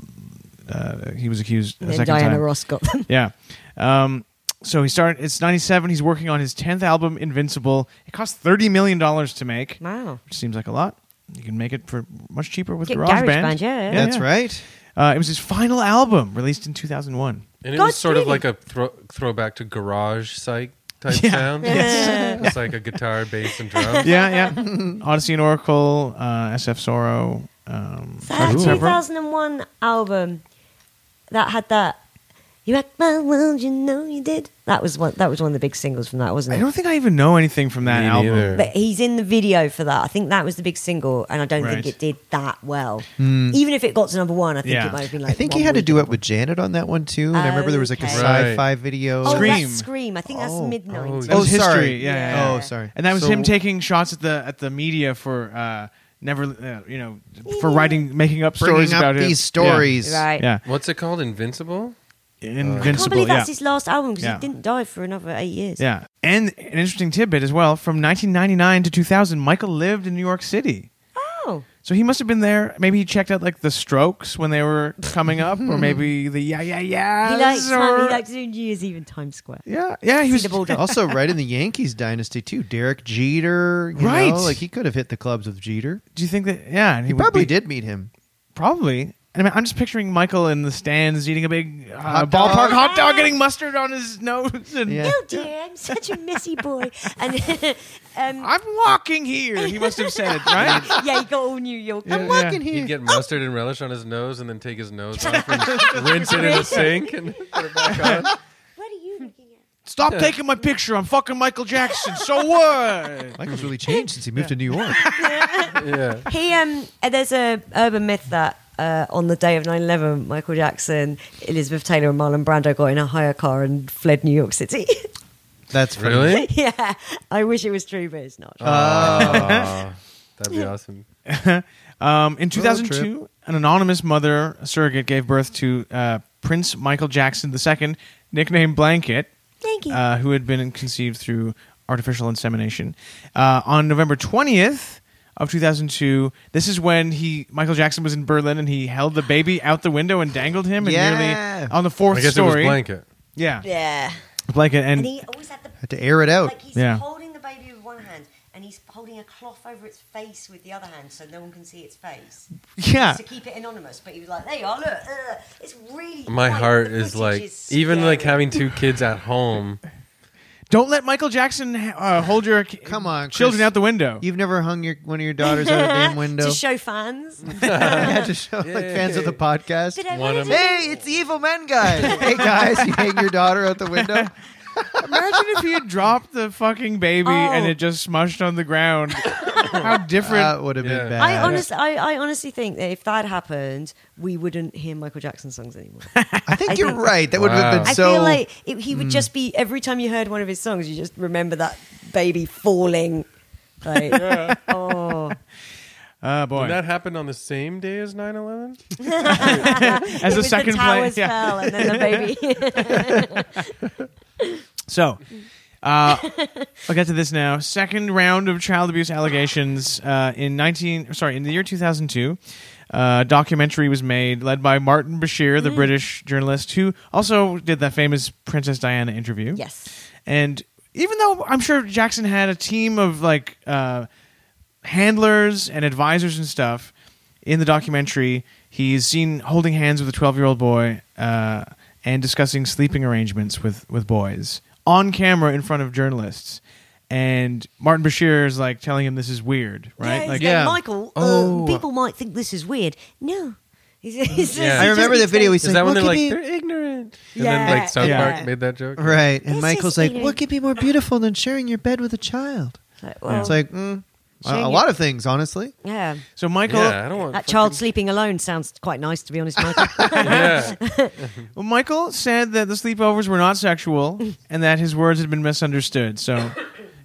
Speaker 3: uh, he was accused. a
Speaker 4: And then
Speaker 3: second
Speaker 4: Diana
Speaker 3: time.
Speaker 4: Ross got them.
Speaker 3: Yeah. Um, So he started. It's ninety seven. He's working on his tenth album, Invincible. It cost thirty million dollars to make,
Speaker 4: Wow.
Speaker 3: which seems like a lot. You can make it for much cheaper with
Speaker 4: Get
Speaker 3: GarageBand.
Speaker 4: GarageBand, yeah.
Speaker 2: That's right.
Speaker 3: Uh, it was his final album, released in two thousand one.
Speaker 1: And it
Speaker 4: God,
Speaker 1: was sort of
Speaker 4: really?
Speaker 1: like a thro- throwback to garage psych type
Speaker 3: Yeah.
Speaker 1: sound.
Speaker 4: Yes.
Speaker 1: It's like a guitar, bass, and drums.
Speaker 3: Yeah, yeah. Odyssey and Oracle, uh, SF Sorrow. Um,
Speaker 4: That
Speaker 3: Cool.
Speaker 4: 2001 album that had that. You had my world, you know you did. That was one. That was one of the big singles from that,
Speaker 3: I
Speaker 4: wasn't it?
Speaker 3: don't think I even know anything from that
Speaker 1: Me
Speaker 3: album.
Speaker 1: neither.
Speaker 4: But he's in the video for that. I think that was the big single, and I don't
Speaker 3: Right. Hmm.
Speaker 4: think it did that well. Even if it got to number one, I think
Speaker 3: Yeah.
Speaker 4: it might have been like.
Speaker 2: I think
Speaker 4: one
Speaker 2: he had to
Speaker 4: week
Speaker 2: do it
Speaker 4: number
Speaker 2: with Janet on that one too. And I remember there was like a
Speaker 4: Okay.
Speaker 1: Right.
Speaker 2: sci-fi video.
Speaker 4: one. Oh,
Speaker 3: Scream.
Speaker 4: that's Scream. I think that's
Speaker 2: Oh.
Speaker 4: mid
Speaker 1: Oh,
Speaker 4: nineties.
Speaker 1: yeah.
Speaker 2: Oh,
Speaker 3: was
Speaker 2: sorry.
Speaker 3: history. Yeah, yeah,
Speaker 4: yeah.
Speaker 2: Oh, sorry.
Speaker 3: And that was
Speaker 1: So-
Speaker 3: him taking shots at the at the media for uh, never, uh, you know, for writing, making up stories
Speaker 2: Bringing up
Speaker 3: about it.
Speaker 2: these
Speaker 3: Yeah.
Speaker 2: stories.
Speaker 4: Right.
Speaker 3: Yeah,
Speaker 1: What's it called? Invincible?
Speaker 4: I can't
Speaker 3: Invincible.
Speaker 4: believe
Speaker 3: Yeah.
Speaker 4: that's his last album because
Speaker 3: Yeah.
Speaker 4: he didn't die for another eight years.
Speaker 3: yeah, and an interesting tidbit as well. From 1999 to 2000, Michael lived in New York City.
Speaker 4: Oh,
Speaker 3: So he must have been there. Maybe he checked out like the Strokes when they were coming up,
Speaker 2: Hmm.
Speaker 3: or maybe the Yeah Yeah Yeah.
Speaker 4: he likes time, he likes doing New Year's Eve in Times Square.
Speaker 3: yeah, yeah. He
Speaker 4: See
Speaker 3: was
Speaker 4: the bulldog.
Speaker 2: also, right in the Yankees dynasty too. Derek Jeter. you know,
Speaker 3: Right.
Speaker 2: like he could have hit the clubs with Jeter.
Speaker 3: Do you think that? Yeah, and
Speaker 2: He
Speaker 3: would
Speaker 2: probably
Speaker 3: be-
Speaker 2: did meet him.
Speaker 3: Probably. And I mean, I'm just picturing Michael in the stands eating a big uh,
Speaker 2: Hot dog.
Speaker 3: ballpark hot dog, getting mustard on his nose, and
Speaker 2: Yeah.
Speaker 6: Oh dear, I'm such a messy boy. And um,
Speaker 3: I'm walking here. He must have said it, right?
Speaker 4: yeah, he got all New York.
Speaker 3: Yeah.
Speaker 1: He'd get mustard and relish on his nose and then take his nose off and rinse it in a sink and put it back on.
Speaker 6: what are you looking at?
Speaker 3: Stop taking my picture. I'm fucking Michael Jackson. So what?
Speaker 2: Michael's really changed since he moved to New York.
Speaker 1: Yeah.
Speaker 4: He um, uh, there's a urban myth that uh, on the day of 9/11, Michael Jackson, Elizabeth Taylor, and Marlon Brando got in a hire car and fled New York City.
Speaker 2: That's funny.
Speaker 1: Really? Uh,
Speaker 4: yeah, I wish it was true, but it's not.
Speaker 1: Ah, that'd be awesome.
Speaker 3: Um, in
Speaker 2: Road
Speaker 3: 2002, an anonymous mother surrogate gave birth to uh, Prince Michael Jackson II, nicknamed Blanket,
Speaker 6: Thank you.
Speaker 3: uh, who had been conceived through artificial insemination. Uh, on November 20th of 2002, this is when he Michael Jackson was in Berlin and he held the baby out the window and dangled him and
Speaker 2: Yeah.
Speaker 3: nearly on the fourth
Speaker 1: I guess it
Speaker 3: story.
Speaker 1: was blanket.
Speaker 3: Yeah,
Speaker 4: yeah,
Speaker 3: blanket and.
Speaker 4: and he always had the
Speaker 2: Had to air it out.
Speaker 4: like he's
Speaker 3: Yeah.
Speaker 4: holding the baby with one hand. And he's holding a cloth over its face with the other hand, so no one can see its face.
Speaker 3: yeah,
Speaker 4: to keep it anonymous. But he was like, "There you are, look, uh, it's really."
Speaker 1: My
Speaker 4: quite-
Speaker 1: heart
Speaker 4: the
Speaker 1: is
Speaker 4: footage
Speaker 1: like,
Speaker 4: is
Speaker 1: even like
Speaker 4: scary.
Speaker 1: having two kids at home.
Speaker 3: don't let Michael Jackson uh, hold your
Speaker 2: Come on, Chris.
Speaker 3: children out the window.
Speaker 2: You've never hung your one of your daughters out a damn window.
Speaker 4: to show fans.
Speaker 2: yeah, to show like fans of the podcast.
Speaker 6: But I
Speaker 1: One
Speaker 6: wanted
Speaker 1: of
Speaker 6: to
Speaker 2: Hey, it's the evil men guy. hey guys, you hang your daughter out the window.
Speaker 3: Imagine if he had dropped the fucking baby and
Speaker 4: Oh.
Speaker 3: it just smushed on the ground. How different.
Speaker 2: That would have been
Speaker 1: Yeah.
Speaker 2: bad.
Speaker 4: I honestly, I, I honestly think that if that happened, we wouldn't hear Michael Jackson songs anymore.
Speaker 2: I think you're
Speaker 4: think-
Speaker 2: right. That would have
Speaker 1: Wow.
Speaker 2: been
Speaker 4: I
Speaker 2: so.
Speaker 4: feel like it, he
Speaker 1: mm.
Speaker 4: would just be every time you heard one of his songs, you just remember that baby falling. Like, oh,
Speaker 3: oh boy.
Speaker 1: Did that happen on the same day as 9 11?
Speaker 4: It
Speaker 3: As a
Speaker 4: was
Speaker 3: second
Speaker 4: the
Speaker 3: play.
Speaker 4: towers fell, and then the baby.
Speaker 3: So, uh, I'll get to this now. Second round of child abuse allegations uh, in nineteen. Sorry, in the year two thousand two, uh, a documentary was made led by Martin Bashir, the British journalist who also did that famous Princess Diana interview.
Speaker 4: yes,
Speaker 3: And even though I'm sure Jackson had a team of like uh, handlers and advisors and stuff in the documentary, he's seen holding hands with a 12 year old boy uh, and discussing sleeping arrangements with, with boys on camera in front of journalists. And Martin Bashir is like telling him this is weird, right?
Speaker 4: Yeah,
Speaker 3: like,
Speaker 4: like,
Speaker 2: yeah.
Speaker 4: Michael, uh,
Speaker 1: Oh.
Speaker 4: people might think this is weird. No, He's- he's
Speaker 1: Yeah.
Speaker 4: just-
Speaker 1: I
Speaker 2: I
Speaker 4: he
Speaker 2: remember
Speaker 4: just
Speaker 2: that video. He's
Speaker 1: Is
Speaker 2: like,
Speaker 1: that when
Speaker 2: "What
Speaker 1: they're
Speaker 2: could
Speaker 1: like,
Speaker 2: be-"
Speaker 1: they're ignorant?
Speaker 4: Yeah.
Speaker 1: And then like South
Speaker 3: Yeah.
Speaker 1: Park made that joke?
Speaker 2: right? And
Speaker 6: This
Speaker 2: Michael's
Speaker 6: is
Speaker 2: like,
Speaker 6: weird.
Speaker 2: "What could be more beautiful than sharing your bed with a child?"
Speaker 4: needs- like, well,
Speaker 2: It's like mm,
Speaker 4: Sharing
Speaker 2: a
Speaker 4: your-
Speaker 2: lot of things, honestly.
Speaker 4: yeah.
Speaker 3: so Michael,
Speaker 1: Yeah, I don't want
Speaker 4: That child sleeping alone sounds quite nice, to be honest, Michael.
Speaker 1: Yeah.
Speaker 3: Well, Michael said that the sleepovers were not sexual and that his words had been misunderstood. So,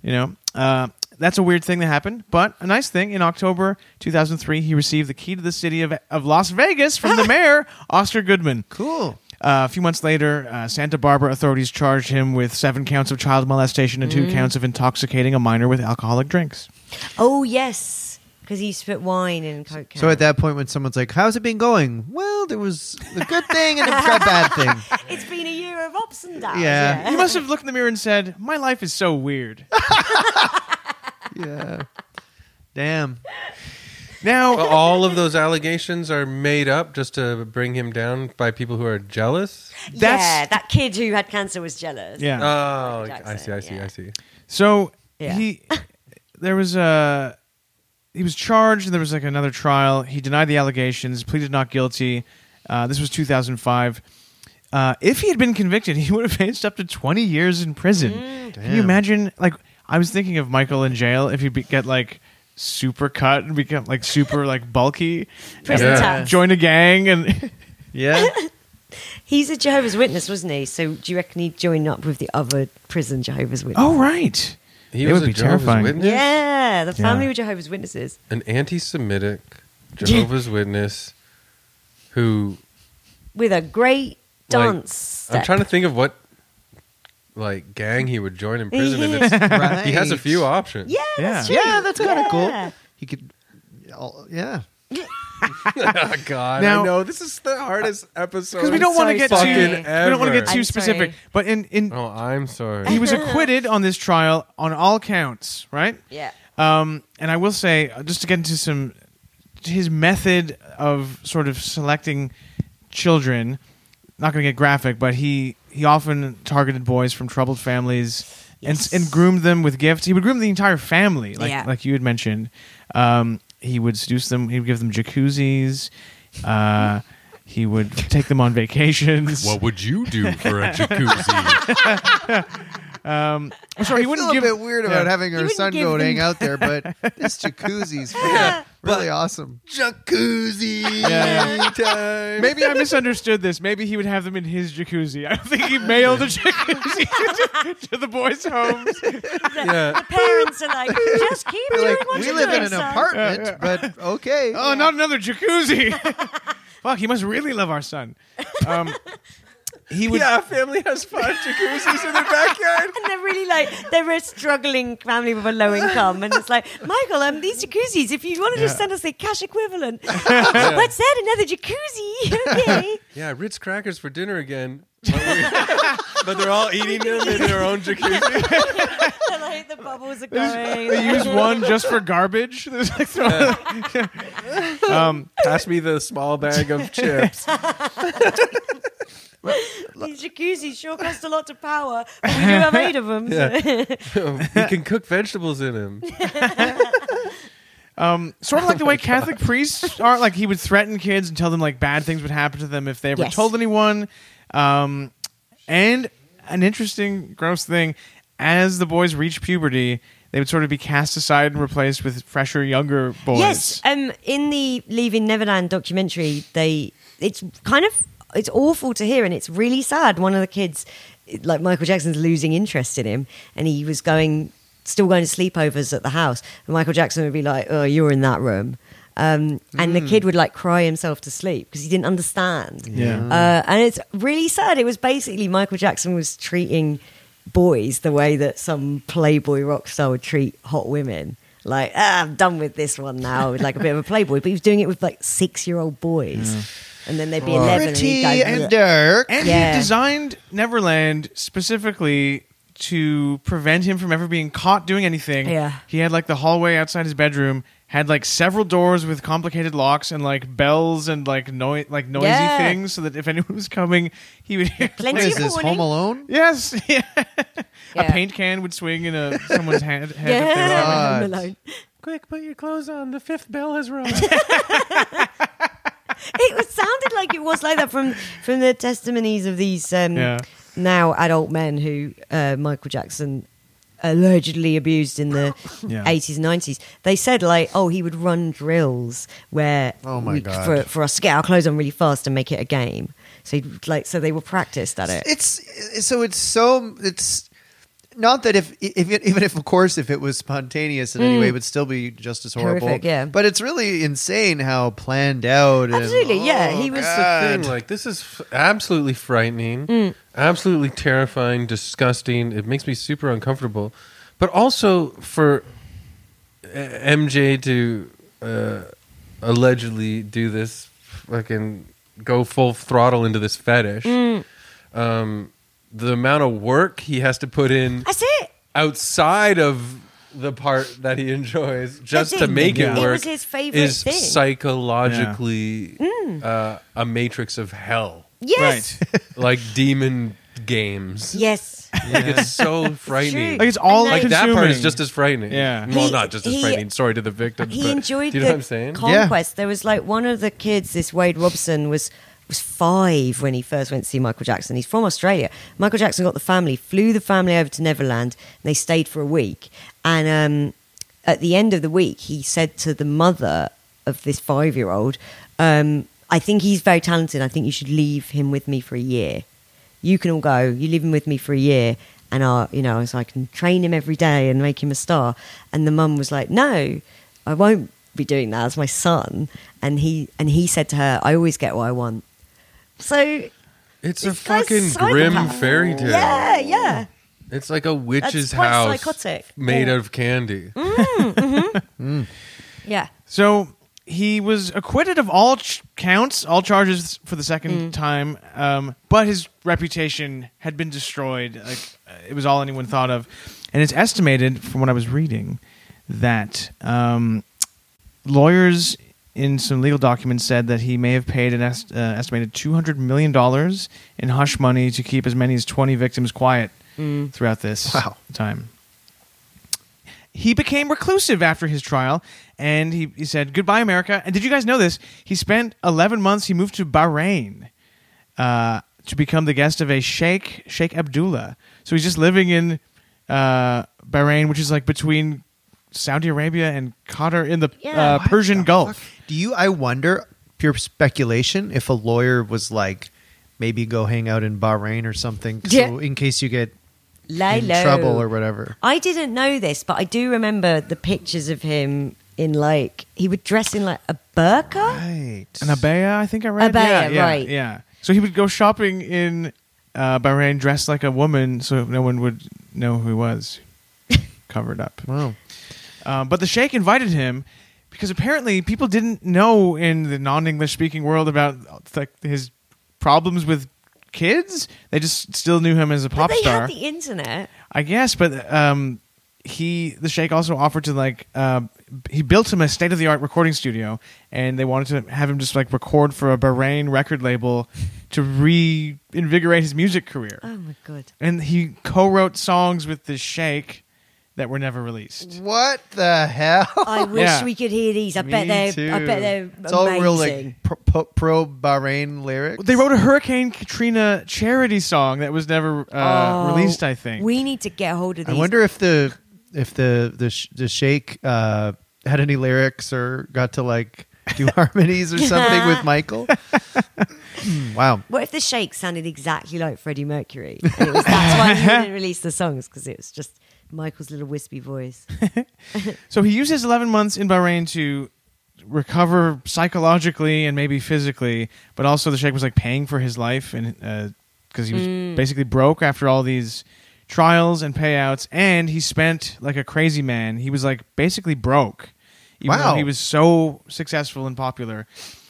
Speaker 3: you know, uh, that's a weird thing that happened, but a nice thing. In October 2003, he received the key to the city of, of Las Vegas from the mayor, Oscar Goodman.
Speaker 2: Cool.
Speaker 3: Uh, a few months later, uh, Santa Barbara authorities charged him with seven counts of child molestation and two counts of intoxicating a minor with alcoholic drinks.
Speaker 4: oh yes, because he spit wine and coke.
Speaker 2: So at
Speaker 4: can.
Speaker 2: that point, when someone's like, "How's it been going?" Well, there was a good thing and there was a bad thing.
Speaker 4: it's been a year of ups and downs.
Speaker 2: Yeah.
Speaker 3: You must have looked in the mirror and said, "My life is so weird."
Speaker 2: Yeah. Damn.
Speaker 3: Now,
Speaker 1: Well, all of those allegations are made up just to bring him down by people who are jealous.
Speaker 3: That's-
Speaker 4: yeah, that kid who had cancer was jealous.
Speaker 3: yeah.
Speaker 1: Oh,
Speaker 4: Jackson,
Speaker 1: I see, I see,
Speaker 4: yeah.
Speaker 1: I see.
Speaker 3: So
Speaker 4: Yeah.
Speaker 3: he, there was a, he was charged, and there was like another trial. He denied the allegations, pleaded not guilty. Uh, this was 2005. Uh, if he had been convicted, he would have faced up to 20 years in prison.
Speaker 4: Mm.
Speaker 3: Can you
Speaker 2: Damn.
Speaker 3: imagine? Like, I was thinking of Michael in jail if he be- get like super cut and become like super like bulky,
Speaker 4: Prison
Speaker 1: Yeah.
Speaker 4: time.
Speaker 3: join a gang, and
Speaker 2: Yeah.
Speaker 4: He's a Jehovah's Witness, wasn't he? So do you reckon he'd join up with the other prison Jehovah's Witness?
Speaker 3: oh right,
Speaker 1: He
Speaker 3: They
Speaker 1: was
Speaker 3: would
Speaker 1: a
Speaker 3: be
Speaker 1: Jehovah's
Speaker 3: terrifying.
Speaker 1: Witness?
Speaker 4: yeah, the family
Speaker 3: Yeah.
Speaker 4: were Jehovah's Witnesses.
Speaker 1: An anti-Semitic Jehovah's Witness who
Speaker 4: with a great
Speaker 1: like,
Speaker 4: dance.
Speaker 1: I'm
Speaker 4: step.
Speaker 1: trying to think of what like gang he would join in prison, and
Speaker 4: Yeah.
Speaker 1: it's,
Speaker 2: Right.
Speaker 1: he has a few options.
Speaker 4: Yeah,
Speaker 3: yeah,
Speaker 4: that's true.
Speaker 2: Yeah, that's kind of
Speaker 4: Yeah.
Speaker 2: cool. He could. oh, Yeah.
Speaker 1: Oh, God,
Speaker 3: Now-
Speaker 1: I know this is the hardest episode
Speaker 3: because we don't want to
Speaker 4: so
Speaker 3: get
Speaker 4: sorry.
Speaker 3: too, we
Speaker 1: Oh, Fucking
Speaker 3: don't want to get
Speaker 1: ever.
Speaker 3: too
Speaker 4: I'm
Speaker 3: specific.
Speaker 4: sorry.
Speaker 3: But in in
Speaker 1: Oh, I'm sorry.
Speaker 3: he was acquitted on this trial on all counts, right?
Speaker 4: Yeah.
Speaker 3: Um, and I will say, uh, just to get into some his method of sort of selecting children, not going to get graphic, but he he often targeted boys from troubled families
Speaker 4: Yes.
Speaker 3: and and groomed them with gifts. He would groom the entire family, like
Speaker 4: Yeah.
Speaker 3: like you had mentioned. Um, he would seduce them. He would give them jacuzzis. Uh, he would take them on vacations.
Speaker 1: would you do for a jacuzzi?
Speaker 3: I'm sorry, he
Speaker 2: I
Speaker 3: wouldn't
Speaker 2: feel
Speaker 3: give
Speaker 2: a bit weird
Speaker 3: yeah.
Speaker 2: about having our
Speaker 4: wouldn't
Speaker 2: son
Speaker 4: give
Speaker 2: go and
Speaker 4: him-
Speaker 2: hang out there, but this jacuzzi's really awesome.
Speaker 1: jacuzzi
Speaker 3: Yeah.
Speaker 1: time.
Speaker 3: Maybe I misunderstood this. Maybe he would have them in his jacuzzi. I don't think he mailed a jacuzzi to, to the boys' homes.
Speaker 1: Yeah.
Speaker 4: Parents are like, just keep doing
Speaker 2: Like
Speaker 4: what
Speaker 2: we
Speaker 4: you're
Speaker 2: live
Speaker 4: doing,
Speaker 2: in an
Speaker 4: son.
Speaker 2: apartment, but okay.
Speaker 3: Oh, not another jacuzzi. Fuck, he must really love our son. Um, he would.
Speaker 1: Yeah, our family has five jacuzzis in their backyard.
Speaker 4: And they're really like they're a struggling family with a low income, and it's like Michael, um, these jacuzzis. If you want to just
Speaker 3: Yeah.
Speaker 4: send us the cash equivalent, what's that? Another jacuzzi? Okay.
Speaker 1: Yeah, Ritz crackers for dinner again. But, we- but they're all eating them in their own jacuzzi.
Speaker 4: They're like the bubbles are going.
Speaker 3: They use one just for garbage. There's like throwing- um,
Speaker 1: Pass me the small bag of chips.
Speaker 4: These jacuzzis sure cost a lot to power, but we do have eight of them. So.
Speaker 1: you can cook vegetables in them.
Speaker 3: um, sort of like the
Speaker 4: Oh
Speaker 3: way Catholic priests are. Like he would threaten kids and tell them like bad things would happen to them if they ever
Speaker 4: Yes.
Speaker 3: told anyone. Um, and an interesting, gross thing: as the boys reach puberty, they would sort of be cast aside and replaced with fresher, younger boys.
Speaker 4: Yes, um, in the Leaving Neverland documentary, they it's kind of it's awful to hear, and it's really sad. One of the kids, like Michael Jackson's, losing interest in him, and he was going still going to sleepovers at the house, and Michael Jackson would be like, "Oh, you're in that room." Um, and the kid would like cry himself to sleep because he didn't understand.
Speaker 3: Yeah.
Speaker 4: Uh, and it's really sad. It was basically Michael Jackson was treating boys the way that some playboy rock star would treat hot women. Like, ah, I'm done with this one now, like a bit of a playboy. But he was doing it with like six year old boys. And then they'd be 11 and he'd
Speaker 2: Pretty
Speaker 4: go,
Speaker 2: and
Speaker 4: "Bleh."
Speaker 2: dark.
Speaker 3: And
Speaker 4: Yeah.
Speaker 3: he designed Neverland specifically to prevent him from ever being caught doing anything.
Speaker 4: Yeah.
Speaker 3: He had like the hallway outside his bedroom had like several doors with complicated locks and like bells and like noi- like noisy
Speaker 4: Yeah.
Speaker 3: things so that if anyone was coming, he would hear
Speaker 4: Plenty
Speaker 2: What is
Speaker 4: of
Speaker 2: this?
Speaker 4: warning.
Speaker 2: Home Alone?
Speaker 3: Yes. Yeah. A
Speaker 4: Yeah.
Speaker 3: paint can would swing in a someone's hand, head if they were on
Speaker 4: Yeah,
Speaker 2: God.
Speaker 4: Home Alone.
Speaker 1: Quick, put your clothes on. The fifth bell has rung.
Speaker 4: It was, sounded like it was like that from from the testimonies of these um,
Speaker 3: Yeah.
Speaker 4: now adult men who uh, Michael Jackson allegedly abused in the
Speaker 3: Yeah.
Speaker 4: 80s and 90s they said like oh he would run drills where
Speaker 2: Oh, my
Speaker 4: we-
Speaker 2: God.
Speaker 4: For, for us to get our clothes on really fast and make it a game so he'd, like so they were practiced at it
Speaker 2: It's so it's so it's not that if, if even if of course if it was spontaneous in any way it would still be just as horrible.
Speaker 4: Horrific, Mm. yeah.
Speaker 2: But it's really insane how planned out. and- oh,
Speaker 4: Absolutely, yeah, he was-
Speaker 1: That's the thing. Like, this is f- absolutely frightening, absolutely terrifying, disgusting. It makes me super uncomfortable. But also for uh, MJ to uh, allegedly do this fucking go full throttle into this fetish. Um, the amount of work he has to put in
Speaker 4: That's it.
Speaker 1: outside of the part that he enjoys just
Speaker 4: That's
Speaker 1: to
Speaker 4: it.
Speaker 1: make
Speaker 4: It
Speaker 1: it work
Speaker 4: was his favorite
Speaker 1: is
Speaker 4: thing. Mm.
Speaker 1: psychologically uh, a matrix of hell,
Speaker 4: Yes.
Speaker 3: Right.
Speaker 1: like demon games.
Speaker 4: Yes.
Speaker 1: Like it's so frightening.
Speaker 3: Like it's all
Speaker 4: And
Speaker 1: Like
Speaker 3: consuming.
Speaker 1: that part is just as frightening.
Speaker 3: Yeah.
Speaker 1: Well,
Speaker 4: He-
Speaker 1: not just as
Speaker 4: he-
Speaker 1: frightening. Sorry to the victim.
Speaker 4: He
Speaker 1: but-
Speaker 4: enjoyed
Speaker 1: Do you know
Speaker 4: the
Speaker 1: what I'm saying?
Speaker 4: conquest. There was like one of the kids, this Wade Robson was was five when he first went to see Michael Jackson. He's from Australia. Michael Jackson got the family, flew the family over to Neverland, and they stayed for a week. And um, at the end of the week, he said to the mother of this five year old, um, "I think he's very talented. I think you should leave him with me for a year. You can all go. You leave him with me for a year." And I, you know, so I can train him every day and make him a star. And the mum was like, "No, I won't be doing that as my son. And he and he said to her, I always get what I want. So
Speaker 1: It's a
Speaker 4: this guy's
Speaker 1: fucking grim
Speaker 4: psychopath.
Speaker 1: fairy tale.
Speaker 4: Yeah, yeah.
Speaker 1: It's like a witch's
Speaker 4: That's quite
Speaker 1: house
Speaker 4: psychotic.
Speaker 1: made
Speaker 4: Yeah. Mm.
Speaker 1: out of candy.
Speaker 4: Yeah.
Speaker 3: So he was acquitted of all ch- counts, all charges for the second time, um, but his reputation had been destroyed. Like uh, it was all anyone thought of, and it's estimated, from what I was reading, that um, lawyers in some legal documents said that he may have paid an est- uh, estimated two hundred million dollars in hush money to keep as many as twenty victims quiet throughout this
Speaker 2: Wow.
Speaker 3: time he became reclusive after his trial and he, he said goodbye america and did you guys know this he spent 11 months he moved to bahrain uh, to become the guest of a sheikh sheikh abdullah so he's just living in uh, bahrain which is like between saudi arabia and qatar in the
Speaker 4: Yeah.
Speaker 3: uh,
Speaker 4: What
Speaker 3: persian gulf
Speaker 2: oh. Do you? I wonder. Pure speculation. If a lawyer was like, maybe go hang out in Bahrain or something, so in case you get
Speaker 4: Lay
Speaker 2: in
Speaker 4: low.
Speaker 2: trouble or whatever.
Speaker 4: I didn't know this, but I do remember the pictures of him in like he would dress in like a burqa.
Speaker 2: Right.
Speaker 3: an abaya i think i read
Speaker 4: Abaya,
Speaker 3: yeah, yeah,
Speaker 4: right.
Speaker 3: yeah so he would go shopping in uh, bahrain dressed like a woman so no one would know who he was covered up
Speaker 2: Wow.
Speaker 3: Um, but the sheikh invited him because apparently people didn't know in the non-English speaking world about like his problems with kids. They just still knew him as a pop
Speaker 4: they
Speaker 3: star,
Speaker 4: had the internet.
Speaker 3: I guess. But um, he, the sheikh, also offered to like uh, he built him a state-of-the-art recording studio, and they wanted to have him just like record for a Bahrain record label to reinvigorate his music career.
Speaker 4: Oh my god.
Speaker 3: And he co-wrote songs with the sheikh that were never released.
Speaker 2: What the hell?
Speaker 4: I wish
Speaker 3: Yeah.
Speaker 4: we could hear these. I
Speaker 2: Me
Speaker 4: bet they're I
Speaker 2: too.
Speaker 4: bet they're
Speaker 2: It's
Speaker 4: amazing.
Speaker 2: all real like pro, pro, pro Bahrain lyrics.
Speaker 3: They wrote a Hurricane Katrina charity song that was never uh,
Speaker 4: Oh,
Speaker 3: released. I think.
Speaker 4: We need to get hold of
Speaker 2: I
Speaker 4: these.
Speaker 2: wonder if the if the the sh- the Sheikh uh, had any lyrics or got to like do harmonies or something with Michael. Hmm, wow.
Speaker 4: what if the Shake sounded exactly like Freddie Mercury? And it was, that's why he didn't release the songs because it was just Michael's little wispy voice.
Speaker 3: so he used his 11 months in Bahrain to recover psychologically and maybe physically, but also the sheikh was like paying for his life and because he was
Speaker 4: Mm.
Speaker 3: basically broke after all these trials and payouts, and he spent like a crazy man. He was like basically broke, even
Speaker 2: Wow.
Speaker 3: though he was so successful and popular.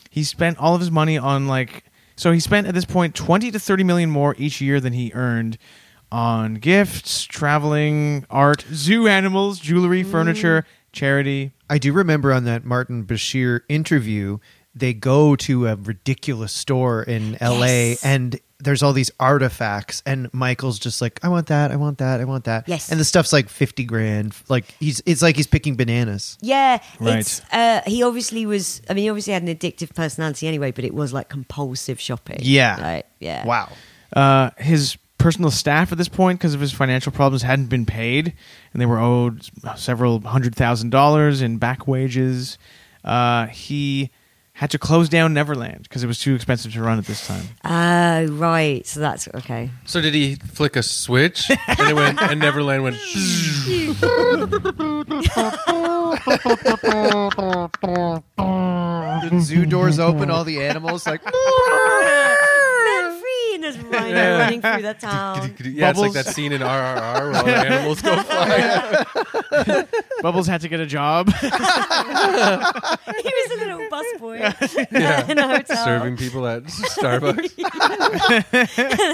Speaker 3: He spent all of his money on like so he spent at this point 20 to 30 million more each year than he earned on gifts, traveling, art, zoo animals, jewelry, furniture, charity.
Speaker 2: I do remember on that Martin Bashir interview, they go to a ridiculous store in LA
Speaker 4: Yes.
Speaker 2: and there's all these artifacts and Michael's just like, I want that, I want that, I want that.
Speaker 4: Yes.
Speaker 2: And the stuff's like fifty grand. Like he's it's like he's picking bananas.
Speaker 4: Yeah,
Speaker 3: Right.
Speaker 4: it's uh, he obviously was. I mean, he obviously had an addictive personality anyway, but it was like compulsive shopping.
Speaker 2: Yeah.
Speaker 4: Like, yeah.
Speaker 2: Wow.
Speaker 3: Uh, his personal staff at this point, because of his financial problems, hadn't been paid, and they were owed several hundred thousand dollars in back wages. Uh, he had to close down Neverland because it was too expensive to run at this time.
Speaker 4: Oh, right. So that's okay.
Speaker 1: So did he flick a switch and it went and Neverland went
Speaker 2: The zoo doors open, all the animals like
Speaker 4: Run free in his you know, running through the town.
Speaker 1: Yeah,
Speaker 3: Bubbles.
Speaker 1: it's like that scene in RRR where all the animals go flying.
Speaker 3: Bubbles had to get a job.
Speaker 4: he was a little busboy in
Speaker 1: Yeah.
Speaker 4: a hotel.
Speaker 1: Serving people at Starbucks.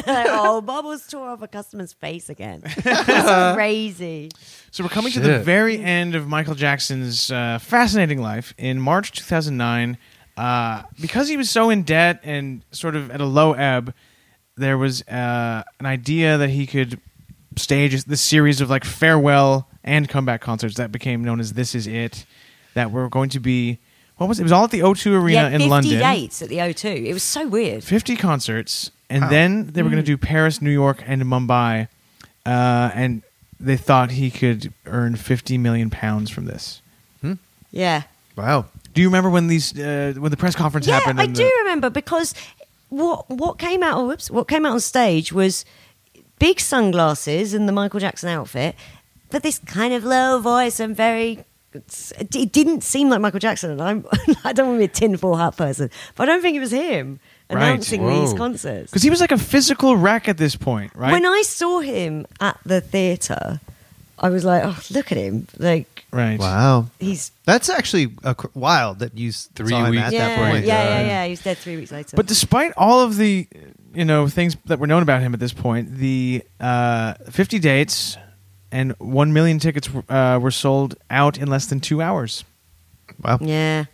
Speaker 4: oh, Bubbles tore off a customer's face again. It's crazy.
Speaker 3: So we're coming to the
Speaker 1: Shit.
Speaker 3: very end of Michael Jackson's uh, fascinating life in March 2009. Uh, because he was so in debt and sort of at a low ebb, there was uh, an idea that he could stage this series of like farewell and comeback concerts that became known as "This Is It," that were going to be what was it? It was all at the O2 Arena
Speaker 4: yeah,
Speaker 3: in London.
Speaker 4: 50 dates at the O2. It was so weird.
Speaker 3: 50 concerts, and then they were
Speaker 4: Mm.
Speaker 3: going to do Paris, New York, and Mumbai. Uh, and they thought he could earn 50 million pounds from this.
Speaker 4: Yeah.
Speaker 2: Wow.
Speaker 3: Do you remember when these uh, when the press conference
Speaker 4: Yeah,
Speaker 3: happened?
Speaker 4: I
Speaker 3: and
Speaker 4: do
Speaker 3: the-
Speaker 4: remember because what what came out on whoops, what came out on stage was big sunglasses and the Michael Jackson outfit, but this kind of low voice and very. it's- It didn't seem like Michael Jackson, and I'm I don't want to be a tinfoil hat person, but I don't think it was him
Speaker 3: Right.
Speaker 4: announcing these
Speaker 1: Whoa.
Speaker 4: concerts.
Speaker 3: Because he was like a physical wreck at this point, right?
Speaker 4: When I saw him at the theater, I was like, "Oh, look at him! Like
Speaker 3: right.
Speaker 2: Wow.
Speaker 4: he's
Speaker 2: That's actually uh, cr- wild that you s-
Speaker 1: Three
Speaker 2: saw him
Speaker 1: weeks
Speaker 2: at
Speaker 4: yeah,
Speaker 2: that point.
Speaker 4: yeah,
Speaker 1: uh,
Speaker 4: yeah, yeah. He was dead three weeks later.
Speaker 3: But despite all of the you know things that were known about him at this point, the uh, 50 dates and 1 million tickets uh, were sold out in less than 2 hours.
Speaker 2: Wow.
Speaker 4: yeah,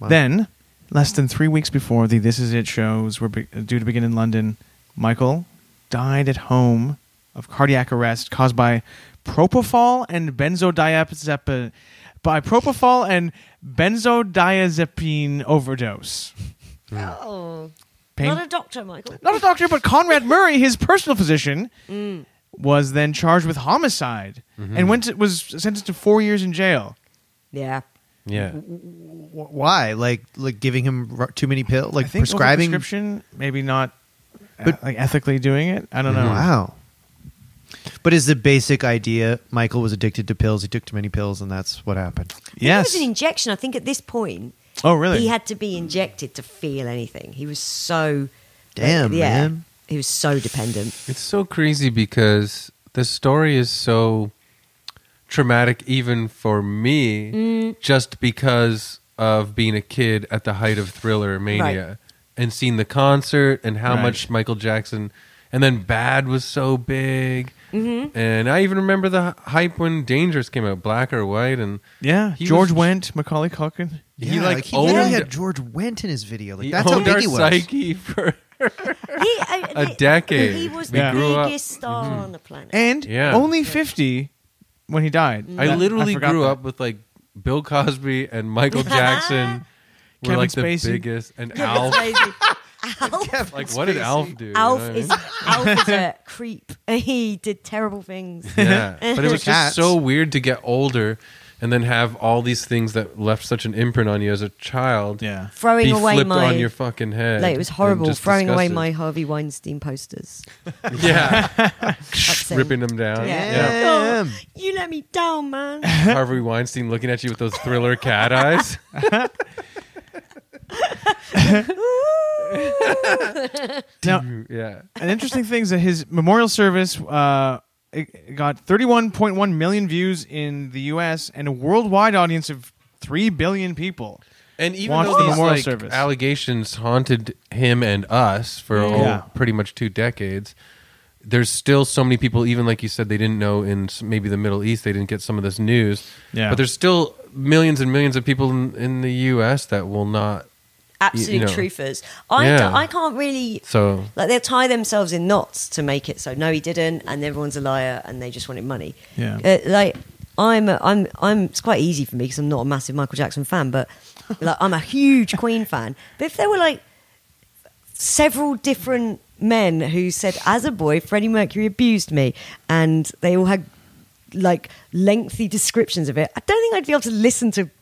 Speaker 2: Wow.
Speaker 3: Then, less than three weeks before the This Is It shows were be- due to begin in London, Michael died at home of cardiac arrest caused by propofol and benzodiazepine by propofol and benzodiazepine overdose.
Speaker 4: oh,
Speaker 3: Pain-
Speaker 4: not a doctor, Michael.
Speaker 3: Not a doctor, but Conrad Murray, his personal physician,
Speaker 4: Mm.
Speaker 3: was then charged with homicide
Speaker 2: Mm-hmm.
Speaker 3: and went to, was sentenced to four years in jail.
Speaker 4: Yeah,
Speaker 1: Yeah.
Speaker 2: Wh- Why? Like, like giving him r- too many pills? Like
Speaker 3: I think
Speaker 2: prescribing?
Speaker 3: prescription, maybe not,
Speaker 2: But- Mm-hmm.
Speaker 3: but like ethically doing it. I don't know.
Speaker 2: Wow. But is the basic idea Michael was addicted to pills? He took too many pills, and that's what happened.
Speaker 3: Yes.
Speaker 4: it was an injection. I think at this point,
Speaker 3: oh, really?
Speaker 4: he had to be injected to feel anything. He was so
Speaker 2: Damn,
Speaker 4: yeah,
Speaker 2: man.
Speaker 4: he was so dependent.
Speaker 1: It's so crazy because the story is so traumatic, even for me, just because of being a kid at the height of Thriller mania and seeing the concert and how
Speaker 3: Right.
Speaker 1: much Michael Jackson and then Bad was so big. And I even remember the hy- hype when Dangerous came out, Black or White, and
Speaker 3: yeah.
Speaker 1: He
Speaker 3: George
Speaker 1: was-
Speaker 3: Went, Macaulay Culkin.
Speaker 1: he like,
Speaker 2: he
Speaker 1: owned,
Speaker 2: literally had George Went in his video. Like
Speaker 1: he
Speaker 2: that's how
Speaker 1: owned
Speaker 2: big
Speaker 1: our
Speaker 2: he was.
Speaker 1: psyche for
Speaker 4: He, I-
Speaker 1: A
Speaker 4: the-
Speaker 1: decade.
Speaker 4: He was
Speaker 1: We
Speaker 4: the
Speaker 1: grew up- Mm-hmm.
Speaker 4: biggest star on the planet.
Speaker 3: And
Speaker 1: Yeah.
Speaker 3: only 50 when he died.
Speaker 1: Mm. I
Speaker 3: That-
Speaker 1: literally
Speaker 3: forgot
Speaker 1: grew
Speaker 3: that.
Speaker 1: up with like Bill Cosby and Michael Jackson were
Speaker 3: Kevin
Speaker 1: like
Speaker 3: Spacey.
Speaker 1: the biggest, and
Speaker 4: Yeah,
Speaker 1: Alf.
Speaker 4: it's crazy. Alf,
Speaker 1: Like, what did Alf do? You know
Speaker 4: Alf
Speaker 1: what I
Speaker 4: is
Speaker 1: mean?
Speaker 4: Alf is a creep. He did terrible things.
Speaker 1: yeah, but it was
Speaker 2: Cats.
Speaker 1: just so weird to get older and then have all these things that left such an imprint on you as a child.
Speaker 3: Yeah.
Speaker 4: Throwing
Speaker 1: be
Speaker 4: away
Speaker 1: flipped
Speaker 4: my
Speaker 1: on your fucking head.
Speaker 4: like it was
Speaker 1: and
Speaker 4: horrible.
Speaker 1: just
Speaker 4: Throwing away my
Speaker 1: disgusted.
Speaker 4: Harvey Weinstein posters.
Speaker 1: yeah,
Speaker 4: Upsetting.
Speaker 1: ripping them down.
Speaker 4: Yeah.
Speaker 1: Oh,
Speaker 4: Oh,
Speaker 1: Yeah.
Speaker 2: Damn.
Speaker 4: You let me down, man.
Speaker 1: Harvey Weinstein looking at you with those thriller cat eyes.
Speaker 3: Now,
Speaker 1: yeah,
Speaker 3: an interesting thing is that his memorial service uh, it got 31.1 million views in the U.S. and a worldwide audience of 3 billion people.
Speaker 1: And even
Speaker 3: Watch
Speaker 1: though
Speaker 3: the
Speaker 1: these
Speaker 3: memorial
Speaker 1: like,
Speaker 3: service.
Speaker 1: allegations haunted him and us for oh,
Speaker 3: Yeah.
Speaker 1: pretty much two decades, there's still so many people. Even like you said, they didn't know in s- maybe the Middle East, they didn't get some of this news.
Speaker 3: Yeah.
Speaker 1: But there's still millions and millions of people in, in the U.S. that will not.
Speaker 4: Absolute
Speaker 1: You know.
Speaker 4: truthers. I
Speaker 1: Yeah.
Speaker 4: don't- I can't really
Speaker 1: So
Speaker 4: Like they'll tie themselves in knots to make it so no, he didn't, and everyone's a liar, and they just wanted money.
Speaker 3: Yeah.
Speaker 4: Uh, like I'm, a, I'm, I'm. It's quite easy for me because I'm not a massive Michael Jackson fan, but like I'm a huge Queen fan. But if there were like several different men who said, as a boy, Freddie Mercury abused me, and they all had like lengthy descriptions of it, I don't think I'd be able to listen to.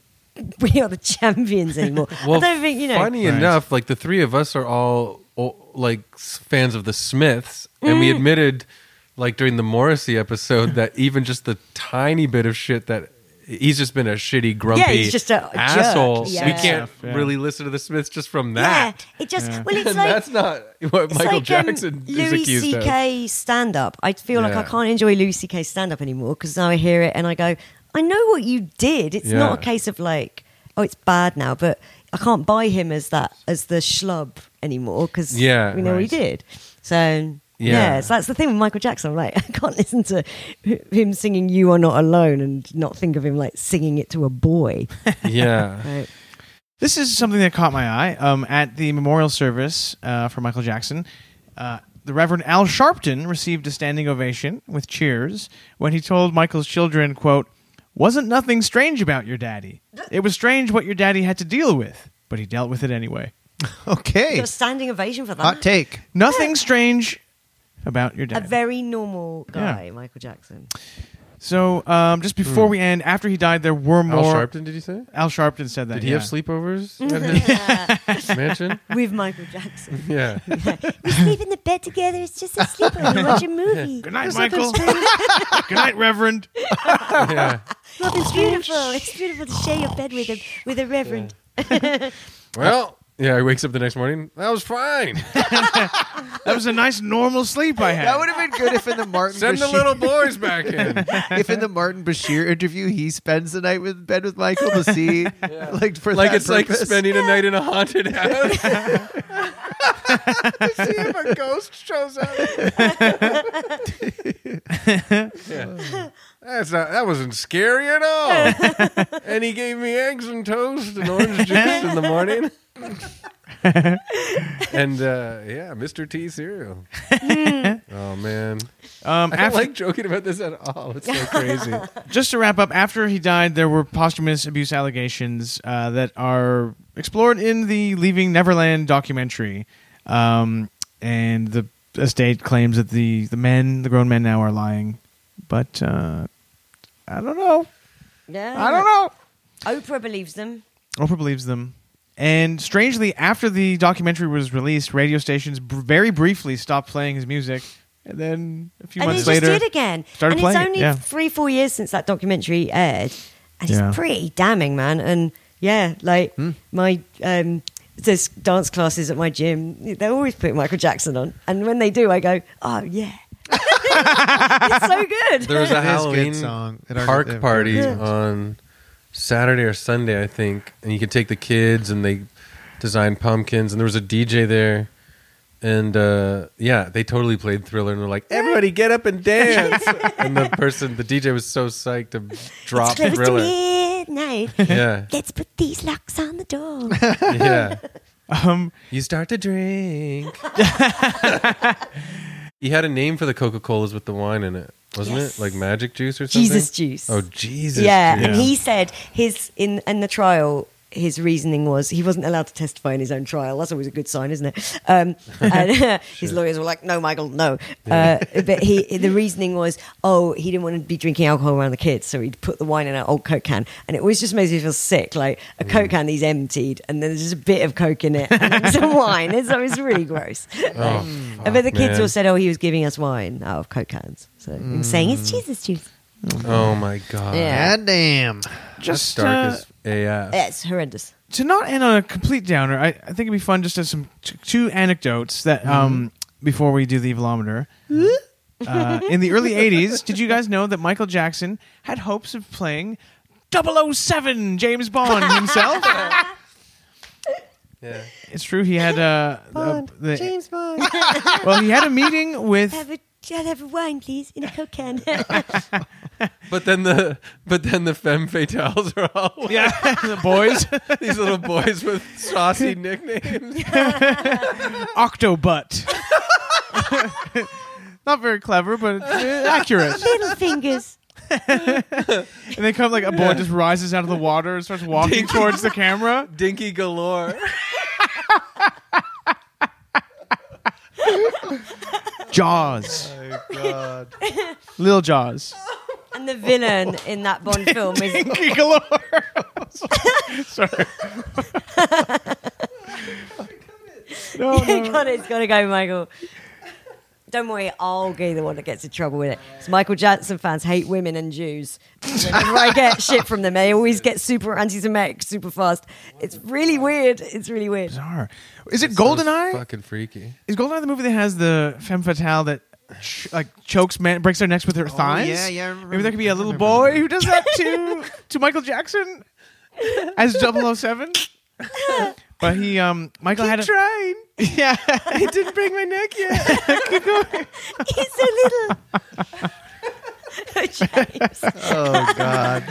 Speaker 4: We are the champions anymore. I don't think you know.
Speaker 1: Funny
Speaker 3: Right.
Speaker 1: enough, like the three of us are all o- like s- fans of the Smiths, and
Speaker 4: Mm.
Speaker 1: we admitted, like during the Morrissey episode, that even just the tiny bit of shit that he's just been a shitty, grumpy
Speaker 4: Yeah, he's just a
Speaker 1: asshole.
Speaker 4: jerk, yeah.
Speaker 1: We can't
Speaker 3: Stuff, yeah.
Speaker 1: really listen to the Smiths just from that.
Speaker 4: Yeah, it just
Speaker 3: Yeah.
Speaker 4: well, it's
Speaker 1: And
Speaker 4: like
Speaker 1: that's not what
Speaker 4: it's
Speaker 1: Michael
Speaker 4: like, um,
Speaker 1: Jackson is
Speaker 4: Louis
Speaker 1: accused of.
Speaker 4: C.K. stand up. I feel like I
Speaker 1: Yeah.
Speaker 4: can't enjoy Louis C.K. stand up anymore because now I hear it and I go, I know what you did. It's
Speaker 1: Yeah.
Speaker 4: not a case of like, oh, it's bad now, but I can't buy him as that as the schlub anymore because
Speaker 1: Yeah,
Speaker 4: we know what he
Speaker 1: right.
Speaker 4: did. So.
Speaker 1: Yeah.
Speaker 4: Yeah. so that's the thing with Michael Jackson. I'm like, I can't listen to him singing "You Are Not Alone" and not think of him like singing it to a boy.
Speaker 1: Yeah.
Speaker 4: Right?
Speaker 3: This is something that caught my eye um, at the memorial service uh, for Michael Jackson. Uh, the Reverend Al Sharpton received a standing ovation with cheers when he told Michael's children, "quote Wasn't nothing strange about your daddy. It was strange what your daddy had to deal with, but he dealt with it anyway.
Speaker 2: Okay.
Speaker 4: Got a standing ovation for that.
Speaker 2: Hot take.
Speaker 3: Nothing strange about your
Speaker 4: a
Speaker 3: daddy."
Speaker 4: very normal guy,
Speaker 3: Yeah.
Speaker 4: Michael Jackson.
Speaker 3: so, um, just before we end, after he died, there were
Speaker 1: Hmm. Al
Speaker 3: more.
Speaker 1: Sharpton, did you say?
Speaker 3: Al Sharpton said that.
Speaker 1: Did he
Speaker 3: yeah.
Speaker 1: have sleepovers at his mansion?
Speaker 4: With Michael Jackson.
Speaker 1: Yeah.
Speaker 7: sleep in the bed together. It's just a sleepover. We watch a movie.
Speaker 3: Good night, Michael. Good ninight, Reverend.
Speaker 1: Yeah.
Speaker 7: Love is beautiful. It's beautiful to share your bed with a with a reverend.
Speaker 1: Well, yeah, he wakes up the next morning. That was fine.
Speaker 3: That was a nice normal sleep I had.
Speaker 2: That would have been good if in the Martin
Speaker 1: Send the
Speaker 2: Bashir,
Speaker 1: little boys back in.
Speaker 2: if in the Martin Bashir interview he spends the night with bed with Michael to see like for
Speaker 1: Like
Speaker 2: that
Speaker 1: it's like
Speaker 2: purpose.
Speaker 1: spending a night in a haunted house.
Speaker 2: see if a ghost shows up.
Speaker 1: That's not, that wasn't scary at all. and he gave me eggs and toast and orange juice in the morning. and uh, yeah, Mr. T cereal. oh man, I don't
Speaker 3: Um, after,
Speaker 1: like joking about this at all. It's so crazy.
Speaker 3: just to wrap up, after he died, there were posthumous abuse allegations uh, that are explored in the Leaving Neverland documentary, um, and the estate claims that the the men, the grown men now, are lying. But uh, I don't know.
Speaker 4: Yeah.
Speaker 3: I don't know.
Speaker 4: Oprah believes them.
Speaker 3: Oprah believes them. And strangely, after the documentary was released, radio stations br- very briefly stopped playing his music, and then a few
Speaker 4: and they
Speaker 3: months
Speaker 4: just
Speaker 3: later,
Speaker 4: did again.
Speaker 3: started
Speaker 4: and
Speaker 3: playing it,
Speaker 4: it's only
Speaker 3: yeah.
Speaker 4: three, four years since that documentary aired. And
Speaker 3: Yeah. Hmm.
Speaker 4: it's pretty damning, man. And yeah, like my um there's dance classes at my gym. They're always putting Michael Jackson on. And when they do, I go, Oh yeah. it's so good.
Speaker 1: There was
Speaker 2: It
Speaker 1: a
Speaker 2: is good
Speaker 1: Halloween
Speaker 2: song. It are-
Speaker 1: park
Speaker 2: they're very
Speaker 1: party
Speaker 2: good songs.
Speaker 1: on Saturday or Sunday, I think, and you could take the kids and they designed pumpkins and there was a DJ there. And uh, yeah, they totally played Thriller and they're like, everybody get up and dance. and the person, the DJ was so psyched to drop
Speaker 7: It's close
Speaker 1: Thriller.
Speaker 7: to midnight.
Speaker 1: Yeah.
Speaker 7: Let's put these locks on the door.
Speaker 1: Yeah.
Speaker 3: Um,
Speaker 1: You start to drink. he had a name for the Coca Colas with the wine in it, wasn't
Speaker 4: Yes.
Speaker 1: it? Like magic juice or something?
Speaker 4: Jesus juice.
Speaker 1: Oh, Jesus.
Speaker 4: yeah,
Speaker 1: juice.
Speaker 4: and
Speaker 3: Yeah.
Speaker 4: he said his in and the trial. His reasoning was he wasn't allowed to testify in his own trial. That's always a good sign, isn't it? Um, and his lawyers were like, "No, Michael, no." Uh, but he, the reasoning was, oh, he didn't want to be drinking alcohol around the kids, so he put the wine in an old coke can, and it always just makes me feel sick. Like a
Speaker 1: Mm.
Speaker 4: coke can, he's emptied, and then there's just a bit of coke in it and some wine. It's, it's really gross.
Speaker 1: Oh,
Speaker 4: but the kids
Speaker 1: man.
Speaker 4: all said, "Oh, he was giving us wine out of coke cans," so he was saying
Speaker 1: Mm.
Speaker 4: it's Jesus juice.
Speaker 1: Oh my god.
Speaker 4: Yeah. eh.
Speaker 2: God damn.
Speaker 3: just
Speaker 1: Dark
Speaker 3: uh,
Speaker 1: as AF.
Speaker 4: Yeah, It's horrendous.
Speaker 3: to not end on a complete downer, I, I think it'd be fun just to have some t- two anecdotes that
Speaker 4: Mm-hmm.
Speaker 3: um, before we do the velometer. Uh, in the early 80s, did you guys know that Michael Jackson had hopes of playing 007 James Bond himself?
Speaker 1: Yeah.
Speaker 3: it's true, he had uh,
Speaker 4: Bond,
Speaker 3: uh, the-
Speaker 4: James Bond.
Speaker 3: well, he had a meeting with
Speaker 7: Have a, I'll have a wine, please, in a coke can.
Speaker 1: But then the but then the femme fatales are all
Speaker 3: yeah the boys
Speaker 1: these little boys with saucy nicknames.
Speaker 3: Octobutt. Not very clever, but it's uh, accurate.
Speaker 7: Little fingers.
Speaker 3: And they come like a boy just rises out of the water and starts walking towards the camera.
Speaker 1: Dinky galore.
Speaker 3: Jaws. Lil Jaws.
Speaker 4: And the villain in that Bond film is
Speaker 3: Galore. Sorry. no, no.
Speaker 4: God, it's gotta go, Michael. Don't worry, I'll be the one that gets in trouble with it. 'Cause Michael Jackson fans hate women and Jews. Whenever I get shit from them, they always get super anti-Semitic super fast. It's really weird. It's really weird.
Speaker 3: Bizarre. Is it
Speaker 1: Sounds
Speaker 3: Goldeneye?
Speaker 1: Fucking freaky.
Speaker 3: Is Goldeneye the movie that has the femme fatale that ch- like chokes men, breaks their necks with her thighs?
Speaker 2: yeah, yeah, I remember-
Speaker 3: Maybe there could be
Speaker 2: I
Speaker 3: a little
Speaker 2: remember
Speaker 3: boy who does that to to Michael Jackson as 007. but he, um, Michael had a trying. Yeah, it didn't break my neck yet.
Speaker 4: It's a little. James.
Speaker 2: Oh God!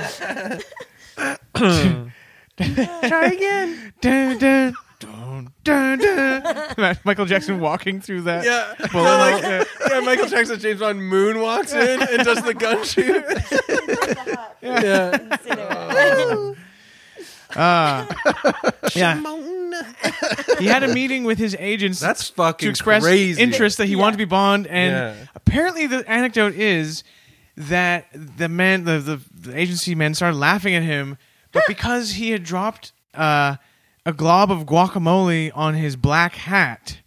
Speaker 3: Try again. dun, dun, dun, dun, dun. Michael Jackson walking through that.
Speaker 1: Yeah.
Speaker 3: Bullet, yeah.
Speaker 1: yeah, Michael Jackson James Bond moon walks in and does the gun shoot. yeah.
Speaker 3: yeah. he had a meeting with his agents.
Speaker 1: That's fucking
Speaker 3: to express
Speaker 1: crazy.
Speaker 3: interest that he wanted to be Bond. And
Speaker 1: Yeah.
Speaker 3: apparently, the anecdote is that the men, the, the, the agency men, started laughing at him, but because he had dropped uh, a glob of guacamole on his black hat.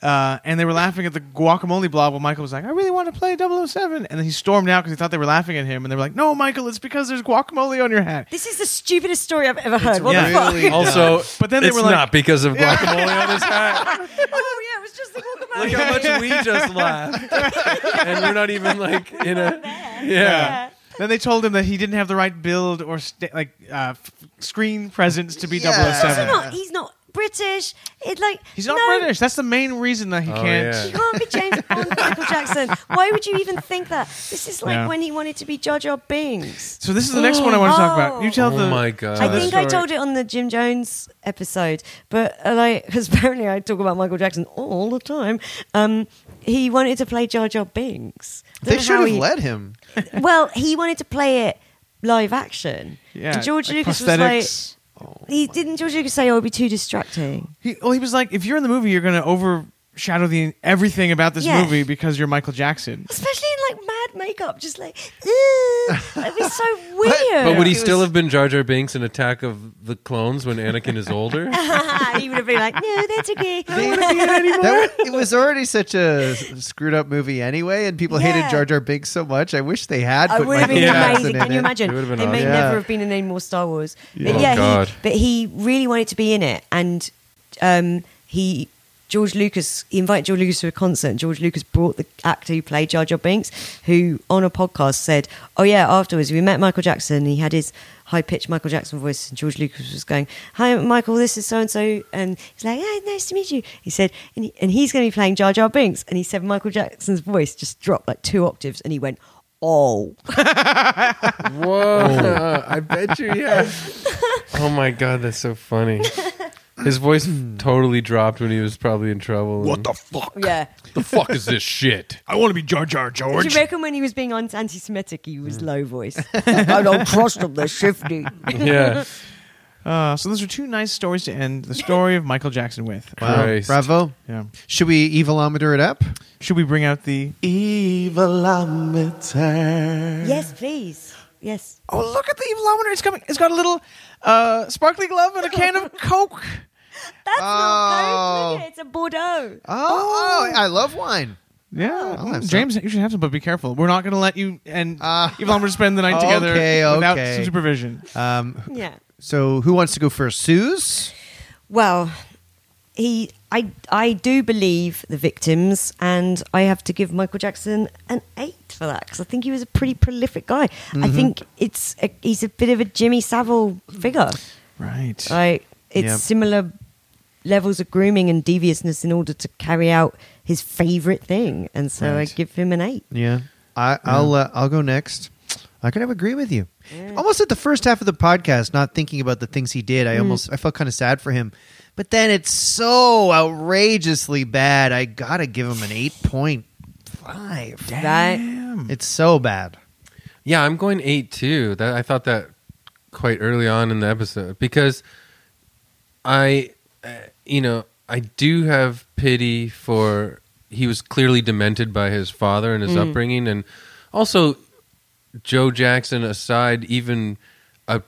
Speaker 3: Uh, and they were laughing at the guacamole blob while Michael was like, I really want to play 007. And then he stormed out because he thought they were laughing at him. And they were like, No, Michael, it's because there's guacamole on your hat.
Speaker 4: This is the stupidest story I've ever heard. What
Speaker 3: Yeah.
Speaker 4: the fuck?
Speaker 2: Really?
Speaker 1: Also,
Speaker 3: But then they
Speaker 1: it's
Speaker 3: were like-
Speaker 1: not because of guacamole on his hat.
Speaker 4: Oh yeah, it was just the guacamole.
Speaker 1: Look how much we just laughed, and we're not even like in a yeah.
Speaker 3: Then they told him that he didn't have the right build or sta- like uh, f- screen presence to be
Speaker 2: Yeah.
Speaker 3: 007.
Speaker 4: Also not. He's not British. It like
Speaker 3: He's not
Speaker 4: no,
Speaker 3: British. That's the main reason that he can't.
Speaker 1: Oh, yeah.
Speaker 4: He can't be James Bond, Michael Jackson. Why would you even think that? This is like
Speaker 3: Yeah.
Speaker 4: when he wanted to be Jar Jar Binks.
Speaker 3: So this is the next one I want to talk about. You tell
Speaker 1: Oh
Speaker 3: the.
Speaker 1: my god!
Speaker 4: I think
Speaker 3: story.
Speaker 4: I told it on the Jim Jones episode, but uh, like, because apparently I talk about Michael Jackson all the time. Um, he wanted to play Jar Jar Binks. I don't
Speaker 2: They
Speaker 4: know
Speaker 2: should
Speaker 4: how
Speaker 2: have
Speaker 4: he-
Speaker 2: let him.
Speaker 4: Well, he wanted to play it live action.
Speaker 3: Yeah,
Speaker 4: and George
Speaker 3: like
Speaker 4: Lucas
Speaker 3: prosthetics.
Speaker 4: was like, he didn't. George Lucas say, "Oh, it'd be too distracting."
Speaker 3: He, well, he was like, if you're in the movie, you're going to overshadow the everything about this
Speaker 4: Yeah.
Speaker 3: movie because you're Michael Jackson.
Speaker 4: especially in like mad makeup, just like "Ew." that'd be so weird.
Speaker 1: But would he still have been Jar Jar Binks in Attack of the Clones when Anakin is older?
Speaker 4: have? he would have been like, "No, that's okay."
Speaker 2: That, it was already such a screwed up movie anyway, and people hated
Speaker 4: Yeah.
Speaker 2: Jar Jar Binks so much. I wish they had.
Speaker 4: I
Speaker 2: put
Speaker 4: would have
Speaker 2: Michael
Speaker 4: been
Speaker 1: Yeah.
Speaker 2: Jackson
Speaker 4: amazing.
Speaker 2: in
Speaker 4: Can you
Speaker 2: it.
Speaker 4: imagine?
Speaker 1: It would have been
Speaker 4: There may
Speaker 1: awesome.
Speaker 2: Yeah.
Speaker 4: never have been in any more Star Wars.
Speaker 1: Yeah. Oh,
Speaker 4: But yeah,
Speaker 1: God.
Speaker 4: he, but he really wanted to be in it, and um, he George Lucas he invited George Lucas to a concert. And George Lucas brought the actor who played Jar Jar Binks, who on a podcast said, "Oh yeah, afterwards we met Michael Jackson. He had his." High pitched Michael Jackson voice, and George Lucas was going, "Hi, Michael, this is so and so," and he's like, "Hey, nice to meet you." He said, and, he, and he's going to be playing Jar Jar Binks, and he said Michael Jackson's voice just dropped like two octaves, and he went, "Oh."
Speaker 1: Whoa! I bet you, yeah. oh my god, that's so funny. His voice totally dropped when he was probably in trouble. What the
Speaker 4: Yeah.
Speaker 1: the fuck is this shit?
Speaker 3: I want to be Jar Jar
Speaker 4: Do
Speaker 3: George.
Speaker 4: you reckon when he was being anti Semitic, he was low voice? I don't trust him, they're shifty.
Speaker 1: Yeah,
Speaker 3: Uh, so those are two nice stories to end the story of Michael Jackson with.
Speaker 2: Wow,
Speaker 1: Christ.
Speaker 2: bravo!
Speaker 3: Yeah.
Speaker 2: Should we evilometer it up?
Speaker 3: Should we bring out the?
Speaker 4: yes, please. Yes.
Speaker 3: Oh, look at the evilometer! It's coming. It's got a little uh, sparkly glove and a can of Coke.
Speaker 4: That's not
Speaker 2: Oh.
Speaker 4: Coke, look at it, it's a Bordeaux.
Speaker 2: Oh, I love wine.
Speaker 3: Yeah,
Speaker 2: I'll have some.
Speaker 3: James, you should have some, but be careful. We're not going to let you and
Speaker 2: Ah.
Speaker 3: Yvonne were spend the night together
Speaker 2: Okay,
Speaker 3: without
Speaker 2: okay.
Speaker 3: supervision.
Speaker 2: Um,
Speaker 4: Yeah.
Speaker 2: so who wants to go first? Suze.
Speaker 4: Well, he, I, I do believe the victims, and I have to give Michael Jackson an eight for that because I think he was a pretty prolific guy. I think it's a, he's a bit of a Jimmy Savile figure.
Speaker 3: Right.
Speaker 2: Uh,
Speaker 4: Like it's
Speaker 2: Yep.
Speaker 4: similar levels of grooming and deviousness in order to carry out his favorite thing, and so
Speaker 3: Right.
Speaker 4: I give him an eight.
Speaker 2: Yeah, I, I'll uh, I'll go next. I kind of agree with you. Almost at the first half of the podcast, not thinking about the things he did, I almost I felt kind of sad for him. But then it's so outrageously bad. I gotta give him an eight point five.
Speaker 4: Right?
Speaker 2: It's so bad.
Speaker 1: yeah. I'm going eight too. That I thought that quite early on in the episode because I, uh, you know, I do have pity for. He was clearly demented by his father and his upbringing, and also Joe Jackson aside, even a,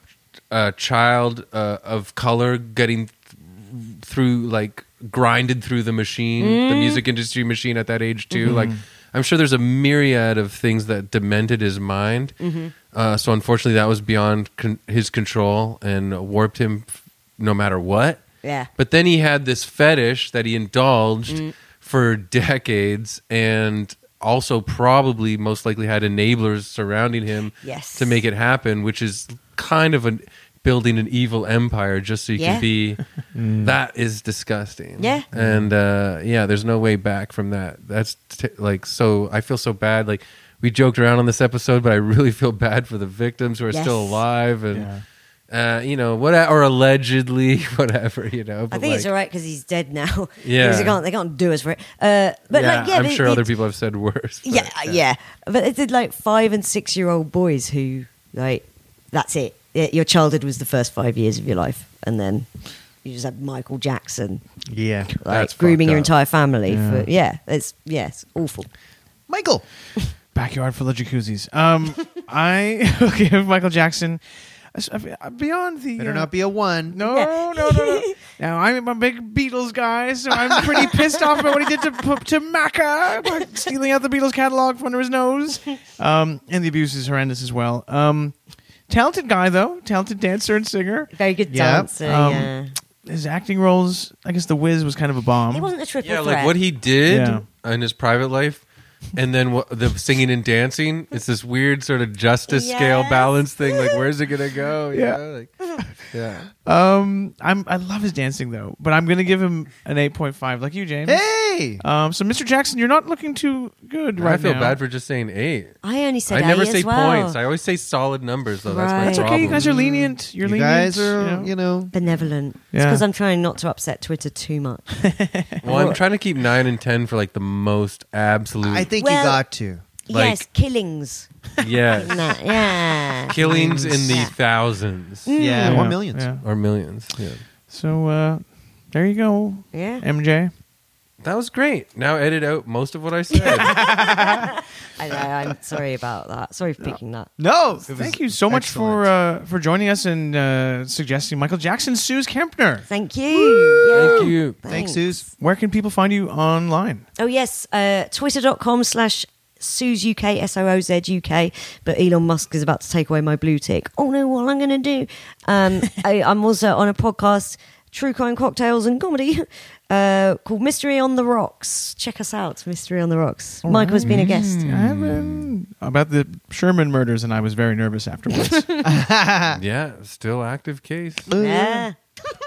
Speaker 1: a child uh, of color getting th- through like grinded through the machine, the music industry machine at that age too. Like I'm sure there's a myriad of things that demented his mind. Uh, so unfortunately, that was beyond con- his control and warped him f- no matter what.
Speaker 4: Yeah. Mm.
Speaker 1: But then he had this fetish that he indulged for decades and also probably most likely had enablers surrounding him
Speaker 4: Yes.
Speaker 1: to make it happen, which is kind of an building an evil empire just so you
Speaker 4: Yeah.
Speaker 1: can be that is disgusting
Speaker 4: Yeah.
Speaker 1: and uh yeah there's no way back from that that's t- like so i feel so bad like we joked around on this episode but i really feel bad for the victims who are
Speaker 4: Yes.
Speaker 1: still alive and uh, you know what, or allegedly, whatever you know.
Speaker 4: I
Speaker 1: But
Speaker 4: think
Speaker 1: like,
Speaker 4: it's all right because he's dead now.
Speaker 1: Yeah.
Speaker 4: Because they can't, they can't do us for it. Uh, but
Speaker 1: yeah,
Speaker 4: like, yeah,
Speaker 1: I'm
Speaker 4: but
Speaker 1: sure
Speaker 4: it-
Speaker 1: other people have said worse. but,
Speaker 4: Yeah, uh, yeah, But it did like five and six year old boys who like that's it. Yeah, Your childhood was the first five years of your life, and then you just had Michael Jackson
Speaker 2: Yeah.
Speaker 4: like
Speaker 1: That's
Speaker 4: grooming
Speaker 1: fucked
Speaker 4: your
Speaker 1: up.
Speaker 4: entire family. Yeah. For, yeah, it's yeah, it's awful.
Speaker 2: Michael.
Speaker 3: backyard full of jacuzzis. Um, I okay, Michael Jackson. I s- I- Beyond the
Speaker 2: Better
Speaker 3: uh,
Speaker 2: not be a one.
Speaker 3: No,
Speaker 4: Yeah.
Speaker 3: no, no, no. Now I'm a big Beatles guy, so I'm pretty pissed off about what he did to to Macca by stealing out the Beatles catalog from under his nose. Um, and the abuse is horrendous as well. Um, talented guy though, talented dancer and singer.
Speaker 4: Very good
Speaker 2: Yeah,
Speaker 4: dancer.
Speaker 3: um,
Speaker 4: yeah,
Speaker 3: His acting roles, I guess, The Wiz was kind of a bomb.
Speaker 4: it wasn't a triple
Speaker 1: Um, yeah,
Speaker 4: threat.
Speaker 1: like what he did
Speaker 3: Yeah.
Speaker 1: in his private life, and then what, the singing and dancing. It's this weird sort of justice scale
Speaker 4: Yes.
Speaker 1: balance thing. Like, where's it gonna go? You
Speaker 3: Yeah.
Speaker 1: know, like, yeah.
Speaker 3: Um, I'm I love his dancing though, but I'm gonna give him an 8.5, like you, James.
Speaker 2: Hey.
Speaker 3: Um, so Mr. Jackson, you're not looking too good right
Speaker 1: I feel
Speaker 3: now.
Speaker 1: bad for just saying eight.
Speaker 4: I only said
Speaker 1: I never
Speaker 4: eight
Speaker 1: say
Speaker 4: as well.
Speaker 1: points. I always say solid numbers, though. That's my
Speaker 4: Right.
Speaker 3: It's
Speaker 4: That's
Speaker 1: problem.
Speaker 3: okay. You guys are lenient. You're
Speaker 2: you
Speaker 3: lenient.
Speaker 2: guys are,
Speaker 3: you know.
Speaker 2: you know.
Speaker 4: Benevolent. It's
Speaker 3: Yeah.
Speaker 4: because I'm trying not to upset Twitter too much.
Speaker 1: well, I'm trying to keep nine and ten for like the most absolute.
Speaker 2: I think you
Speaker 4: Well-
Speaker 2: got to.
Speaker 1: Like-
Speaker 4: yes, killings.
Speaker 1: yes.
Speaker 4: Nah, yeah.
Speaker 1: Killings in the thousands
Speaker 2: Yeah,
Speaker 3: Yeah,
Speaker 2: or millions.
Speaker 3: yeah.
Speaker 1: Mm. or millions. Yeah.
Speaker 3: So uh, there you go,
Speaker 4: Yeah.
Speaker 3: MJ.
Speaker 1: That was great. Now edit out most of what I said.
Speaker 4: I know, I'm sorry about that. Sorry for picking that.
Speaker 2: No.
Speaker 3: Thank you so much for uh, for joining us and uh, suggesting Michael Jackson, Suze Kempner.
Speaker 4: Thank you. Yeah.
Speaker 1: Thank you.
Speaker 2: Thanks, Suze.
Speaker 3: Where can people find you online?
Speaker 4: Oh, yes. Uh, Twitter.com slash Suze UK, S O O Z UK. But Elon Musk is about to take away my blue tick. Oh, no, what am I going to do? Um, I, I'm also on a podcast, True Crime Cocktails and Comedy, uh, called Mystery on the Rocks. Check us out, Mystery on the Rocks. Michael has been a guest.
Speaker 3: Evan. Hmm. About the Sherman murders, and I was very nervous afterwards.
Speaker 1: Yeah, still active case.
Speaker 4: Yeah.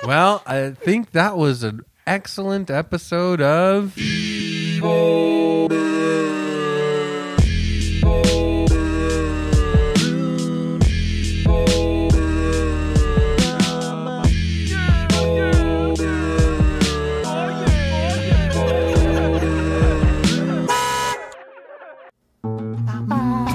Speaker 1: Well, I think that was an excellent episode of.